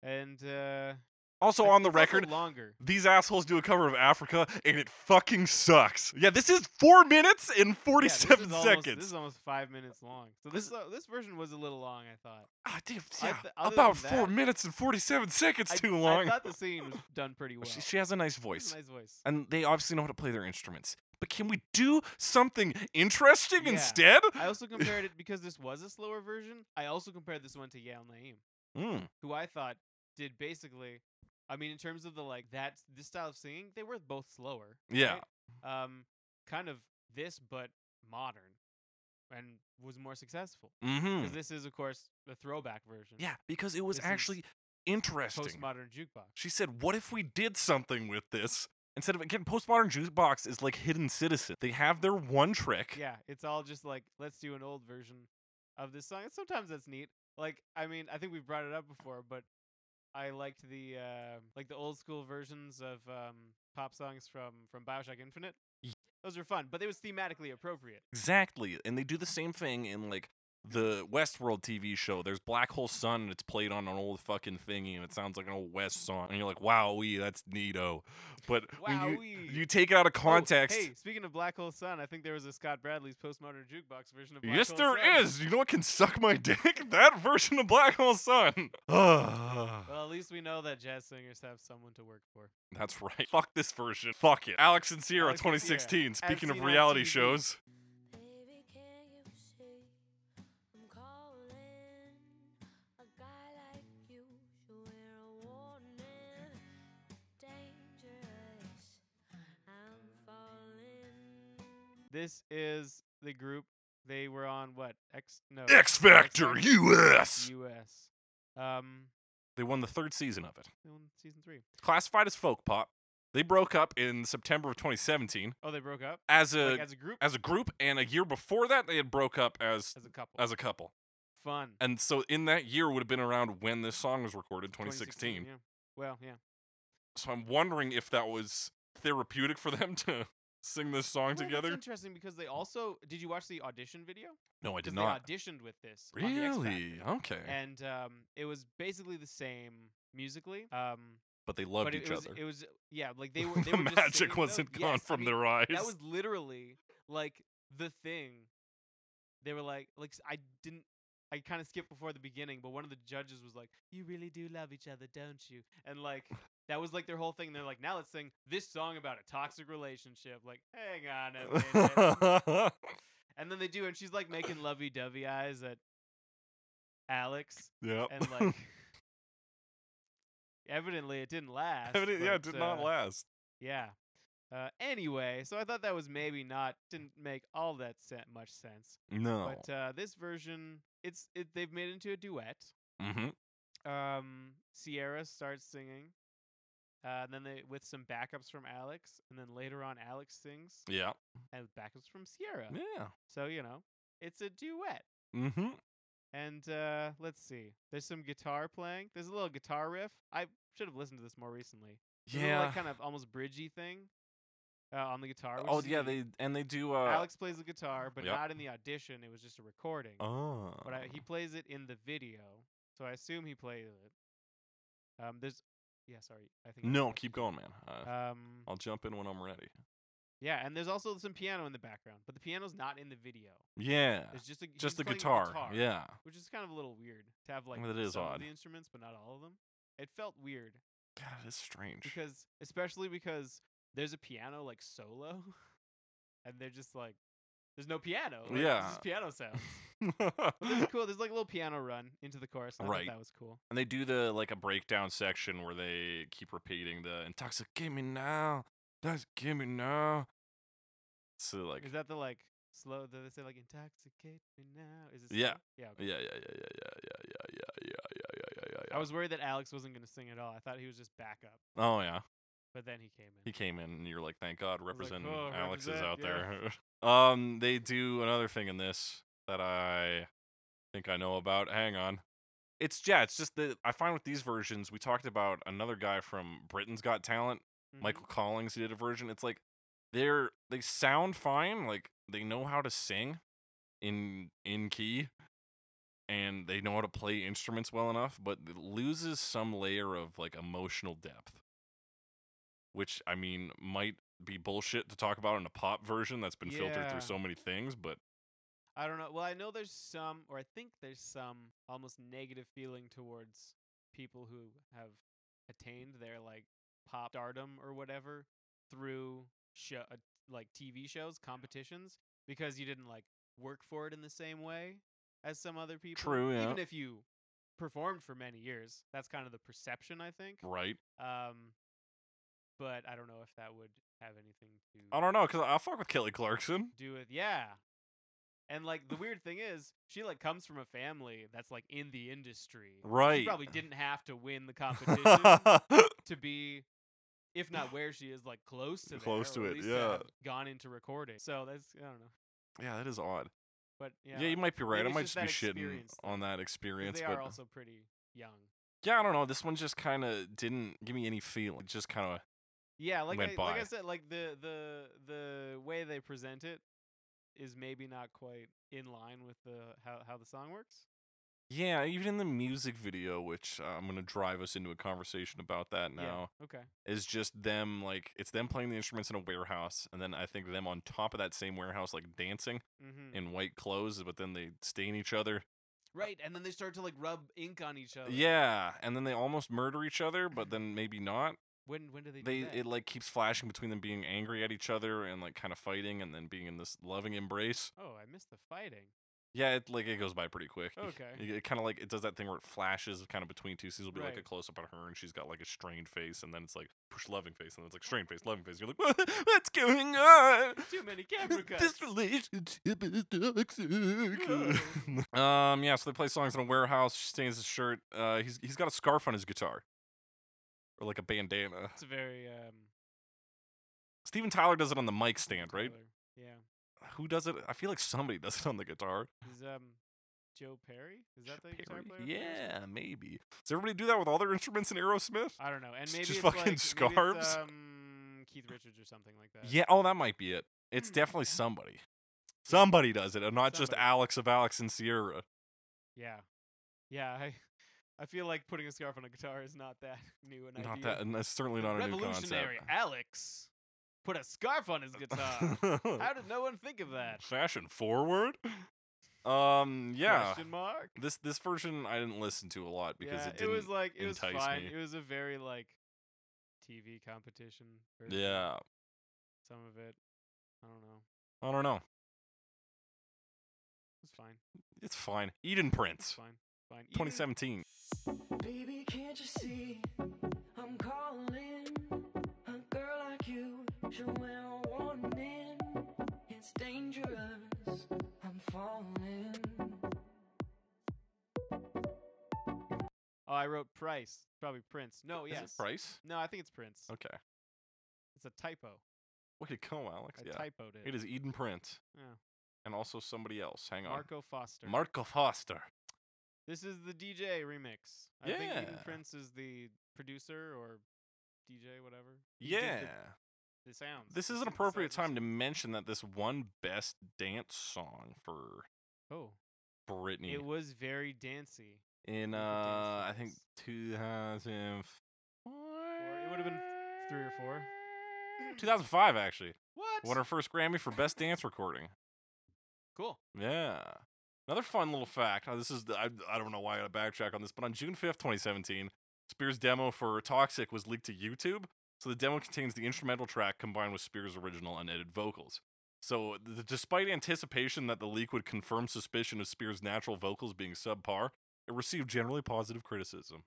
[SPEAKER 2] And uh,
[SPEAKER 1] Also
[SPEAKER 2] I-
[SPEAKER 1] on the
[SPEAKER 2] it's also
[SPEAKER 1] record,
[SPEAKER 2] longer.
[SPEAKER 1] these assholes do a cover of Africa and it fucking sucks. Yeah, this is 4 minutes and
[SPEAKER 2] Yeah, this
[SPEAKER 1] 47
[SPEAKER 2] is almost-
[SPEAKER 1] seconds.
[SPEAKER 2] this is almost five minutes long. So this uh, this version was a little long. I thought.
[SPEAKER 1] Ah, damn,
[SPEAKER 2] I
[SPEAKER 1] yeah,
[SPEAKER 2] th- other
[SPEAKER 1] about
[SPEAKER 2] than
[SPEAKER 1] four
[SPEAKER 2] that-
[SPEAKER 1] minutes and forty-seven seconds
[SPEAKER 2] I-
[SPEAKER 1] too long.
[SPEAKER 2] I thought the scene was done pretty well.
[SPEAKER 1] she, she has a nice
[SPEAKER 2] She has
[SPEAKER 1] voice,
[SPEAKER 2] a nice voice.
[SPEAKER 1] and they obviously know how to play their instruments. But can we do something interesting
[SPEAKER 2] Yeah.
[SPEAKER 1] instead?
[SPEAKER 2] I also compared it because this was a slower version. I also compared this one to Yale Naim,
[SPEAKER 1] Mm,
[SPEAKER 2] who I thought did basically. I mean, in terms of the like that this style of singing, they were both slower.
[SPEAKER 1] yeah,
[SPEAKER 2] right? Um, kind of this but modern, and was more successful
[SPEAKER 1] hmm
[SPEAKER 2] because this is of course the throwback version.
[SPEAKER 1] yeah, because it was
[SPEAKER 2] This is
[SPEAKER 1] actually interesting.
[SPEAKER 2] Postmodern jukebox.
[SPEAKER 1] She said, "What if we did something with this?" Instead of again, postmodern jukebox is like Hidden Citizen. They have their one trick.
[SPEAKER 2] yeah, it's all just like let's do an old version of this song. And sometimes that's neat. Like I mean, I think we've brought it up before, but I liked the uh, like the old school versions of um, pop songs from from Bioshock Infinite.
[SPEAKER 1] Ye-
[SPEAKER 2] Those were fun, but they was thematically appropriate.
[SPEAKER 1] Exactly. And they do the same thing in like the Westworld TV show. There's Black Hole Sun and it's played on an old fucking thingy and it sounds like an old West song. And you're like, wowee, that's neato. But when you,
[SPEAKER 2] Wowee.
[SPEAKER 1] you take it out of
[SPEAKER 2] Oh,
[SPEAKER 1] context.
[SPEAKER 2] hey, speaking of Black Hole Sun, I think there was a Scott Bradley's postmodern jukebox version of Black
[SPEAKER 1] Yes,
[SPEAKER 2] Hole
[SPEAKER 1] there
[SPEAKER 2] Sun.
[SPEAKER 1] is. You know what can suck my dick? That version of Black Hole Sun. Ugh.
[SPEAKER 2] Well, at least we know that jazz singers have someone to work for.
[SPEAKER 1] That's right. Fuck this version. Fuck it. Alex and Sierra
[SPEAKER 2] Alex and Sierra,
[SPEAKER 1] 2016.
[SPEAKER 2] as
[SPEAKER 1] Speaking of
[SPEAKER 2] seen on
[SPEAKER 1] reality
[SPEAKER 2] TV.
[SPEAKER 1] shows.
[SPEAKER 3] Baby, can you see? I'm calling. A guy like you should wear a warning. Dangerous. I'm falling.
[SPEAKER 2] This is the group. They were on what? X no.
[SPEAKER 1] X Factor
[SPEAKER 2] Factor
[SPEAKER 1] US.
[SPEAKER 2] US. Um,
[SPEAKER 1] They won the third season of it.
[SPEAKER 2] they won season three.
[SPEAKER 1] Classified as folk pop. They broke up in September of 2017
[SPEAKER 2] Oh, they broke up
[SPEAKER 1] as a
[SPEAKER 2] like, as a group, as,
[SPEAKER 1] as a group, and a year before that they had broke up as
[SPEAKER 2] a couple.
[SPEAKER 1] as a couple.
[SPEAKER 2] Fun.
[SPEAKER 1] And so in that year would have been around when this song was recorded, 2016.
[SPEAKER 2] Yeah. Well, yeah.
[SPEAKER 1] So I'm wondering if that was therapeutic for them to sing this song
[SPEAKER 2] Well, that's
[SPEAKER 1] together.
[SPEAKER 2] interesting because they also did. You watch the audition video?
[SPEAKER 1] No, I
[SPEAKER 2] 'Cause
[SPEAKER 1] did not.
[SPEAKER 2] They auditioned with this. on the X
[SPEAKER 1] Really?
[SPEAKER 2] Factor,
[SPEAKER 1] Okay.
[SPEAKER 2] And um, it was basically the same musically. Um,
[SPEAKER 1] but they loved
[SPEAKER 2] but it,
[SPEAKER 1] each
[SPEAKER 2] it was,
[SPEAKER 1] other.
[SPEAKER 2] It was yeah, like they
[SPEAKER 1] The
[SPEAKER 2] were. They were just singing
[SPEAKER 1] magic
[SPEAKER 2] those-
[SPEAKER 1] wasn't gone
[SPEAKER 2] yes, I
[SPEAKER 1] from
[SPEAKER 2] mean,
[SPEAKER 1] their eyes.
[SPEAKER 2] That was literally like the thing. They were like, like s- I didn't. I kind of skipped before the beginning, but one of the judges was like, "You really do love each other, don't you?" And like that was like their whole thing. They're like, "Now let's sing this song about a toxic relationship." Like, hang on a minute. And then they do, and she's like making lovey dovey eyes at Alex,
[SPEAKER 1] yeah.
[SPEAKER 2] and like, evidently it didn't last.
[SPEAKER 1] Evident- yeah, it
[SPEAKER 2] but,
[SPEAKER 1] did not
[SPEAKER 2] uh,
[SPEAKER 1] last.
[SPEAKER 2] Yeah. Uh, anyway, so I thought that was maybe not didn't make all that se- much sense.
[SPEAKER 1] No.
[SPEAKER 2] But uh, this version, it's it, they've made it into a duet.
[SPEAKER 1] mm-hmm.
[SPEAKER 2] Um, Sierra starts singing, uh, and then they with some backups from Alex, and then later on Alex sings,
[SPEAKER 1] Yeah.
[SPEAKER 2] and backups from Sierra.
[SPEAKER 1] Yeah.
[SPEAKER 2] So you know, it's a duet.
[SPEAKER 1] Mm-hmm.
[SPEAKER 2] And uh, let's see. There's some guitar playing. There's a little guitar riff. I should have listened to this more recently. There's a little,
[SPEAKER 1] Yeah.
[SPEAKER 2] like, kind of almost bridgey thing uh, on the guitar. which
[SPEAKER 1] Oh
[SPEAKER 2] is
[SPEAKER 1] yeah,
[SPEAKER 2] neat.
[SPEAKER 1] they and they do. uh
[SPEAKER 2] Alex plays the guitar, but
[SPEAKER 1] Yep.
[SPEAKER 2] not in the audition. It was just a recording.
[SPEAKER 1] Oh.
[SPEAKER 2] But I, he plays it in the video, so I assume he plays it. Um, there's, yeah, sorry, I think. I
[SPEAKER 1] no,
[SPEAKER 2] interrupted
[SPEAKER 1] keep
[SPEAKER 2] you.
[SPEAKER 1] going, man. Uh,
[SPEAKER 2] Um,
[SPEAKER 1] I'll jump in when I'm ready.
[SPEAKER 2] yeah, and there's also some piano in the background, but the piano's not in the video.
[SPEAKER 1] Yeah.
[SPEAKER 2] It's just a, he's
[SPEAKER 1] Just the
[SPEAKER 2] playing
[SPEAKER 1] guitar. Yeah.
[SPEAKER 2] which is kind of a little weird to have like
[SPEAKER 1] That is
[SPEAKER 2] some
[SPEAKER 1] odd.
[SPEAKER 2] of the instruments, but not all of them. It felt weird
[SPEAKER 1] God, it is strange.
[SPEAKER 2] because, especially because there's a piano like solo, and they're just like, there's no piano. like, it's
[SPEAKER 1] Yeah.
[SPEAKER 2] just piano sounds. But
[SPEAKER 1] and
[SPEAKER 2] that's cool. There's like a little piano run into the chorus. and I thought
[SPEAKER 1] Right.
[SPEAKER 2] That was cool.
[SPEAKER 1] they do the like a breakdown section where they keep repeating the intoxicate me now, intoxicate me now. So like,
[SPEAKER 2] Is that the like slow? Do they say like intoxicate me now? Is it?
[SPEAKER 1] Yeah. Uh,
[SPEAKER 2] slow? Yeah. okay.
[SPEAKER 1] yeah, yeah, yeah, yeah, yeah, yeah, yeah, yeah, yeah, yeah, yeah, yeah, yeah.
[SPEAKER 2] I was worried that Alex wasn't gonna sing at all. I thought he was just backup,
[SPEAKER 1] oh yeah,
[SPEAKER 2] but then he came in.
[SPEAKER 1] he came in and you're like, thank God,
[SPEAKER 2] was like,
[SPEAKER 1] represent
[SPEAKER 2] "Oh,
[SPEAKER 1] Alex is
[SPEAKER 2] represent,
[SPEAKER 1] out
[SPEAKER 2] yeah."
[SPEAKER 1] there. um, they do another thing in this that I think I know about. Hang on. It's yeah, it's just that I find with these versions, we talked about another guy from Britain's Got Talent
[SPEAKER 2] Mhm.
[SPEAKER 1] Michael Collins he did a version. It's like they're they sound fine, like they know how to sing in in key and they know how to play instruments well enough, but it loses some layer of like emotional depth. Which I mean might be bullshit to talk about in a pop version that's been filtered
[SPEAKER 2] Yeah.
[SPEAKER 1] through so many things, but
[SPEAKER 2] I don't know. Well, I know there's some, or I think there's some almost negative feeling towards people who have attained their like pop stardom or whatever through show, uh, like TV shows, competitions, because you didn't like work for it in the same way as some other people.
[SPEAKER 1] True, yeah.
[SPEAKER 2] Even if you performed for many years, that's kind of the perception, I think.
[SPEAKER 1] right?
[SPEAKER 2] Um, but I don't know if that would have anything to.
[SPEAKER 1] I don't know cuz I fuck with Kelly Clarkson.
[SPEAKER 2] do it. Yeah. And like the weird thing is, she like comes from a family that's like in the industry.
[SPEAKER 1] Right.
[SPEAKER 2] She probably didn't have to win the competition to be if not where she is like close to there,
[SPEAKER 1] Close to
[SPEAKER 2] or at
[SPEAKER 1] it,
[SPEAKER 2] least to
[SPEAKER 1] yeah.
[SPEAKER 2] have gone into recording. So that's I don't know.
[SPEAKER 1] yeah, that is odd.
[SPEAKER 2] But yeah.
[SPEAKER 1] Yeah, you might be right.
[SPEAKER 2] maybe
[SPEAKER 1] I
[SPEAKER 2] it's
[SPEAKER 1] might
[SPEAKER 2] just
[SPEAKER 1] just be
[SPEAKER 2] that
[SPEAKER 1] shitting
[SPEAKER 2] experience
[SPEAKER 1] on that
[SPEAKER 2] 'cause
[SPEAKER 1] experience,
[SPEAKER 2] they
[SPEAKER 1] but
[SPEAKER 2] are also pretty young.
[SPEAKER 1] yeah, I don't know. This one just kind of didn't give me any feeling. It just kind of
[SPEAKER 2] Yeah, like
[SPEAKER 1] Went
[SPEAKER 2] I, like
[SPEAKER 1] by.
[SPEAKER 2] I said, like the the the way they present it is maybe not quite in line with the how how the song works.
[SPEAKER 1] yeah. Even in the music video, which uh, I'm gonna drive us into a conversation about that now,
[SPEAKER 2] Yeah. Okay.
[SPEAKER 1] is just them like it's them playing the instruments in a warehouse, and then I think them on top of that same warehouse like dancing
[SPEAKER 2] Mhm.
[SPEAKER 1] in white clothes, but then they stain each other.
[SPEAKER 2] Right, and then they start to like rub ink on each other.
[SPEAKER 1] Yeah, and then they almost murder each other, but then maybe not.
[SPEAKER 2] When when do they?
[SPEAKER 1] They
[SPEAKER 2] do that?
[SPEAKER 1] it like keeps flashing between them being angry at each other and like kind of fighting, and then being in this loving embrace.
[SPEAKER 2] oh, I missed the fighting.
[SPEAKER 1] Yeah, it like it goes by pretty quick. You-
[SPEAKER 2] Okay.
[SPEAKER 1] you- It, kind of like it does that thing where it flashes kind of between two scenes. It'll be like a
[SPEAKER 2] Right.
[SPEAKER 1] close up on her, and she's got like a strained face, and then it's like push loving face, and then it's like strained face, loving face. You're like, what? what's going on?
[SPEAKER 2] Too many camera cuts.
[SPEAKER 1] This relationship is toxic.
[SPEAKER 2] Ugh.
[SPEAKER 1] um, yeah. So they play songs in a warehouse. She stains his shirt. Uh, he's he's got a scarf on his guitar, or like a bandana.
[SPEAKER 2] It's a very um,
[SPEAKER 1] Steven Tyler does it on the mic stand, right?
[SPEAKER 2] Tyler. Yeah.
[SPEAKER 1] Who does it? I feel like somebody does it on the guitar.
[SPEAKER 2] Is um Joe Perry? Is that the guitar
[SPEAKER 1] Perry?
[SPEAKER 2] player? for Aerosmith?
[SPEAKER 1] Yeah, maybe. Does everybody do that with all their instruments in Aerosmith?
[SPEAKER 2] I don't know. And
[SPEAKER 1] Just-
[SPEAKER 2] maybe
[SPEAKER 1] just
[SPEAKER 2] it's
[SPEAKER 1] fucking
[SPEAKER 2] like, maybe it's,
[SPEAKER 1] scarves?
[SPEAKER 2] um, Keith Richards or something like that.
[SPEAKER 1] Yeah, oh, that might be it. It's
[SPEAKER 2] Hmm.
[SPEAKER 1] definitely somebody. Somebody does it, and not just
[SPEAKER 2] Somebody.
[SPEAKER 1] Alex of Alex and Sierra.
[SPEAKER 2] Yeah. Yeah. I I feel like putting a scarf on a guitar is not that new an idea.
[SPEAKER 1] Not that, and that's certainly not a new
[SPEAKER 2] Revolutionary Alex put a scarf on his guitar.
[SPEAKER 1] concept.
[SPEAKER 2] How did no one think of that?
[SPEAKER 1] Fashion forward. Um, yeah.
[SPEAKER 2] Question mark.
[SPEAKER 1] This this version I didn't listen to a lot because
[SPEAKER 2] yeah,
[SPEAKER 1] it didn't.
[SPEAKER 2] was like it was
[SPEAKER 1] entice
[SPEAKER 2] fine.
[SPEAKER 1] me.
[SPEAKER 2] It was a very like TV competition. Or
[SPEAKER 1] yeah,
[SPEAKER 2] Some of it. I don't know.
[SPEAKER 1] I don't know.
[SPEAKER 2] It's fine.
[SPEAKER 1] It's fine. Eden
[SPEAKER 2] It's
[SPEAKER 1] Prince,
[SPEAKER 2] fine. Fine. Even-
[SPEAKER 1] 2017.
[SPEAKER 4] Baby, can't you see? I'm calling. A girl like you should wear a warning. It's dangerous. I'm falling.
[SPEAKER 2] Oh, I wrote Price. Probably Prince. No, Oh, yes.
[SPEAKER 1] Is it Price?
[SPEAKER 2] No, I think it's Prince.
[SPEAKER 1] Okay.
[SPEAKER 2] It's a typo.
[SPEAKER 1] Way to go, Alex.
[SPEAKER 2] I
[SPEAKER 1] yeah.
[SPEAKER 2] typoed it.
[SPEAKER 1] It is Eden Prince
[SPEAKER 2] Yeah.
[SPEAKER 1] and also somebody else. Hang on.
[SPEAKER 2] Marco Foster.
[SPEAKER 1] Marco Foster.
[SPEAKER 2] This is the DJ remix. I think Eden
[SPEAKER 1] Yeah.
[SPEAKER 2] Prince is the producer or DJ, whatever. He did
[SPEAKER 1] Yeah.
[SPEAKER 2] The, the sounds.
[SPEAKER 1] This is an appropriate time to mention that this one best dance song for
[SPEAKER 2] Oh,
[SPEAKER 1] Britney
[SPEAKER 2] it was very dancey.
[SPEAKER 1] in uh
[SPEAKER 2] was a dance
[SPEAKER 1] I think 2004.
[SPEAKER 2] It would have been three or four.
[SPEAKER 1] 2005 actually.
[SPEAKER 2] What?
[SPEAKER 1] Won her first Grammy for best dance recording.
[SPEAKER 2] cool.
[SPEAKER 1] Yeah. Another fun little fact. uh, This is the, I, I don't know why I got to backtrack on this, but on June 5th, 2017, Spears' demo for Toxic was leaked to YouTube. So the demo contains the instrumental track combined with Spears' original unedited vocals. So, th- despite anticipation that the leak would confirm suspicion of Spears' natural vocals being subpar, it received generally positive criticism.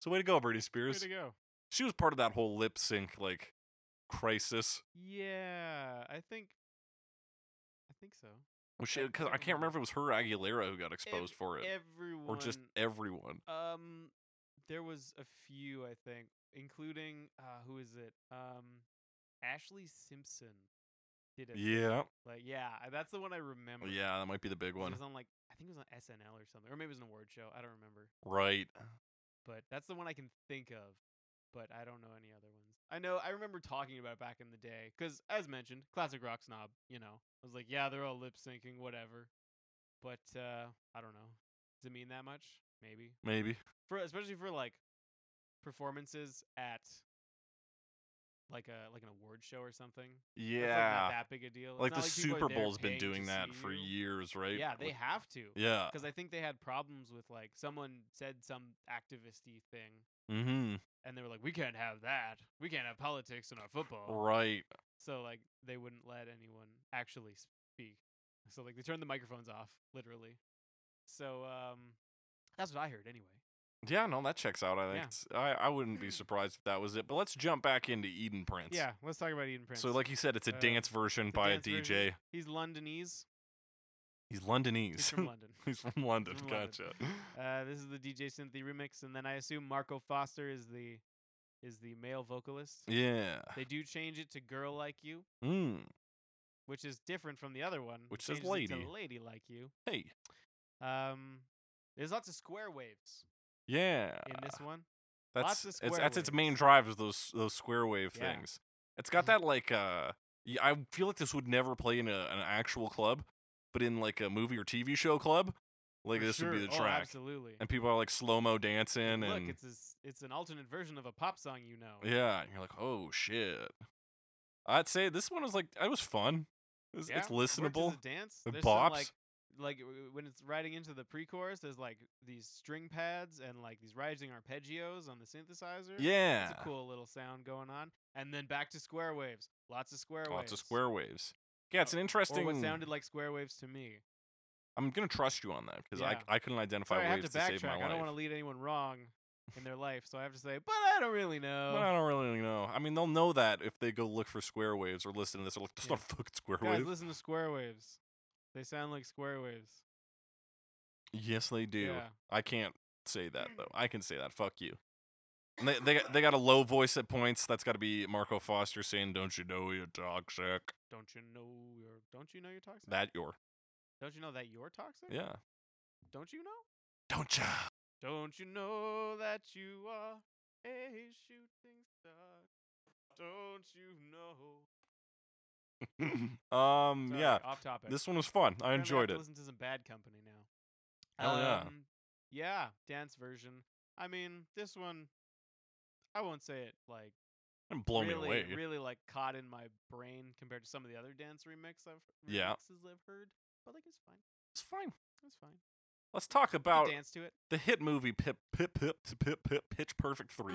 [SPEAKER 1] So, way to go, Britney
[SPEAKER 2] Way
[SPEAKER 1] Spears.
[SPEAKER 2] to go.
[SPEAKER 1] She was part of that whole lip sync like crisis.
[SPEAKER 2] Yeah, I think. I think so.
[SPEAKER 1] Because I can't remember if it was her or Aguilera who got exposed
[SPEAKER 2] Ev-
[SPEAKER 1] for it,
[SPEAKER 2] Everyone.
[SPEAKER 1] or just everyone.
[SPEAKER 2] Um, there was a few, I think, including uh, who is it? Um, Ashley Simpson did it.
[SPEAKER 1] Yeah. Oh,
[SPEAKER 2] Like, yeah, that's the one I remember.
[SPEAKER 1] Yeah, that might be the big
[SPEAKER 2] 'cause
[SPEAKER 1] one.
[SPEAKER 2] It was on like I think it was on SNL or something, or maybe it was an award show. I don't remember,
[SPEAKER 1] Right.
[SPEAKER 2] but that's the one I can think of. But I don't know any other ones. I know I remember talking about it back in the day because, as mentioned, classic rock snob. You know, I was like, yeah, they're all lip syncing, whatever. But uh, I don't know. Does it mean that much? Maybe
[SPEAKER 1] Maybe.
[SPEAKER 2] for especially for like performances at like a like an award show or something. That's, like, not that big a deal. It's
[SPEAKER 1] Like,
[SPEAKER 2] not
[SPEAKER 1] the
[SPEAKER 2] people are
[SPEAKER 1] Super
[SPEAKER 2] there
[SPEAKER 1] Bowl's been
[SPEAKER 2] paying to
[SPEAKER 1] doing that
[SPEAKER 2] see
[SPEAKER 1] for
[SPEAKER 2] you.
[SPEAKER 1] years, right?
[SPEAKER 2] Yeah, they
[SPEAKER 1] Like-
[SPEAKER 2] have to.
[SPEAKER 1] Yeah.
[SPEAKER 2] Because I think they had problems with like someone said some activisty thing,
[SPEAKER 1] Mm-hmm.
[SPEAKER 2] and they were like, "We can't have that. We can't have politics in our football."
[SPEAKER 1] Right.
[SPEAKER 2] So like they wouldn't let anyone actually speak. So like they turned the microphones off, literally. So um, that's what I heard anyway.
[SPEAKER 1] Yeah, no, that checks out. I think
[SPEAKER 2] Yeah.
[SPEAKER 1] It's- I I wouldn't be surprised if that was it. But let's jump back into Eden Prince.
[SPEAKER 2] Yeah, let's talk about Eden Prince.
[SPEAKER 1] So, like you said, it's a
[SPEAKER 2] Uh,
[SPEAKER 1] dance version
[SPEAKER 2] it's a
[SPEAKER 1] by
[SPEAKER 2] dance
[SPEAKER 1] a DJ.
[SPEAKER 2] version. He's Londonese.
[SPEAKER 1] He's
[SPEAKER 2] He's
[SPEAKER 1] Londonese.
[SPEAKER 2] from London.
[SPEAKER 1] He's from London.
[SPEAKER 2] from London.
[SPEAKER 1] gotcha.
[SPEAKER 2] Uh, this is the DJ Synthy remix, and then I assume Marco Foster is the is the male vocalist.
[SPEAKER 1] yeah.
[SPEAKER 2] They do change it to "Girl Like You,"
[SPEAKER 1] Mm.
[SPEAKER 2] which is different from the other one,
[SPEAKER 1] Which
[SPEAKER 2] It
[SPEAKER 1] says
[SPEAKER 2] changes it
[SPEAKER 1] lady.
[SPEAKER 2] to "Lady Like You."
[SPEAKER 1] Hey.
[SPEAKER 2] Um, there's lots of square waves
[SPEAKER 1] Yeah.
[SPEAKER 2] in this one.
[SPEAKER 1] That's
[SPEAKER 2] Lots of
[SPEAKER 1] it's,
[SPEAKER 2] square
[SPEAKER 1] that's its main
[SPEAKER 2] waves.
[SPEAKER 1] drive is those those square wave
[SPEAKER 2] Yeah. Mm-hmm.
[SPEAKER 1] things. It's got that like uh y- I feel like this would never play in a, an actual club, but in like a movie or TV show club, like
[SPEAKER 2] For
[SPEAKER 1] this would be
[SPEAKER 2] sure.
[SPEAKER 1] the
[SPEAKER 2] Oh,
[SPEAKER 1] track.
[SPEAKER 2] absolutely.
[SPEAKER 1] and people are like slow mo dancing
[SPEAKER 2] Look,
[SPEAKER 1] and
[SPEAKER 2] it's a s it's an alternate version of a pop song, you know.
[SPEAKER 1] yeah, and you're like, "Oh shit." I'd say this one was like it was fun. It's,
[SPEAKER 2] Yeah,
[SPEAKER 1] it's
[SPEAKER 2] worked as a
[SPEAKER 1] listenable.
[SPEAKER 2] dance.
[SPEAKER 1] It
[SPEAKER 2] There's some,
[SPEAKER 1] bops.
[SPEAKER 2] like, like w- when it's riding into the pre-chorus, there's like these string pads and like these rising arpeggios on the synthesizer.
[SPEAKER 1] yeah.
[SPEAKER 2] It's a cool little sound going on. And then back to square waves. Lots of square waves.
[SPEAKER 1] Lots of square waves. Yeah, it's an interesting
[SPEAKER 2] Uh, Or what sounded like square waves to me.
[SPEAKER 1] I'm going to trust you on that because
[SPEAKER 2] Yeah.
[SPEAKER 1] I I couldn't identify
[SPEAKER 2] Sorry, I have
[SPEAKER 1] waves
[SPEAKER 2] to
[SPEAKER 1] save my
[SPEAKER 2] backtrack.
[SPEAKER 1] life.
[SPEAKER 2] I don't want to lead anyone wrong in their life, so I have to say, but I don't really know.
[SPEAKER 1] But I don't really know. I mean, they'll know that if they go look for square waves or listen to this. They're like, that's
[SPEAKER 2] Yeah.
[SPEAKER 1] not fucking square
[SPEAKER 2] Guys,
[SPEAKER 1] waves.
[SPEAKER 2] listen to square waves. They sound like square waves.
[SPEAKER 1] yes, they do.
[SPEAKER 2] Yeah.
[SPEAKER 1] I can't say that, though. I can say that. Fuck you. And they they got, they got a low voice at points. That's got to be Marco Foster saying, "Don't you know you're toxic?
[SPEAKER 2] Don't you know you're don't you know you're toxic?
[SPEAKER 1] That you're
[SPEAKER 2] Don't you know that you're toxic?
[SPEAKER 1] yeah."
[SPEAKER 2] Don't you know?
[SPEAKER 1] Don't ya?
[SPEAKER 2] Don't you know that you are a shooting star? Don't you know?
[SPEAKER 1] um,
[SPEAKER 2] Sorry,
[SPEAKER 1] yeah.
[SPEAKER 2] Off topic.
[SPEAKER 1] This one was fun. I
[SPEAKER 2] Apparently
[SPEAKER 1] enjoyed
[SPEAKER 2] have to
[SPEAKER 1] it.
[SPEAKER 2] Listen to some bad company now.
[SPEAKER 1] Hell yeah.
[SPEAKER 2] um, yeah. dance version. I mean, this one, I won't say it like
[SPEAKER 1] Didn't blow
[SPEAKER 2] really,
[SPEAKER 1] me away.
[SPEAKER 2] really like caught in my brain compared to some of the other dance remix I've
[SPEAKER 1] Yeah.
[SPEAKER 2] remixes I've heard, but like it's fine.
[SPEAKER 1] It's fine.
[SPEAKER 2] It's fine.
[SPEAKER 1] Let's talk
[SPEAKER 2] You can
[SPEAKER 1] about
[SPEAKER 2] dance to it.
[SPEAKER 1] the hit movie Pip Pip Pip t- Pip Pip Pitch Perfect Three.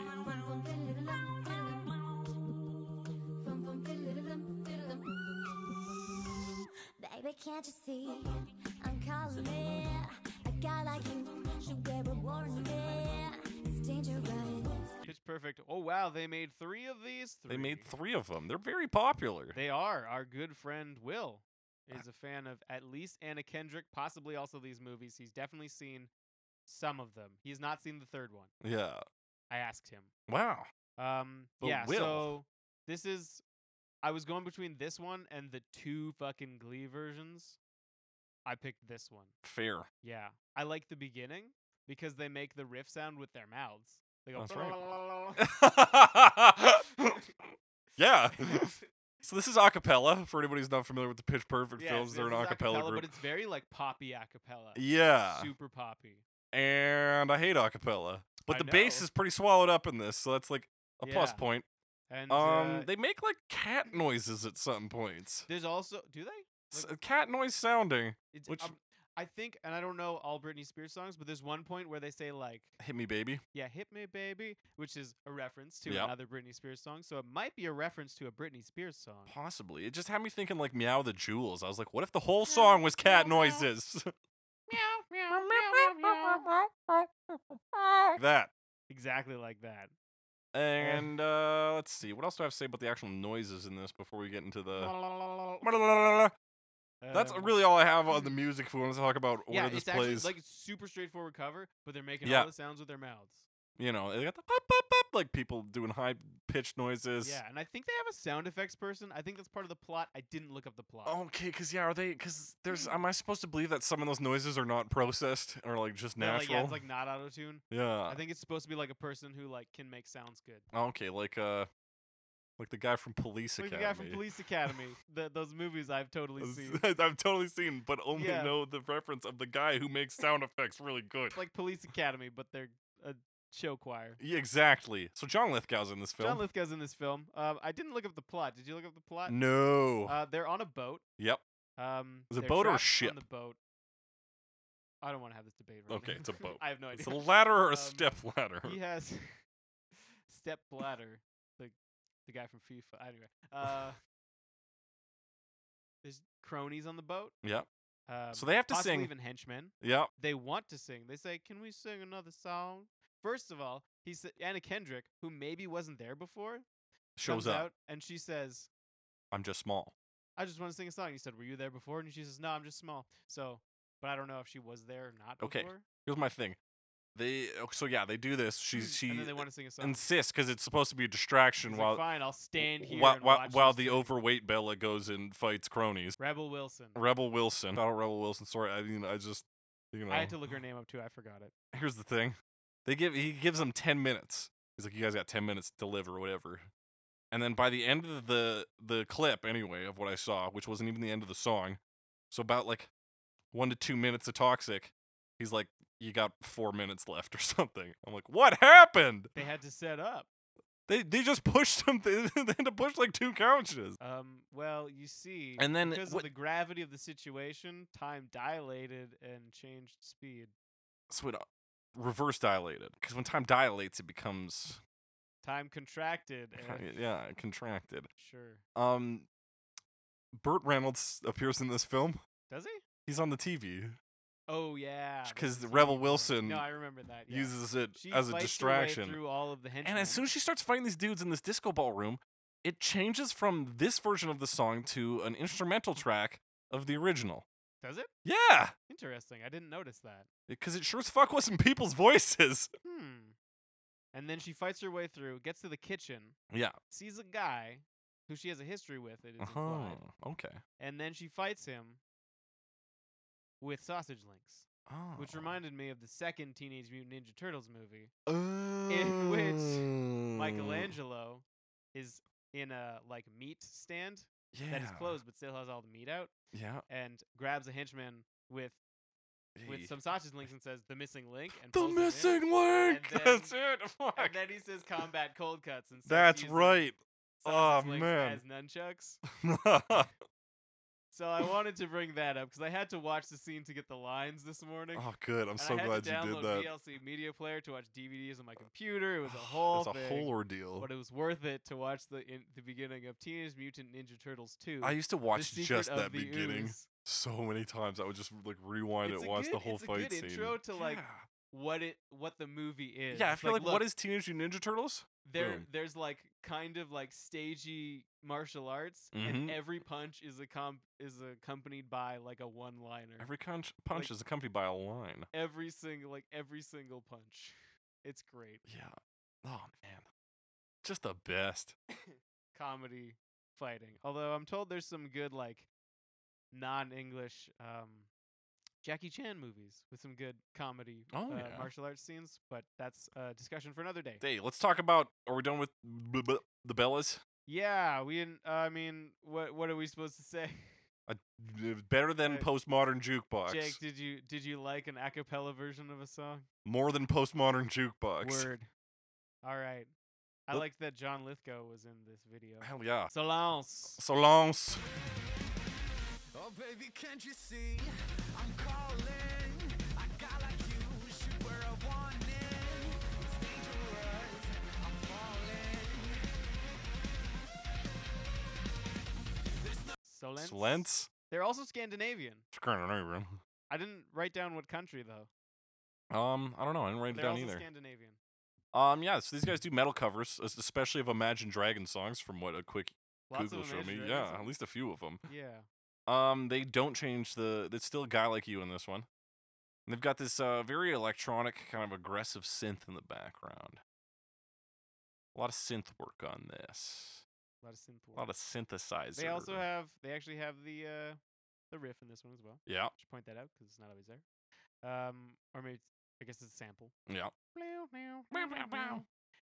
[SPEAKER 3] Baby, can't you see? I'm calling it. A guy like you should wear a warning. It's dangerous.
[SPEAKER 2] Pitch Perfect. Oh wow, they made three of these. Three.
[SPEAKER 1] They made three of them. They're very popular.
[SPEAKER 2] They are. Our good friend Will
[SPEAKER 1] Ah.
[SPEAKER 2] is a fan of at least Anna Kendrick, possibly also these movies. He's definitely seen some of them. He's not seen the third one.
[SPEAKER 1] yeah.
[SPEAKER 2] I asked him.
[SPEAKER 1] Wow.
[SPEAKER 2] Um,
[SPEAKER 1] But
[SPEAKER 2] yeah.
[SPEAKER 1] Will-
[SPEAKER 2] So this is. I was going between this one and the two fucking Glee versions. I picked this one.
[SPEAKER 1] Fair.
[SPEAKER 2] Yeah, I like the beginning because they make the riff sound with their mouths. They go.
[SPEAKER 1] That's yeah. So this is acapella. For anybody who's not familiar with the Pitch Perfect
[SPEAKER 2] Yes,
[SPEAKER 1] films, they're an
[SPEAKER 2] this is
[SPEAKER 1] acapella,
[SPEAKER 2] but
[SPEAKER 1] group.
[SPEAKER 2] it's very like poppy acapella.
[SPEAKER 1] Yeah.
[SPEAKER 2] super poppy.
[SPEAKER 1] And I hate acapella. But
[SPEAKER 2] I
[SPEAKER 1] the bass
[SPEAKER 2] know.
[SPEAKER 1] is pretty swallowed up in this, so that's like a plus
[SPEAKER 2] Yeah.
[SPEAKER 1] point.
[SPEAKER 2] And
[SPEAKER 1] Um,
[SPEAKER 2] uh,
[SPEAKER 1] they make like cat noises at some points.
[SPEAKER 2] there's also do they?
[SPEAKER 1] S- cat noise sounding.
[SPEAKER 2] It's,
[SPEAKER 1] Which-
[SPEAKER 2] um, I think, and I don't know all Britney Spears songs, but there's one point where they say like,
[SPEAKER 1] Hit me, baby.
[SPEAKER 2] "Yeah, hit me, baby," which is a reference to
[SPEAKER 1] Yeah.
[SPEAKER 2] another Britney Spears song. So it might be a reference to a Britney Spears song.
[SPEAKER 1] Possibly. It just had me thinking like meow the jewels. I was like, what if the whole song was cat noises? that.
[SPEAKER 2] Exactly like that. Eh.
[SPEAKER 1] And uh, let's see, what else do I have to say about the actual noises in this before we get into the? That's
[SPEAKER 2] Um,
[SPEAKER 1] really all I have on the music. If we want to talk about where
[SPEAKER 2] yeah.
[SPEAKER 1] this
[SPEAKER 2] it's actually
[SPEAKER 1] plays,
[SPEAKER 2] like a super straightforward cover, but they're making
[SPEAKER 1] Yeah.
[SPEAKER 2] all the sounds with their mouths.
[SPEAKER 1] you know, they got the pop pop pop, like people doing high pitched noises.
[SPEAKER 2] Yeah, and I think they have a sound effects person. I think that's part of the plot. I didn't look up the plot.
[SPEAKER 1] Okay, because yeah, are they? Because there's,
[SPEAKER 2] Mm.
[SPEAKER 1] am I supposed to believe that some of those noises are not processed or like just
[SPEAKER 2] No, like, yeah,
[SPEAKER 1] natural?
[SPEAKER 2] it's like not auto tune.
[SPEAKER 1] yeah.
[SPEAKER 2] I think it's supposed to be like a person who like can make sounds good.
[SPEAKER 1] okay, like uh, like the guy from Police
[SPEAKER 2] like
[SPEAKER 1] Academy.
[SPEAKER 2] the guy from Police Academy. Th those movies I've totally seen.
[SPEAKER 1] I've totally seen, but only
[SPEAKER 2] Yeah.
[SPEAKER 1] know the reference of the guy who makes sound effects really good.
[SPEAKER 2] It's like Police Academy, but they're a show choir.
[SPEAKER 1] Yeah, exactly. So John Lithgow's in this film.
[SPEAKER 2] John Lithgow's in this film. Um, I didn't look up the plot. Did you look up the plot?
[SPEAKER 1] no.
[SPEAKER 2] Uh, they're on a boat.
[SPEAKER 1] yep.
[SPEAKER 2] Um,
[SPEAKER 1] Is it
[SPEAKER 2] they're
[SPEAKER 1] boat or
[SPEAKER 2] trapped
[SPEAKER 1] ship?
[SPEAKER 2] On the boat. I don't want to have this debate. Right
[SPEAKER 1] Okay,
[SPEAKER 2] now.
[SPEAKER 1] it's a boat.
[SPEAKER 2] I have no
[SPEAKER 1] It's a
[SPEAKER 2] idea.
[SPEAKER 1] ladder or a
[SPEAKER 2] Um,
[SPEAKER 1] step ladder.
[SPEAKER 2] he has step bladder, the the guy from FIFA. Anyway, uh, there's cronies on the boat.
[SPEAKER 1] Yep.
[SPEAKER 2] Um,
[SPEAKER 1] So they have to
[SPEAKER 2] possibly
[SPEAKER 1] sing-
[SPEAKER 2] Even henchmen.
[SPEAKER 1] Yep.
[SPEAKER 2] They want to sing. They say, "Can we sing another song?" First of all, he sa- Anna Kendrick, who maybe wasn't there before,
[SPEAKER 1] Shows
[SPEAKER 2] comes
[SPEAKER 1] up.
[SPEAKER 2] out and she says,
[SPEAKER 1] I'm just small.
[SPEAKER 2] "I just want to sing a song." He said, "Were you there before?" And she says, "No, I'm just small." So, but I don't know if she was there or not.
[SPEAKER 1] Okay,
[SPEAKER 2] before.
[SPEAKER 1] Here's my thing. They oh, so yeah they do this. She she
[SPEAKER 2] Mm, and then they want to sing a song.
[SPEAKER 1] insists because it's supposed to be a
[SPEAKER 2] He's
[SPEAKER 1] distraction
[SPEAKER 2] like,
[SPEAKER 1] while
[SPEAKER 2] "Fine, I'll stand here."
[SPEAKER 1] while
[SPEAKER 2] and
[SPEAKER 1] while,
[SPEAKER 2] watch you
[SPEAKER 1] while the
[SPEAKER 2] sing."
[SPEAKER 1] overweight Bella goes and fights cronies.
[SPEAKER 2] Rebel Wilson.
[SPEAKER 1] Rebel Wilson. Not a Rebel Wilson. Sorry. I mean I just you know.
[SPEAKER 2] I had to look her name up too. I forgot it.
[SPEAKER 1] here's the thing. They give he gives them ten minutes. He's like, you guys got ten minutes to deliver, whatever. And then by the end of the the clip, anyway, of what I saw, which wasn't even the end of the song, so about like one to two minutes of toxic, he's like, you got four minutes left or something. I'm like, what happened?
[SPEAKER 2] They had to set up.
[SPEAKER 1] They they just pushed him. They, they had to push like two couches.
[SPEAKER 2] Um, well, you see,
[SPEAKER 1] And then
[SPEAKER 2] because
[SPEAKER 1] what-
[SPEAKER 2] of the gravity of the situation, time dilated and changed speed.
[SPEAKER 1] So it uh, reverse dilated because when time dilates, it becomes
[SPEAKER 2] Time contracted. And
[SPEAKER 1] yeah contracted.
[SPEAKER 2] Sure.
[SPEAKER 1] Um, Burt Reynolds appears in this film.
[SPEAKER 2] Does he?
[SPEAKER 1] He's on the TV
[SPEAKER 2] Oh yeah. that
[SPEAKER 1] because
[SPEAKER 2] was the
[SPEAKER 1] Rebel
[SPEAKER 2] other one.
[SPEAKER 1] Wilson
[SPEAKER 2] No, I remember that. Yeah.
[SPEAKER 1] uses it
[SPEAKER 2] she
[SPEAKER 1] as a
[SPEAKER 2] fights her way
[SPEAKER 1] distraction.
[SPEAKER 2] through all of the henchmen.
[SPEAKER 1] And as soon as she starts fighting these dudes in this disco ballroom, it changes from this version of the song to an instrumental track of the original.
[SPEAKER 2] does it?
[SPEAKER 1] Yeah,
[SPEAKER 2] Interesting. I didn't notice that.
[SPEAKER 1] because it sure as fuck wasn't people's voices.
[SPEAKER 2] Hmm. And then she fights her way through, gets to the kitchen,
[SPEAKER 1] Yeah.
[SPEAKER 2] sees a guy who she has a history with. It is
[SPEAKER 1] Uh huh.
[SPEAKER 2] implied,
[SPEAKER 1] Okay.
[SPEAKER 2] and then she fights him with sausage links,
[SPEAKER 1] Oh.
[SPEAKER 2] which reminded me of the second Teenage Mutant Ninja Turtles movie,
[SPEAKER 1] Uh, in
[SPEAKER 2] which
[SPEAKER 1] Mm.
[SPEAKER 2] Michelangelo is in a like meat stand
[SPEAKER 1] yeah.
[SPEAKER 2] that is closed but still has all the meat out,
[SPEAKER 1] Yeah.
[SPEAKER 2] and grabs a henchman with
[SPEAKER 1] hey.
[SPEAKER 2] with some sausage links and says the missing link and
[SPEAKER 1] eh. The
[SPEAKER 2] pulls him in,
[SPEAKER 1] missing link.
[SPEAKER 2] then-
[SPEAKER 1] That's it. Fuck.
[SPEAKER 2] and then he says combat cold cuts and
[SPEAKER 1] That's
[SPEAKER 2] starts using
[SPEAKER 1] right.
[SPEAKER 2] sausage
[SPEAKER 1] Aw,
[SPEAKER 2] links
[SPEAKER 1] man.
[SPEAKER 2] as nunchucks.
[SPEAKER 1] oh
[SPEAKER 2] So I wanted to bring that up because I had to watch the scene to get the lines this morning.
[SPEAKER 1] good. Oh, I'm
[SPEAKER 2] and
[SPEAKER 1] so
[SPEAKER 2] I had
[SPEAKER 1] glad
[SPEAKER 2] to
[SPEAKER 1] you did
[SPEAKER 2] download
[SPEAKER 1] that.
[SPEAKER 2] VLC Media Player to watch DVDs on my computer. It was a whole
[SPEAKER 1] It's a
[SPEAKER 2] thing,
[SPEAKER 1] whole ordeal.
[SPEAKER 2] but it was worth it to watch the in, the beginning of Teenage Mutant Ninja Turtles 2.
[SPEAKER 1] I used to
[SPEAKER 2] The
[SPEAKER 1] watch
[SPEAKER 2] Secret
[SPEAKER 1] just
[SPEAKER 2] of
[SPEAKER 1] that
[SPEAKER 2] the
[SPEAKER 1] beginning
[SPEAKER 2] Ooze.
[SPEAKER 1] so many times. I would just like rewind
[SPEAKER 2] It's
[SPEAKER 1] it,
[SPEAKER 2] a
[SPEAKER 1] watch the
[SPEAKER 2] good-
[SPEAKER 1] whole
[SPEAKER 2] it's a
[SPEAKER 1] fight
[SPEAKER 2] good
[SPEAKER 1] scene.
[SPEAKER 2] intro to, like,
[SPEAKER 1] yeah.
[SPEAKER 2] What it what the movie is?
[SPEAKER 1] Yeah, I
[SPEAKER 2] It's
[SPEAKER 1] feel like,
[SPEAKER 2] look,
[SPEAKER 1] what is Teenage Mutant Ninja Turtles?
[SPEAKER 2] there
[SPEAKER 1] Boom.
[SPEAKER 2] there's like kind of like stagey martial arts
[SPEAKER 1] Mhm.
[SPEAKER 2] and every punch is a comp is accompanied by like a one liner
[SPEAKER 1] Every conch- punch
[SPEAKER 2] Like-
[SPEAKER 1] is accompanied by a line.
[SPEAKER 2] every single like every single punch it's great
[SPEAKER 1] Yeah. Oh man, just the best.
[SPEAKER 2] comedy fighting although i'm told there's some good like non-english um jackie chan movies with some good comedy
[SPEAKER 1] Oh,
[SPEAKER 2] uh,
[SPEAKER 1] yeah.
[SPEAKER 2] martial arts scenes but that's a discussion for another day
[SPEAKER 1] Hey, let's talk about. Are we done with b- b- the Bellas?
[SPEAKER 2] yeah we didn't i mean what what are we supposed to say
[SPEAKER 1] Uh, d- better than
[SPEAKER 2] Uh,
[SPEAKER 1] postmodern jukebox.
[SPEAKER 2] Jake, did you did you like an a cappella version of a song?
[SPEAKER 1] More than postmodern jukebox.
[SPEAKER 2] Word. All right. I
[SPEAKER 1] Look-
[SPEAKER 2] liked that John Lithgow was in this video.
[SPEAKER 1] Hell yeah.
[SPEAKER 2] Silence.
[SPEAKER 1] Solance.
[SPEAKER 4] Oh, baby, can't you see? I'm calling. A guy like you should wear a warning. It's dangerous. I'm falling.
[SPEAKER 2] Solence.
[SPEAKER 1] Solence.
[SPEAKER 2] They're also Scandinavian.
[SPEAKER 1] Scandinavian.
[SPEAKER 2] I didn't write down what country though.
[SPEAKER 1] Um, I don't know. I didn't write it
[SPEAKER 2] They're
[SPEAKER 1] down
[SPEAKER 2] also
[SPEAKER 1] either.
[SPEAKER 2] Scandinavian.
[SPEAKER 1] Um, yeah. So these guys do metal covers, es- especially of Imagine Dragon songs, from what a quick
[SPEAKER 2] Lots
[SPEAKER 1] Google
[SPEAKER 2] of
[SPEAKER 1] showed me.
[SPEAKER 2] Imagine
[SPEAKER 1] Yeah,
[SPEAKER 2] Dragons
[SPEAKER 1] at
[SPEAKER 2] in-
[SPEAKER 1] least a few of them.
[SPEAKER 2] Yeah.
[SPEAKER 1] Um, they don't change the. It's still a guy like you in this one. And they've got this uh, very electronic, kind of aggressive synth in the background. A lot of synth work on this.
[SPEAKER 2] A lot of synth.
[SPEAKER 1] A lot
[SPEAKER 2] work.
[SPEAKER 1] of synthesizer.
[SPEAKER 2] They also have. They actually have the uh, the riff in this one as well.
[SPEAKER 1] Yeah,
[SPEAKER 2] should point that out because it's not always there. Um, or maybe it's, I guess it's a sample.
[SPEAKER 1] yeah,
[SPEAKER 2] Meow, meow, meow, meow, meow.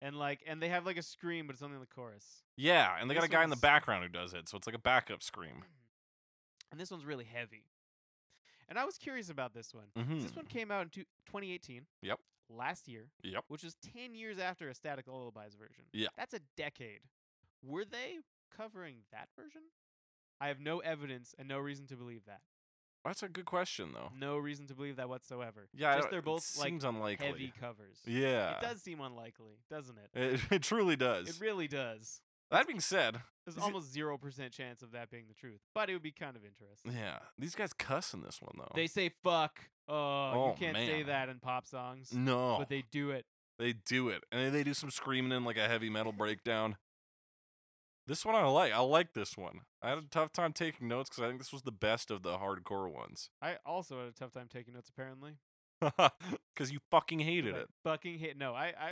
[SPEAKER 2] And like, and they have like a scream, but it's only in the chorus.
[SPEAKER 1] yeah. And they got a
[SPEAKER 2] This
[SPEAKER 1] guy in the
[SPEAKER 2] one's-
[SPEAKER 1] background who does it, so it's like a backup scream.
[SPEAKER 2] and this one's really heavy. And I was curious about this one. 'cause
[SPEAKER 1] Mm-hmm.
[SPEAKER 2] This one came out in two- 2018.
[SPEAKER 1] Yep.
[SPEAKER 2] Last year.
[SPEAKER 1] Yep.
[SPEAKER 2] Which was 10 years after a Static Lullabies version.
[SPEAKER 1] Yeah.
[SPEAKER 2] That's a decade. Were they covering that version? I have no evidence and no reason to believe that.
[SPEAKER 1] That's a good question, though.
[SPEAKER 2] No reason to believe that whatsoever.
[SPEAKER 1] Oh. Yeah, I
[SPEAKER 2] Just
[SPEAKER 1] don't-
[SPEAKER 2] they're
[SPEAKER 1] it
[SPEAKER 2] both like
[SPEAKER 1] seems unlikely.
[SPEAKER 2] heavy covers.
[SPEAKER 1] Yeah,
[SPEAKER 2] It does seem unlikely, doesn't it?
[SPEAKER 1] It, it truly does.
[SPEAKER 2] It really does.
[SPEAKER 1] that being said,
[SPEAKER 2] There's
[SPEAKER 1] Is it-
[SPEAKER 2] almost 0% chance of that being the truth, but it would be kind of interesting.
[SPEAKER 1] yeah, these guys cuss in this one though.
[SPEAKER 2] They say fuck. Uh,
[SPEAKER 1] Oh,
[SPEAKER 2] you can't say
[SPEAKER 1] man.
[SPEAKER 2] that in pop songs.
[SPEAKER 1] no,
[SPEAKER 2] But they do it.
[SPEAKER 1] They do it, and then they do some screaming and like a heavy metal breakdown. This one I like. I like this one. I had a tough time taking notes because I think this was the best of the hardcore ones.
[SPEAKER 2] I also had a tough time taking notes, apparently.
[SPEAKER 1] Because you fucking
[SPEAKER 2] 'cause
[SPEAKER 1] hated
[SPEAKER 2] I
[SPEAKER 1] it.
[SPEAKER 2] Fucking hit. No, I. mm, I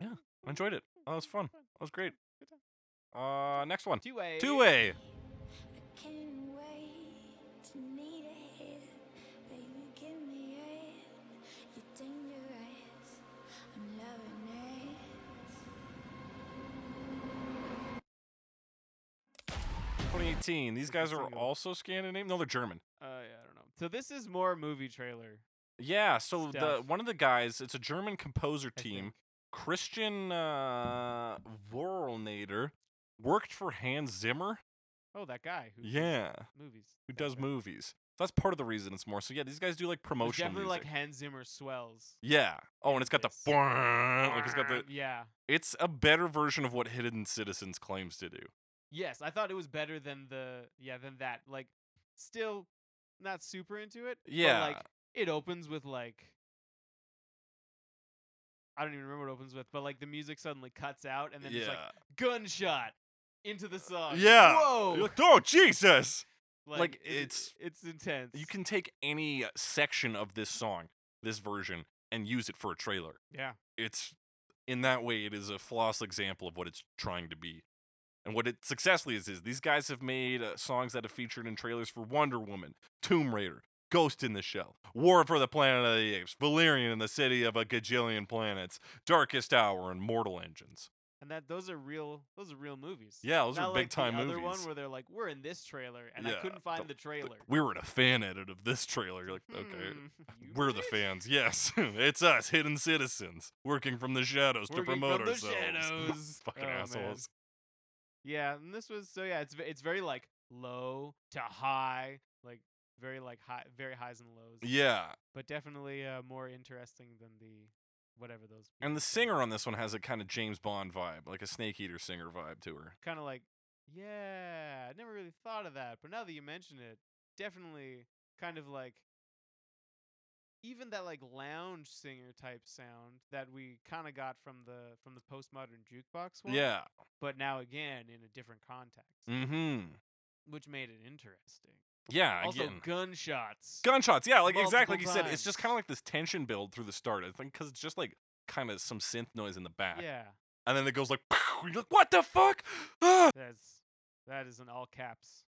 [SPEAKER 1] Yeah, I
[SPEAKER 2] mm,
[SPEAKER 1] enjoyed it. Oh, it was fun. That was great.
[SPEAKER 2] Good time.
[SPEAKER 1] Uh, next one.
[SPEAKER 2] mm, Two way.
[SPEAKER 1] Two way.
[SPEAKER 3] I can't wait to need a hit. Baby, give me it. You're dangerous. I'm loving it.
[SPEAKER 1] 2018. These
[SPEAKER 2] It's a
[SPEAKER 1] guys are
[SPEAKER 2] single.
[SPEAKER 1] also Scandinavian. No, they're German.
[SPEAKER 2] Uh, yeah, I don't know. So this is more movie trailer.
[SPEAKER 1] Yeah. So the
[SPEAKER 2] Stuff.
[SPEAKER 1] one of the guys, it's a German composer
[SPEAKER 2] I
[SPEAKER 1] team.
[SPEAKER 2] think.
[SPEAKER 1] Christian uh, Vorlnader worked for Hans Zimmer.
[SPEAKER 2] Oh, that guy who does
[SPEAKER 1] Yeah.
[SPEAKER 2] movies.
[SPEAKER 1] who
[SPEAKER 2] that
[SPEAKER 1] does
[SPEAKER 2] guy.
[SPEAKER 1] movies. So that's part of the reason it's more. So yeah, these guys do like
[SPEAKER 2] There's
[SPEAKER 1] promotional
[SPEAKER 2] definitely like
[SPEAKER 1] music.
[SPEAKER 2] Hans Zimmer swells.
[SPEAKER 1] yeah. Oh, and it's got the
[SPEAKER 2] this.
[SPEAKER 1] Oh, like it's got the.
[SPEAKER 2] yeah.
[SPEAKER 1] It's a better version of what Hidden Citizens claims to do.
[SPEAKER 2] Yes, I thought it was better than the yeah than that. Like, still not super into it.
[SPEAKER 1] Yeah.
[SPEAKER 2] but like it opens with like I don't even remember what it opens with, but like the music suddenly cuts out and then
[SPEAKER 1] yeah.
[SPEAKER 2] it's like gunshot into the song.
[SPEAKER 1] yeah.
[SPEAKER 2] whoa,
[SPEAKER 1] You're like, oh Jesus! like,
[SPEAKER 2] it-
[SPEAKER 1] it's-
[SPEAKER 2] it's intense.
[SPEAKER 1] You can take any section of this song, this version, and use it for a trailer.
[SPEAKER 2] Yeah.
[SPEAKER 1] It's in that way it is a flawless example of what it's trying to be. And what it successfully is is these guys have made uh, songs that have featured in trailers for Wonder Woman, Tomb Raider, Ghost in the Shell, War for the Planet of the Apes, Valerian and the City of a Gajillion Planets, Darkest Hour, and Mortal Engines.
[SPEAKER 2] And that those are real. Those are real movies.
[SPEAKER 1] Yeah, those
[SPEAKER 2] Not
[SPEAKER 1] are
[SPEAKER 2] like
[SPEAKER 1] big time
[SPEAKER 2] the
[SPEAKER 1] movies.
[SPEAKER 2] Other one where they're like, we're in this trailer, and
[SPEAKER 1] Yeah,
[SPEAKER 2] I couldn't find the, trailer.
[SPEAKER 1] Like, we were in a fan edit of this trailer. You're like, okay,
[SPEAKER 2] Hmm, you
[SPEAKER 1] we're the
[SPEAKER 2] bitch.
[SPEAKER 1] fans. Yes, it's us, hidden citizens, working from the shadows
[SPEAKER 2] Working
[SPEAKER 1] to promote
[SPEAKER 2] from the
[SPEAKER 1] ourselves.
[SPEAKER 2] shadows.
[SPEAKER 1] Fucking
[SPEAKER 2] Oh, man.
[SPEAKER 1] assholes.
[SPEAKER 2] Yeah, and this was so yeah, it's ve- it's very like low to high, like very like high, very highs and lows.
[SPEAKER 1] Yeah,
[SPEAKER 2] but definitely uh, more interesting than the whatever those.
[SPEAKER 1] and the singer on this one has a kind of James Bond vibe, like a Snake Eater singer vibe to her.
[SPEAKER 2] kind of like, yeah, I never really thought of that, but now that you mention it, definitely kind of like even that like lounge singer type sound that we kind of got from the from the postmodern jukebox one.
[SPEAKER 1] Yeah.
[SPEAKER 2] but now again in a different context,
[SPEAKER 1] Mm-hmm.
[SPEAKER 2] which made it interesting.
[SPEAKER 1] Yeah.
[SPEAKER 2] Also,
[SPEAKER 1] again.
[SPEAKER 2] gunshots.
[SPEAKER 1] gunshots. Yeah, like exactly like you
[SPEAKER 2] Multiple
[SPEAKER 1] said. It's just
[SPEAKER 2] times.
[SPEAKER 1] kind of like this tension build through the start. I think because it's just like kind of some synth noise in the back,
[SPEAKER 2] yeah,
[SPEAKER 1] and then it goes like, you're like, what the fuck? Ah!
[SPEAKER 2] that's that is an all caps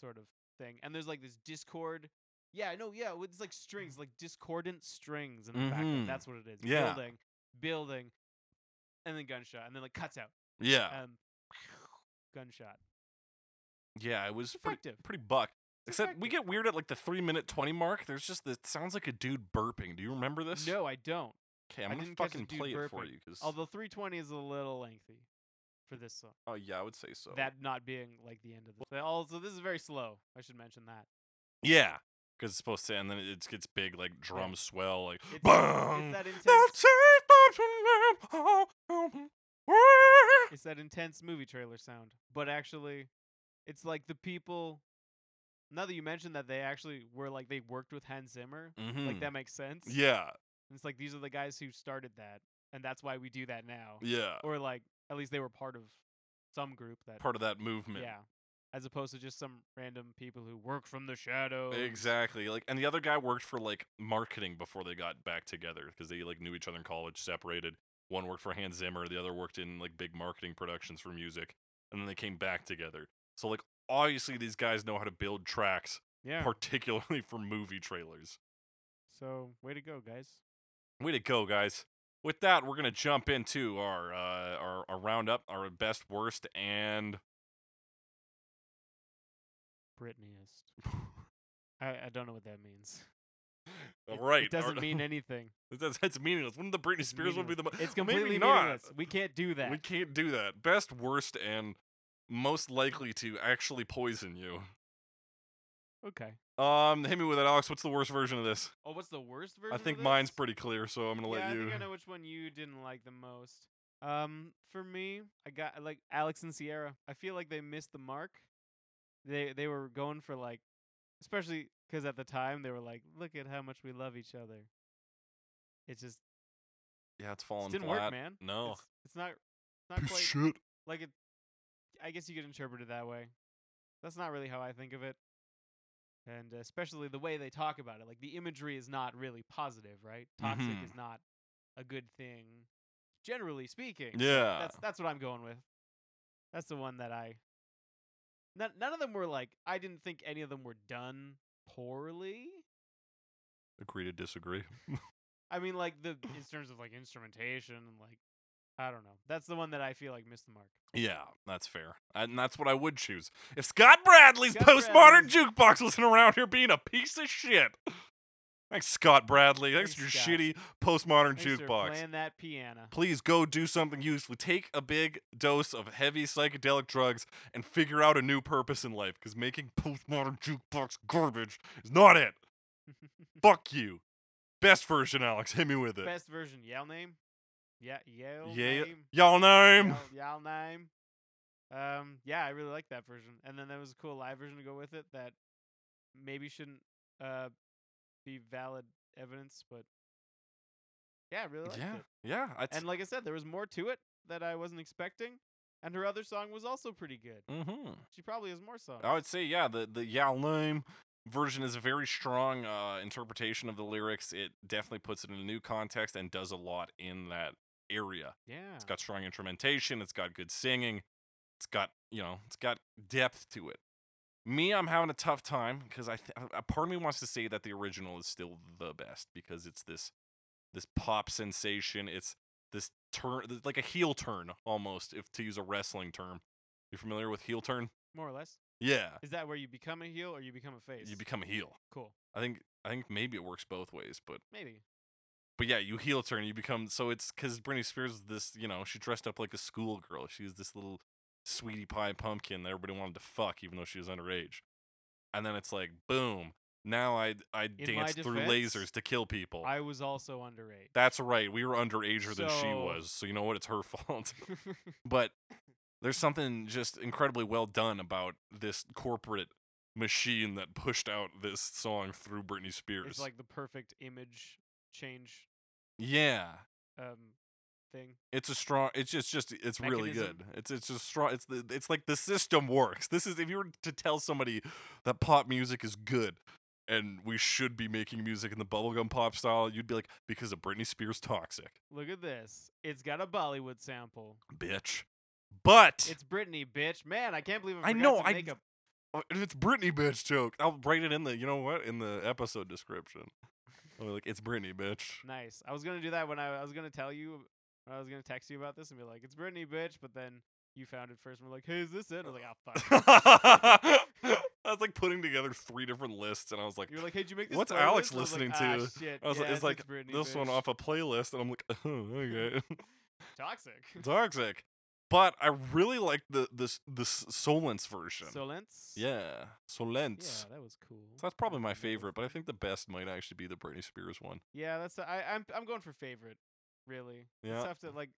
[SPEAKER 2] sort of thing. And there's like this discord. Yeah, no, yeah, with- it's like strings, like discordant strings in the
[SPEAKER 1] Mhm.
[SPEAKER 2] background. That's what it is.
[SPEAKER 1] Yeah.
[SPEAKER 2] Building, building, and then gunshot, and then like cuts out,
[SPEAKER 1] yeah.
[SPEAKER 2] um, gunshot.
[SPEAKER 1] Yeah, it was pretty,
[SPEAKER 2] effective.
[SPEAKER 1] pretty buck.
[SPEAKER 2] It's
[SPEAKER 1] Except we
[SPEAKER 2] effective.
[SPEAKER 1] get weird at like the three minute twenty mark. There's just this sounds like a dude burping. Do you remember this?
[SPEAKER 2] No, I don't.
[SPEAKER 1] Okay, I'm
[SPEAKER 2] I
[SPEAKER 1] gonna
[SPEAKER 2] didn't catch the
[SPEAKER 1] fucking
[SPEAKER 2] dude
[SPEAKER 1] play it for
[SPEAKER 2] burping.
[SPEAKER 1] you because.
[SPEAKER 2] Although 320 is a little lengthy for this song.
[SPEAKER 1] oh yeah, I would say so.
[SPEAKER 2] That not being like the end of the. Also, this is very slow. I should mention that.
[SPEAKER 1] yeah, because it's supposed to, and then it gets big like drum swell like
[SPEAKER 2] It's,
[SPEAKER 1] bang.
[SPEAKER 2] it's that intense.
[SPEAKER 1] That's
[SPEAKER 2] It's that intense movie trailer sound. But actually, it's like the people. Now that you mentioned that they actually were like they worked with Hans Zimmer, like that makes sense.
[SPEAKER 1] Mm. Mm-hmm. Yeah,
[SPEAKER 2] And it's like these are the guys who started that, and that's why we do that now.
[SPEAKER 1] yeah.
[SPEAKER 2] Or like at least they were part of some group that.
[SPEAKER 1] Part of that movement.
[SPEAKER 2] yeah. As opposed to just some random people who work from the shadows.
[SPEAKER 1] Exactly. Like, and the other guy worked for like marketing before they got back together because they like knew each other in college, separated. One worked for Hans Zimmer, the other worked in like big marketing productions for music, and then they came back together. So like, obviously these guys know how to build tracks,
[SPEAKER 2] Yeah.
[SPEAKER 1] particularly for movie trailers.
[SPEAKER 2] so way to go, guys.
[SPEAKER 1] Way to go, guys! With that, we're gonna jump into our uh, our, our roundup, our best, worst, and
[SPEAKER 2] Britneyist. I, I don't know what that means.
[SPEAKER 1] all
[SPEAKER 2] It-
[SPEAKER 1] right.
[SPEAKER 2] It doesn't
[SPEAKER 1] our-
[SPEAKER 2] mean anything.
[SPEAKER 1] that's, that's meaningless. Wouldn't the Britney
[SPEAKER 2] It's
[SPEAKER 1] Spears one be the? mo-
[SPEAKER 2] meaningless. It's
[SPEAKER 1] Well, maybe
[SPEAKER 2] completely
[SPEAKER 1] not.
[SPEAKER 2] meaningless. We can't do that.
[SPEAKER 1] We can't do that. Best, worst, and most likely to actually poison you.
[SPEAKER 2] Okay.
[SPEAKER 1] Um, hit me with it, Alex. What's the worst version of this?
[SPEAKER 2] Oh, what's the worst version?
[SPEAKER 1] I
[SPEAKER 2] of
[SPEAKER 1] think
[SPEAKER 2] this?
[SPEAKER 1] mine's pretty clear, so I'm gonna
[SPEAKER 2] Yeah, I
[SPEAKER 1] let you.
[SPEAKER 2] think I know which one you didn't like the most. Um, for me, I got I like Alex and Sierra. I feel like they missed the mark. They they were going for like, especially 'cause at the time they were like, look at how much we love each other. It just
[SPEAKER 1] Yeah, it's
[SPEAKER 2] it
[SPEAKER 1] falling
[SPEAKER 2] didn't
[SPEAKER 1] flat.
[SPEAKER 2] work, man.
[SPEAKER 1] No,
[SPEAKER 2] it's, it's not not
[SPEAKER 1] Piece of
[SPEAKER 2] quite
[SPEAKER 1] shit.
[SPEAKER 2] like it. I guess you could interpret it that way. That's not really how I think of it. And especially the way they talk about it, like the imagery is not really positive, right? Toxic
[SPEAKER 1] Mhm.
[SPEAKER 2] is not a good thing, generally speaking. So
[SPEAKER 1] Yeah.
[SPEAKER 2] that's that's what I'm going with. That's the one that I. None, none of them were like I didn't think any of them were done poorly.
[SPEAKER 1] Agree to disagree.
[SPEAKER 2] I mean, like the in terms of like instrumentation and like I don't know. That's the one that I feel like missed the mark.
[SPEAKER 1] Yeah, that's fair, and that's what I would choose. If Scott Bradley's
[SPEAKER 2] Scott
[SPEAKER 1] postmodern jukebox wasn't around here being a piece of shit. Thanks, Scott Bradley. Thanks,
[SPEAKER 2] Thanks,
[SPEAKER 1] for
[SPEAKER 2] Scott.
[SPEAKER 1] your shitty postmodern
[SPEAKER 2] Thanks for
[SPEAKER 1] jukebox.
[SPEAKER 2] playing that piano.
[SPEAKER 1] please go do something useful. Take a big dose of heavy psychedelic drugs and figure out a new purpose in life because making postmodern jukebox garbage is not it. Fuck you. Best version, Alex. Hit me with it.
[SPEAKER 2] Best version, Yale name. Yeah, Yale
[SPEAKER 1] yeah,
[SPEAKER 2] name.
[SPEAKER 1] y'all name.
[SPEAKER 2] Yale, Yale name. Um, yeah, I really like that version. And then there was a cool live version to go with it that maybe shouldn't uh be valid evidence, but yeah, I really liked
[SPEAKER 1] Yeah,
[SPEAKER 2] it.
[SPEAKER 1] yeah. That's,
[SPEAKER 2] And like I said, there was more to it that I wasn't expecting. And her other song was also pretty good.
[SPEAKER 1] mm-hmm.
[SPEAKER 2] She probably has more songs.
[SPEAKER 1] I would say, yeah, the the y'all name version is a very strong uh, interpretation of the lyrics. It definitely puts it in a new context and does a lot in that area.
[SPEAKER 2] Yeah.
[SPEAKER 1] It's got strong instrumentation. It's got good singing. It's got you know, it's got depth to it. Me, I'm having a tough time because I, th- a part of me wants to say that the original is still the best because it's this, this pop sensation. It's this turn, th- like a heel turn almost, if to use a wrestling term. You familiar with heel turn?
[SPEAKER 2] More or less.
[SPEAKER 1] Yeah,
[SPEAKER 2] Is that where you become a heel or you become a face?
[SPEAKER 1] you become a heel.
[SPEAKER 2] cool.
[SPEAKER 1] I think I think maybe it works both ways, but
[SPEAKER 2] Maybe.
[SPEAKER 1] but yeah, you heel turn, you become so it's because Britney Spears was this, you know, she dressed up like a schoolgirl. She was this little sweetie pie pumpkin that everybody wanted to fuck, even though she was underage. And then it's like, boom, now I I
[SPEAKER 2] my
[SPEAKER 1] dance through
[SPEAKER 2] defense,
[SPEAKER 1] lasers to kill people.
[SPEAKER 2] I was also underage.
[SPEAKER 1] That's right, we were underager than she
[SPEAKER 2] So-
[SPEAKER 1] was, so you know what? It's her fault. but there's something just incredibly well done about this corporate machine that pushed out this song through Britney Spears.
[SPEAKER 2] it's like the perfect image change
[SPEAKER 1] yeah,
[SPEAKER 2] um thing.
[SPEAKER 1] It's a strong. It's just, just it's really
[SPEAKER 2] Mechanism.
[SPEAKER 1] good. It's it's just strong. It's the, it's like the system works. This is if you were to tell somebody that pop music is good and we should be making music in the bubblegum pop style, you'd be like because of Britney Spears toxic,
[SPEAKER 2] Look at this. It's got a Bollywood sample.
[SPEAKER 1] bitch. But
[SPEAKER 2] It's Britney, bitch. Man, I can't believe I
[SPEAKER 1] I
[SPEAKER 2] forgot
[SPEAKER 1] know,
[SPEAKER 2] to
[SPEAKER 1] I
[SPEAKER 2] make
[SPEAKER 1] d-
[SPEAKER 2] a
[SPEAKER 1] uh, it's Britney bitch joke. I'll write it in the you know what in the episode description. I'll be like it's Britney bitch.
[SPEAKER 2] Nice. I was gonna do that when I, I was gonna tell you, when I was gonna text you about this and be like, "It's Britney, bitch," but then you found it first and were like, "Hey, is this it?" I was like, "Oh fuck."
[SPEAKER 1] I was like putting together three different lists, and I was like,
[SPEAKER 2] you were like, "Hey, did you make this?"
[SPEAKER 1] What's
[SPEAKER 2] playlist?"
[SPEAKER 1] Alex
[SPEAKER 2] I was like,
[SPEAKER 1] listening
[SPEAKER 2] "Ah,
[SPEAKER 1] to?"
[SPEAKER 2] shit.
[SPEAKER 1] I was like,
[SPEAKER 2] yeah,
[SPEAKER 1] it's like
[SPEAKER 2] Britney,
[SPEAKER 1] this one
[SPEAKER 2] bitch."
[SPEAKER 1] off a playlist, and I'm like, oh, okay,
[SPEAKER 2] Toxic.
[SPEAKER 1] toxic. But I really like the this this Solence version.
[SPEAKER 2] Solence.
[SPEAKER 1] yeah,
[SPEAKER 2] Yeah,
[SPEAKER 1] Solence.
[SPEAKER 2] that was cool.
[SPEAKER 1] So that's probably
[SPEAKER 2] I
[SPEAKER 1] my
[SPEAKER 2] remember those.
[SPEAKER 1] favorite, but I think the best might actually be the Britney Spears one.
[SPEAKER 2] Yeah, that's I. I'm I'm going for favorite. Really.
[SPEAKER 1] Yeah,
[SPEAKER 2] It's tough to like.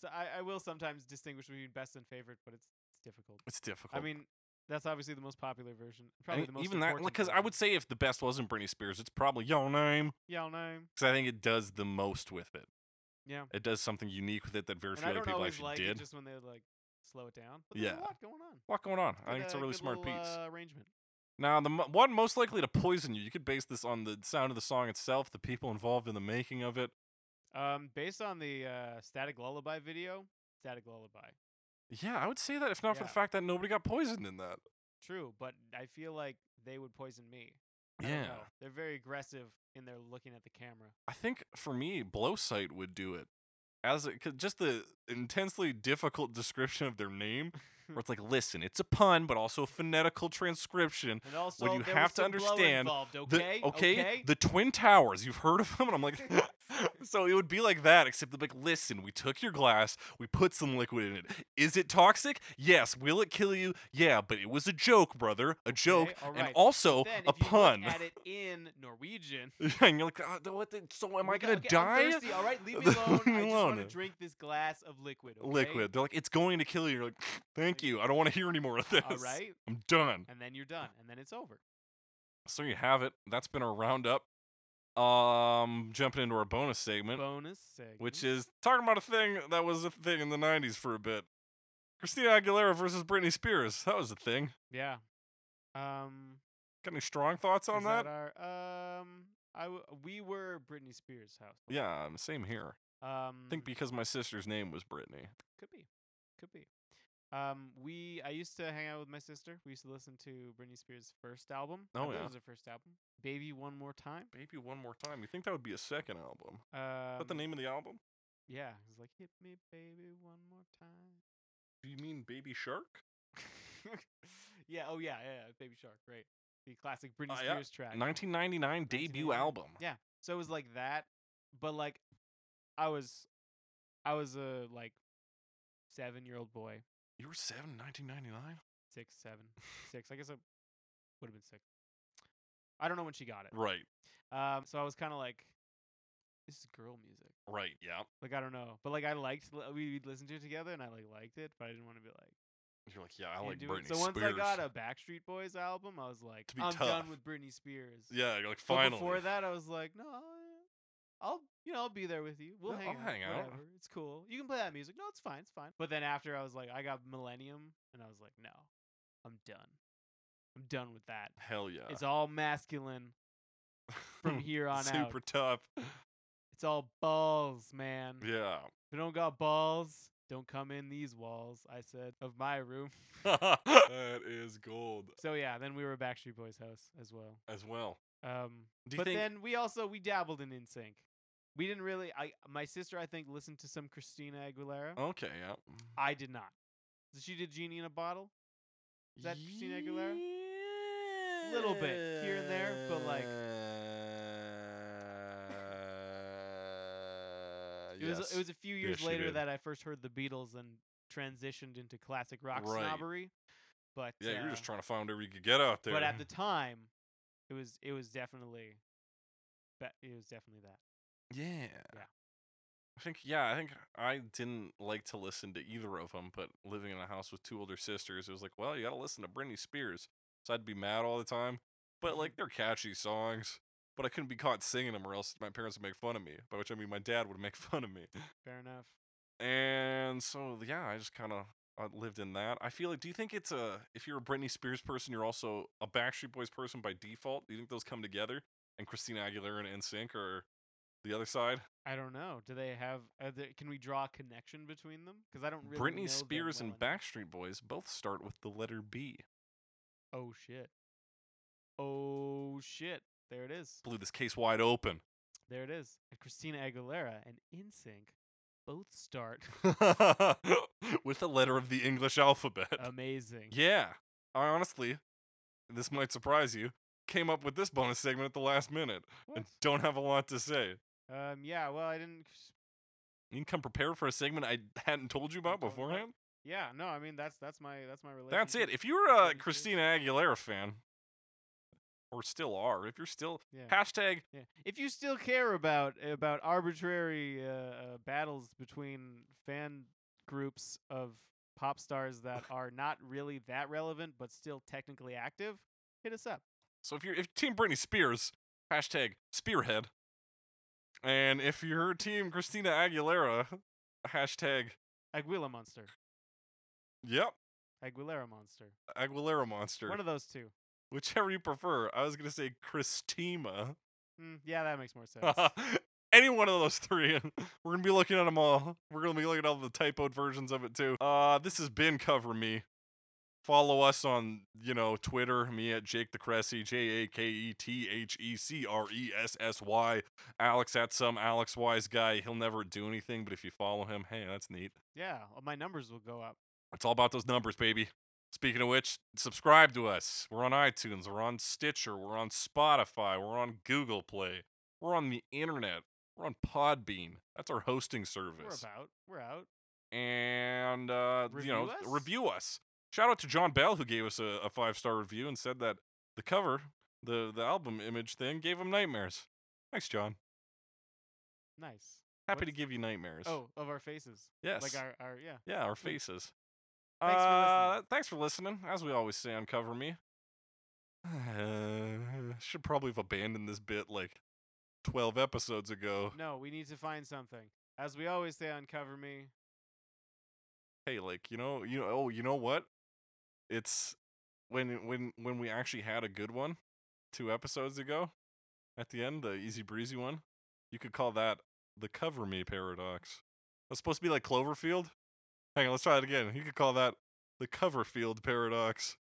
[SPEAKER 2] So I, I will sometimes distinguish between best and favorite, but it's it's difficult.
[SPEAKER 1] it's difficult.
[SPEAKER 2] I mean, that's obviously the most popular version.
[SPEAKER 1] And
[SPEAKER 2] Probably the most
[SPEAKER 1] even that
[SPEAKER 2] important
[SPEAKER 1] because I
[SPEAKER 2] version.
[SPEAKER 1] would say if the best wasn't Britney Spears, it's probably Yo Name
[SPEAKER 2] Yeah, I'll know.
[SPEAKER 1] because I think it does the most with it.
[SPEAKER 2] Yeah.
[SPEAKER 1] It does something unique with it that very
[SPEAKER 2] And
[SPEAKER 1] few
[SPEAKER 2] I
[SPEAKER 1] other
[SPEAKER 2] don't
[SPEAKER 1] people
[SPEAKER 2] always
[SPEAKER 1] actually
[SPEAKER 2] like
[SPEAKER 1] did.
[SPEAKER 2] it just when they like slow it down. But there's
[SPEAKER 1] Yeah.
[SPEAKER 2] a lot going on.
[SPEAKER 1] What going on? I
[SPEAKER 2] Good,
[SPEAKER 1] think it's a
[SPEAKER 2] uh,
[SPEAKER 1] really
[SPEAKER 2] good
[SPEAKER 1] smart
[SPEAKER 2] little,
[SPEAKER 1] piece.
[SPEAKER 2] Uh, arrangement.
[SPEAKER 1] Now, the mo- one most likely to poison you, you could base this on the sound of the song itself, the people involved in the making of it.
[SPEAKER 2] Um, based on the uh, Static Lullaby video, Static Lullaby.
[SPEAKER 1] Yeah, I would say that if not for the
[SPEAKER 2] Yeah.
[SPEAKER 1] fact that nobody got poisoned in that.
[SPEAKER 2] True, but I feel like they would poison me. I don't
[SPEAKER 1] Yeah.
[SPEAKER 2] know. They're very aggressive in their looking at the camera.
[SPEAKER 1] I think for me, Blowsight would do it. As it, cause just the intensely difficult description of their name, where it's like, listen, it's a pun, but also a phonetical transcription.
[SPEAKER 2] And also,
[SPEAKER 1] you
[SPEAKER 2] there
[SPEAKER 1] have
[SPEAKER 2] was
[SPEAKER 1] to
[SPEAKER 2] some blow
[SPEAKER 1] understand
[SPEAKER 2] involved,
[SPEAKER 1] The-
[SPEAKER 2] okay?
[SPEAKER 1] okay, the Twin Towers. You've heard of them, and I'm like, so it would be like that, except they'd be like, listen, we took your glass, we put some liquid in it. Is it toxic? Yes. Will it kill you? Yeah, but it was a joke, brother, a joke,
[SPEAKER 2] all
[SPEAKER 1] and
[SPEAKER 2] right.
[SPEAKER 1] also
[SPEAKER 2] then,
[SPEAKER 1] a
[SPEAKER 2] if you look
[SPEAKER 1] pun.
[SPEAKER 2] at it in Norwegian.
[SPEAKER 1] and you're like, "Ah, what? The, so am I
[SPEAKER 2] Okay,
[SPEAKER 1] gonna
[SPEAKER 2] okay,
[SPEAKER 1] die?
[SPEAKER 2] I'm thirsty. All right, leave me alone.
[SPEAKER 1] Leave me
[SPEAKER 2] I just want
[SPEAKER 1] alone.
[SPEAKER 2] to drink this glass of liquid. okay?
[SPEAKER 1] Liquid. They're like, it's going to kill you. You're like, thank you. I don't want to hear any more of this.
[SPEAKER 2] All right,
[SPEAKER 1] I'm done.
[SPEAKER 2] and then you're done, and then it's over.
[SPEAKER 1] So you have it. That's been our roundup. Um, jumping into our bonus segment.
[SPEAKER 2] Bonus segment.
[SPEAKER 1] which is talking about a thing that was a thing in the 90s for a bit. Christina Aguilera versus Britney Spears. That was a thing.
[SPEAKER 2] yeah. Um,
[SPEAKER 1] Got any strong thoughts on
[SPEAKER 2] is
[SPEAKER 1] that?
[SPEAKER 2] our, um, I w- we were Britney Spears' house.
[SPEAKER 1] yeah, um, same here.
[SPEAKER 2] Um,
[SPEAKER 1] I think because my sister's name was Britney.
[SPEAKER 2] could be, could be. Um, we I used to hang out with my sister. We used to listen to Britney Spears' first album. I
[SPEAKER 1] Oh,
[SPEAKER 2] believe
[SPEAKER 1] yeah.
[SPEAKER 2] it was her first album. Baby, one more time.
[SPEAKER 1] Baby, one more time. You think that would be a second album?
[SPEAKER 2] Um,
[SPEAKER 1] Is that the name of the album?
[SPEAKER 2] Yeah, it's like hit me, baby, one more time.
[SPEAKER 1] Do you mean Baby Shark?
[SPEAKER 2] yeah. Oh yeah, yeah. yeah, Baby Shark. Right. The classic Britney
[SPEAKER 1] Ah, yeah,
[SPEAKER 2] Spears track.
[SPEAKER 1] 1999 debut
[SPEAKER 2] 1999.
[SPEAKER 1] album.
[SPEAKER 2] Yeah. So it was like that, but like, I was, I was a like, seven year old boy,
[SPEAKER 1] You were seven in 1999?
[SPEAKER 2] six, seven, six. I guess I would have been six. I don't know when she got it.
[SPEAKER 1] Right,
[SPEAKER 2] Um. So I was kind of like, this is girl music.
[SPEAKER 1] right, yeah.
[SPEAKER 2] Like I don't know, but like I liked li- we would listened to it together, and I like liked it, but I didn't want to be like.
[SPEAKER 1] You're like, yeah, I
[SPEAKER 2] you
[SPEAKER 1] like
[SPEAKER 2] do
[SPEAKER 1] Britney
[SPEAKER 2] it. So once
[SPEAKER 1] Spears.
[SPEAKER 2] I got a Backstreet Boys album, I was like,
[SPEAKER 1] To be
[SPEAKER 2] I'm
[SPEAKER 1] tough.
[SPEAKER 2] done with Britney Spears.
[SPEAKER 1] yeah, you're like,
[SPEAKER 2] But
[SPEAKER 1] finally.
[SPEAKER 2] before that, I was like, no, I'll you know I'll be there with you. We'll
[SPEAKER 1] Yeah,
[SPEAKER 2] hang
[SPEAKER 1] I'll
[SPEAKER 2] out.
[SPEAKER 1] hang out.
[SPEAKER 2] Whatever. It's cool. You can play that music. No, it's fine. It's fine. But then after, I was like, I got Millennium, and I was like, no, I'm done. I'm done with that.
[SPEAKER 1] Hell yeah.
[SPEAKER 2] It's all masculine from here on
[SPEAKER 1] Super
[SPEAKER 2] out.
[SPEAKER 1] tough.
[SPEAKER 2] It's all balls, man.
[SPEAKER 1] Yeah.
[SPEAKER 2] If you don't got balls, don't come in these walls, I said, of my room.
[SPEAKER 1] that is gold
[SPEAKER 2] so yeah, then we were at Backstreet Boys' house as well.
[SPEAKER 1] as well.
[SPEAKER 2] Um,
[SPEAKER 1] Do you
[SPEAKER 2] but
[SPEAKER 1] think-
[SPEAKER 2] then we also we dabbled in NSYNC. We didn't really. I my sister I think listened to some Christina Aguilera.
[SPEAKER 1] Okay, yeah.
[SPEAKER 2] I did not. She did Genie in a Bottle. Is that Christina Aguilera? Little bit here and there, but, like- It
[SPEAKER 1] yes.
[SPEAKER 2] was it was a few years
[SPEAKER 1] Yes, she
[SPEAKER 2] later
[SPEAKER 1] did.
[SPEAKER 2] that I first heard the Beatles and transitioned into classic rock
[SPEAKER 1] Right.
[SPEAKER 2] snobbery. But
[SPEAKER 1] yeah, you're
[SPEAKER 2] uh,
[SPEAKER 1] just trying to find whatever you could get out there.
[SPEAKER 2] But at the time, it was it was definitely, ba- it was definitely that.
[SPEAKER 1] Yeah. I think yeah, I think I didn't like to listen to either of them, but living in a house with two older sisters, it was like, well, you got to listen to Britney Spears. So I'd be mad all the time. But like they're catchy songs, but I couldn't be caught singing them or else my parents would make fun of me, by which I mean my dad would make fun of me.
[SPEAKER 2] Fair enough.
[SPEAKER 1] And so yeah, I just kind of uh, lived in that. I feel like do you think it's a if you're a Britney Spears person, you're also a Backstreet Boys person by default? Do you think those come together and Christina Aguilera and NSYNC are the other side?
[SPEAKER 2] I don't know. Do they have? Are there, can we draw a connection between them? Because I don't really. know them
[SPEAKER 1] Britney Spears
[SPEAKER 2] well
[SPEAKER 1] and
[SPEAKER 2] enough.
[SPEAKER 1] Backstreet Boys both start with the letter B.
[SPEAKER 2] Oh shit. Oh shit. There it is.
[SPEAKER 1] Blew this case wide open.
[SPEAKER 2] There it is. And Christina Aguilera and InSync both start
[SPEAKER 1] with a letter of the English alphabet.
[SPEAKER 2] amazing.
[SPEAKER 1] yeah. I honestly, this might surprise you, came up with this bonus segment at the last minute
[SPEAKER 2] What?
[SPEAKER 1] and don't have a lot to say.
[SPEAKER 2] Um. Yeah. Well, I didn't.
[SPEAKER 1] You can come prepared for a segment I hadn't told you about
[SPEAKER 2] Don't worry.
[SPEAKER 1] beforehand.
[SPEAKER 2] Yeah. No. I mean, that's that's my that's my relationship.
[SPEAKER 1] That's it. If you were
[SPEAKER 2] with
[SPEAKER 1] a
[SPEAKER 2] Britney Spears.
[SPEAKER 1] Christina Aguilera fan, or still are, if you're still
[SPEAKER 2] Yeah.
[SPEAKER 1] hashtag
[SPEAKER 2] Yeah. If you still care about about arbitrary uh, uh, battles between fan groups of pop stars that are not really that relevant but still technically active, hit us up.
[SPEAKER 1] So if you're if Team Britney Spears, hashtag Spearhead, and if you're Team Christina Aguilera, hashtag
[SPEAKER 2] Aguila Monster.
[SPEAKER 1] Yep
[SPEAKER 2] Aguilera Monster.
[SPEAKER 1] Aguilera Monster,
[SPEAKER 2] One of those two.
[SPEAKER 1] whichever you prefer. I was gonna say Christima.
[SPEAKER 2] Mm, yeah, that makes more sense.
[SPEAKER 1] Any one of those three. We're gonna be looking at them all. We're gonna be looking at all the typoed versions of it too. Uh, this has been Cover Me. Follow us on, you know, Twitter, me at Jake the Cressy, J A K E T H E C R E S S Y. Alex at some Alex Wise guy. He'll never do anything, but if you follow him, hey, that's neat.
[SPEAKER 2] yeah, well, my numbers will go up.
[SPEAKER 1] It's all about those numbers, baby. Speaking of which, subscribe to us. We're on iTunes, we're on Stitcher, we're on Spotify, we're on Google Play, we're on the internet, we're on Podbean. That's our hosting
[SPEAKER 2] We're
[SPEAKER 1] service.
[SPEAKER 2] about. We're out.
[SPEAKER 1] And uh, you know,
[SPEAKER 2] Review us?
[SPEAKER 1] review us. Shout out to John Bell who gave us a, a five star review and said that the cover, the the album image thing, gave him nightmares. Thanks, John.
[SPEAKER 2] Nice.
[SPEAKER 1] Happy
[SPEAKER 2] What
[SPEAKER 1] to
[SPEAKER 2] is-
[SPEAKER 1] give you nightmares.
[SPEAKER 2] Oh, of our faces.
[SPEAKER 1] yes.
[SPEAKER 2] Like our, our yeah.
[SPEAKER 1] Yeah, our faces.
[SPEAKER 2] Thanks for
[SPEAKER 1] uh,
[SPEAKER 2] listening.
[SPEAKER 1] Thanks for listening. As we always say on Cover Me, uh, should probably have abandoned this bit like 12 episodes ago.
[SPEAKER 2] No, we need to find something. As we always say on Cover Me,
[SPEAKER 1] Hey, like you know, you know, oh, you know what? It's when when when we actually had a good one two episodes ago at the end, the easy breezy one. You could call that the Cover Me paradox. That's supposed to be like Cloverfield. Hang on, let's try it again. You could call that the Coverfield paradox.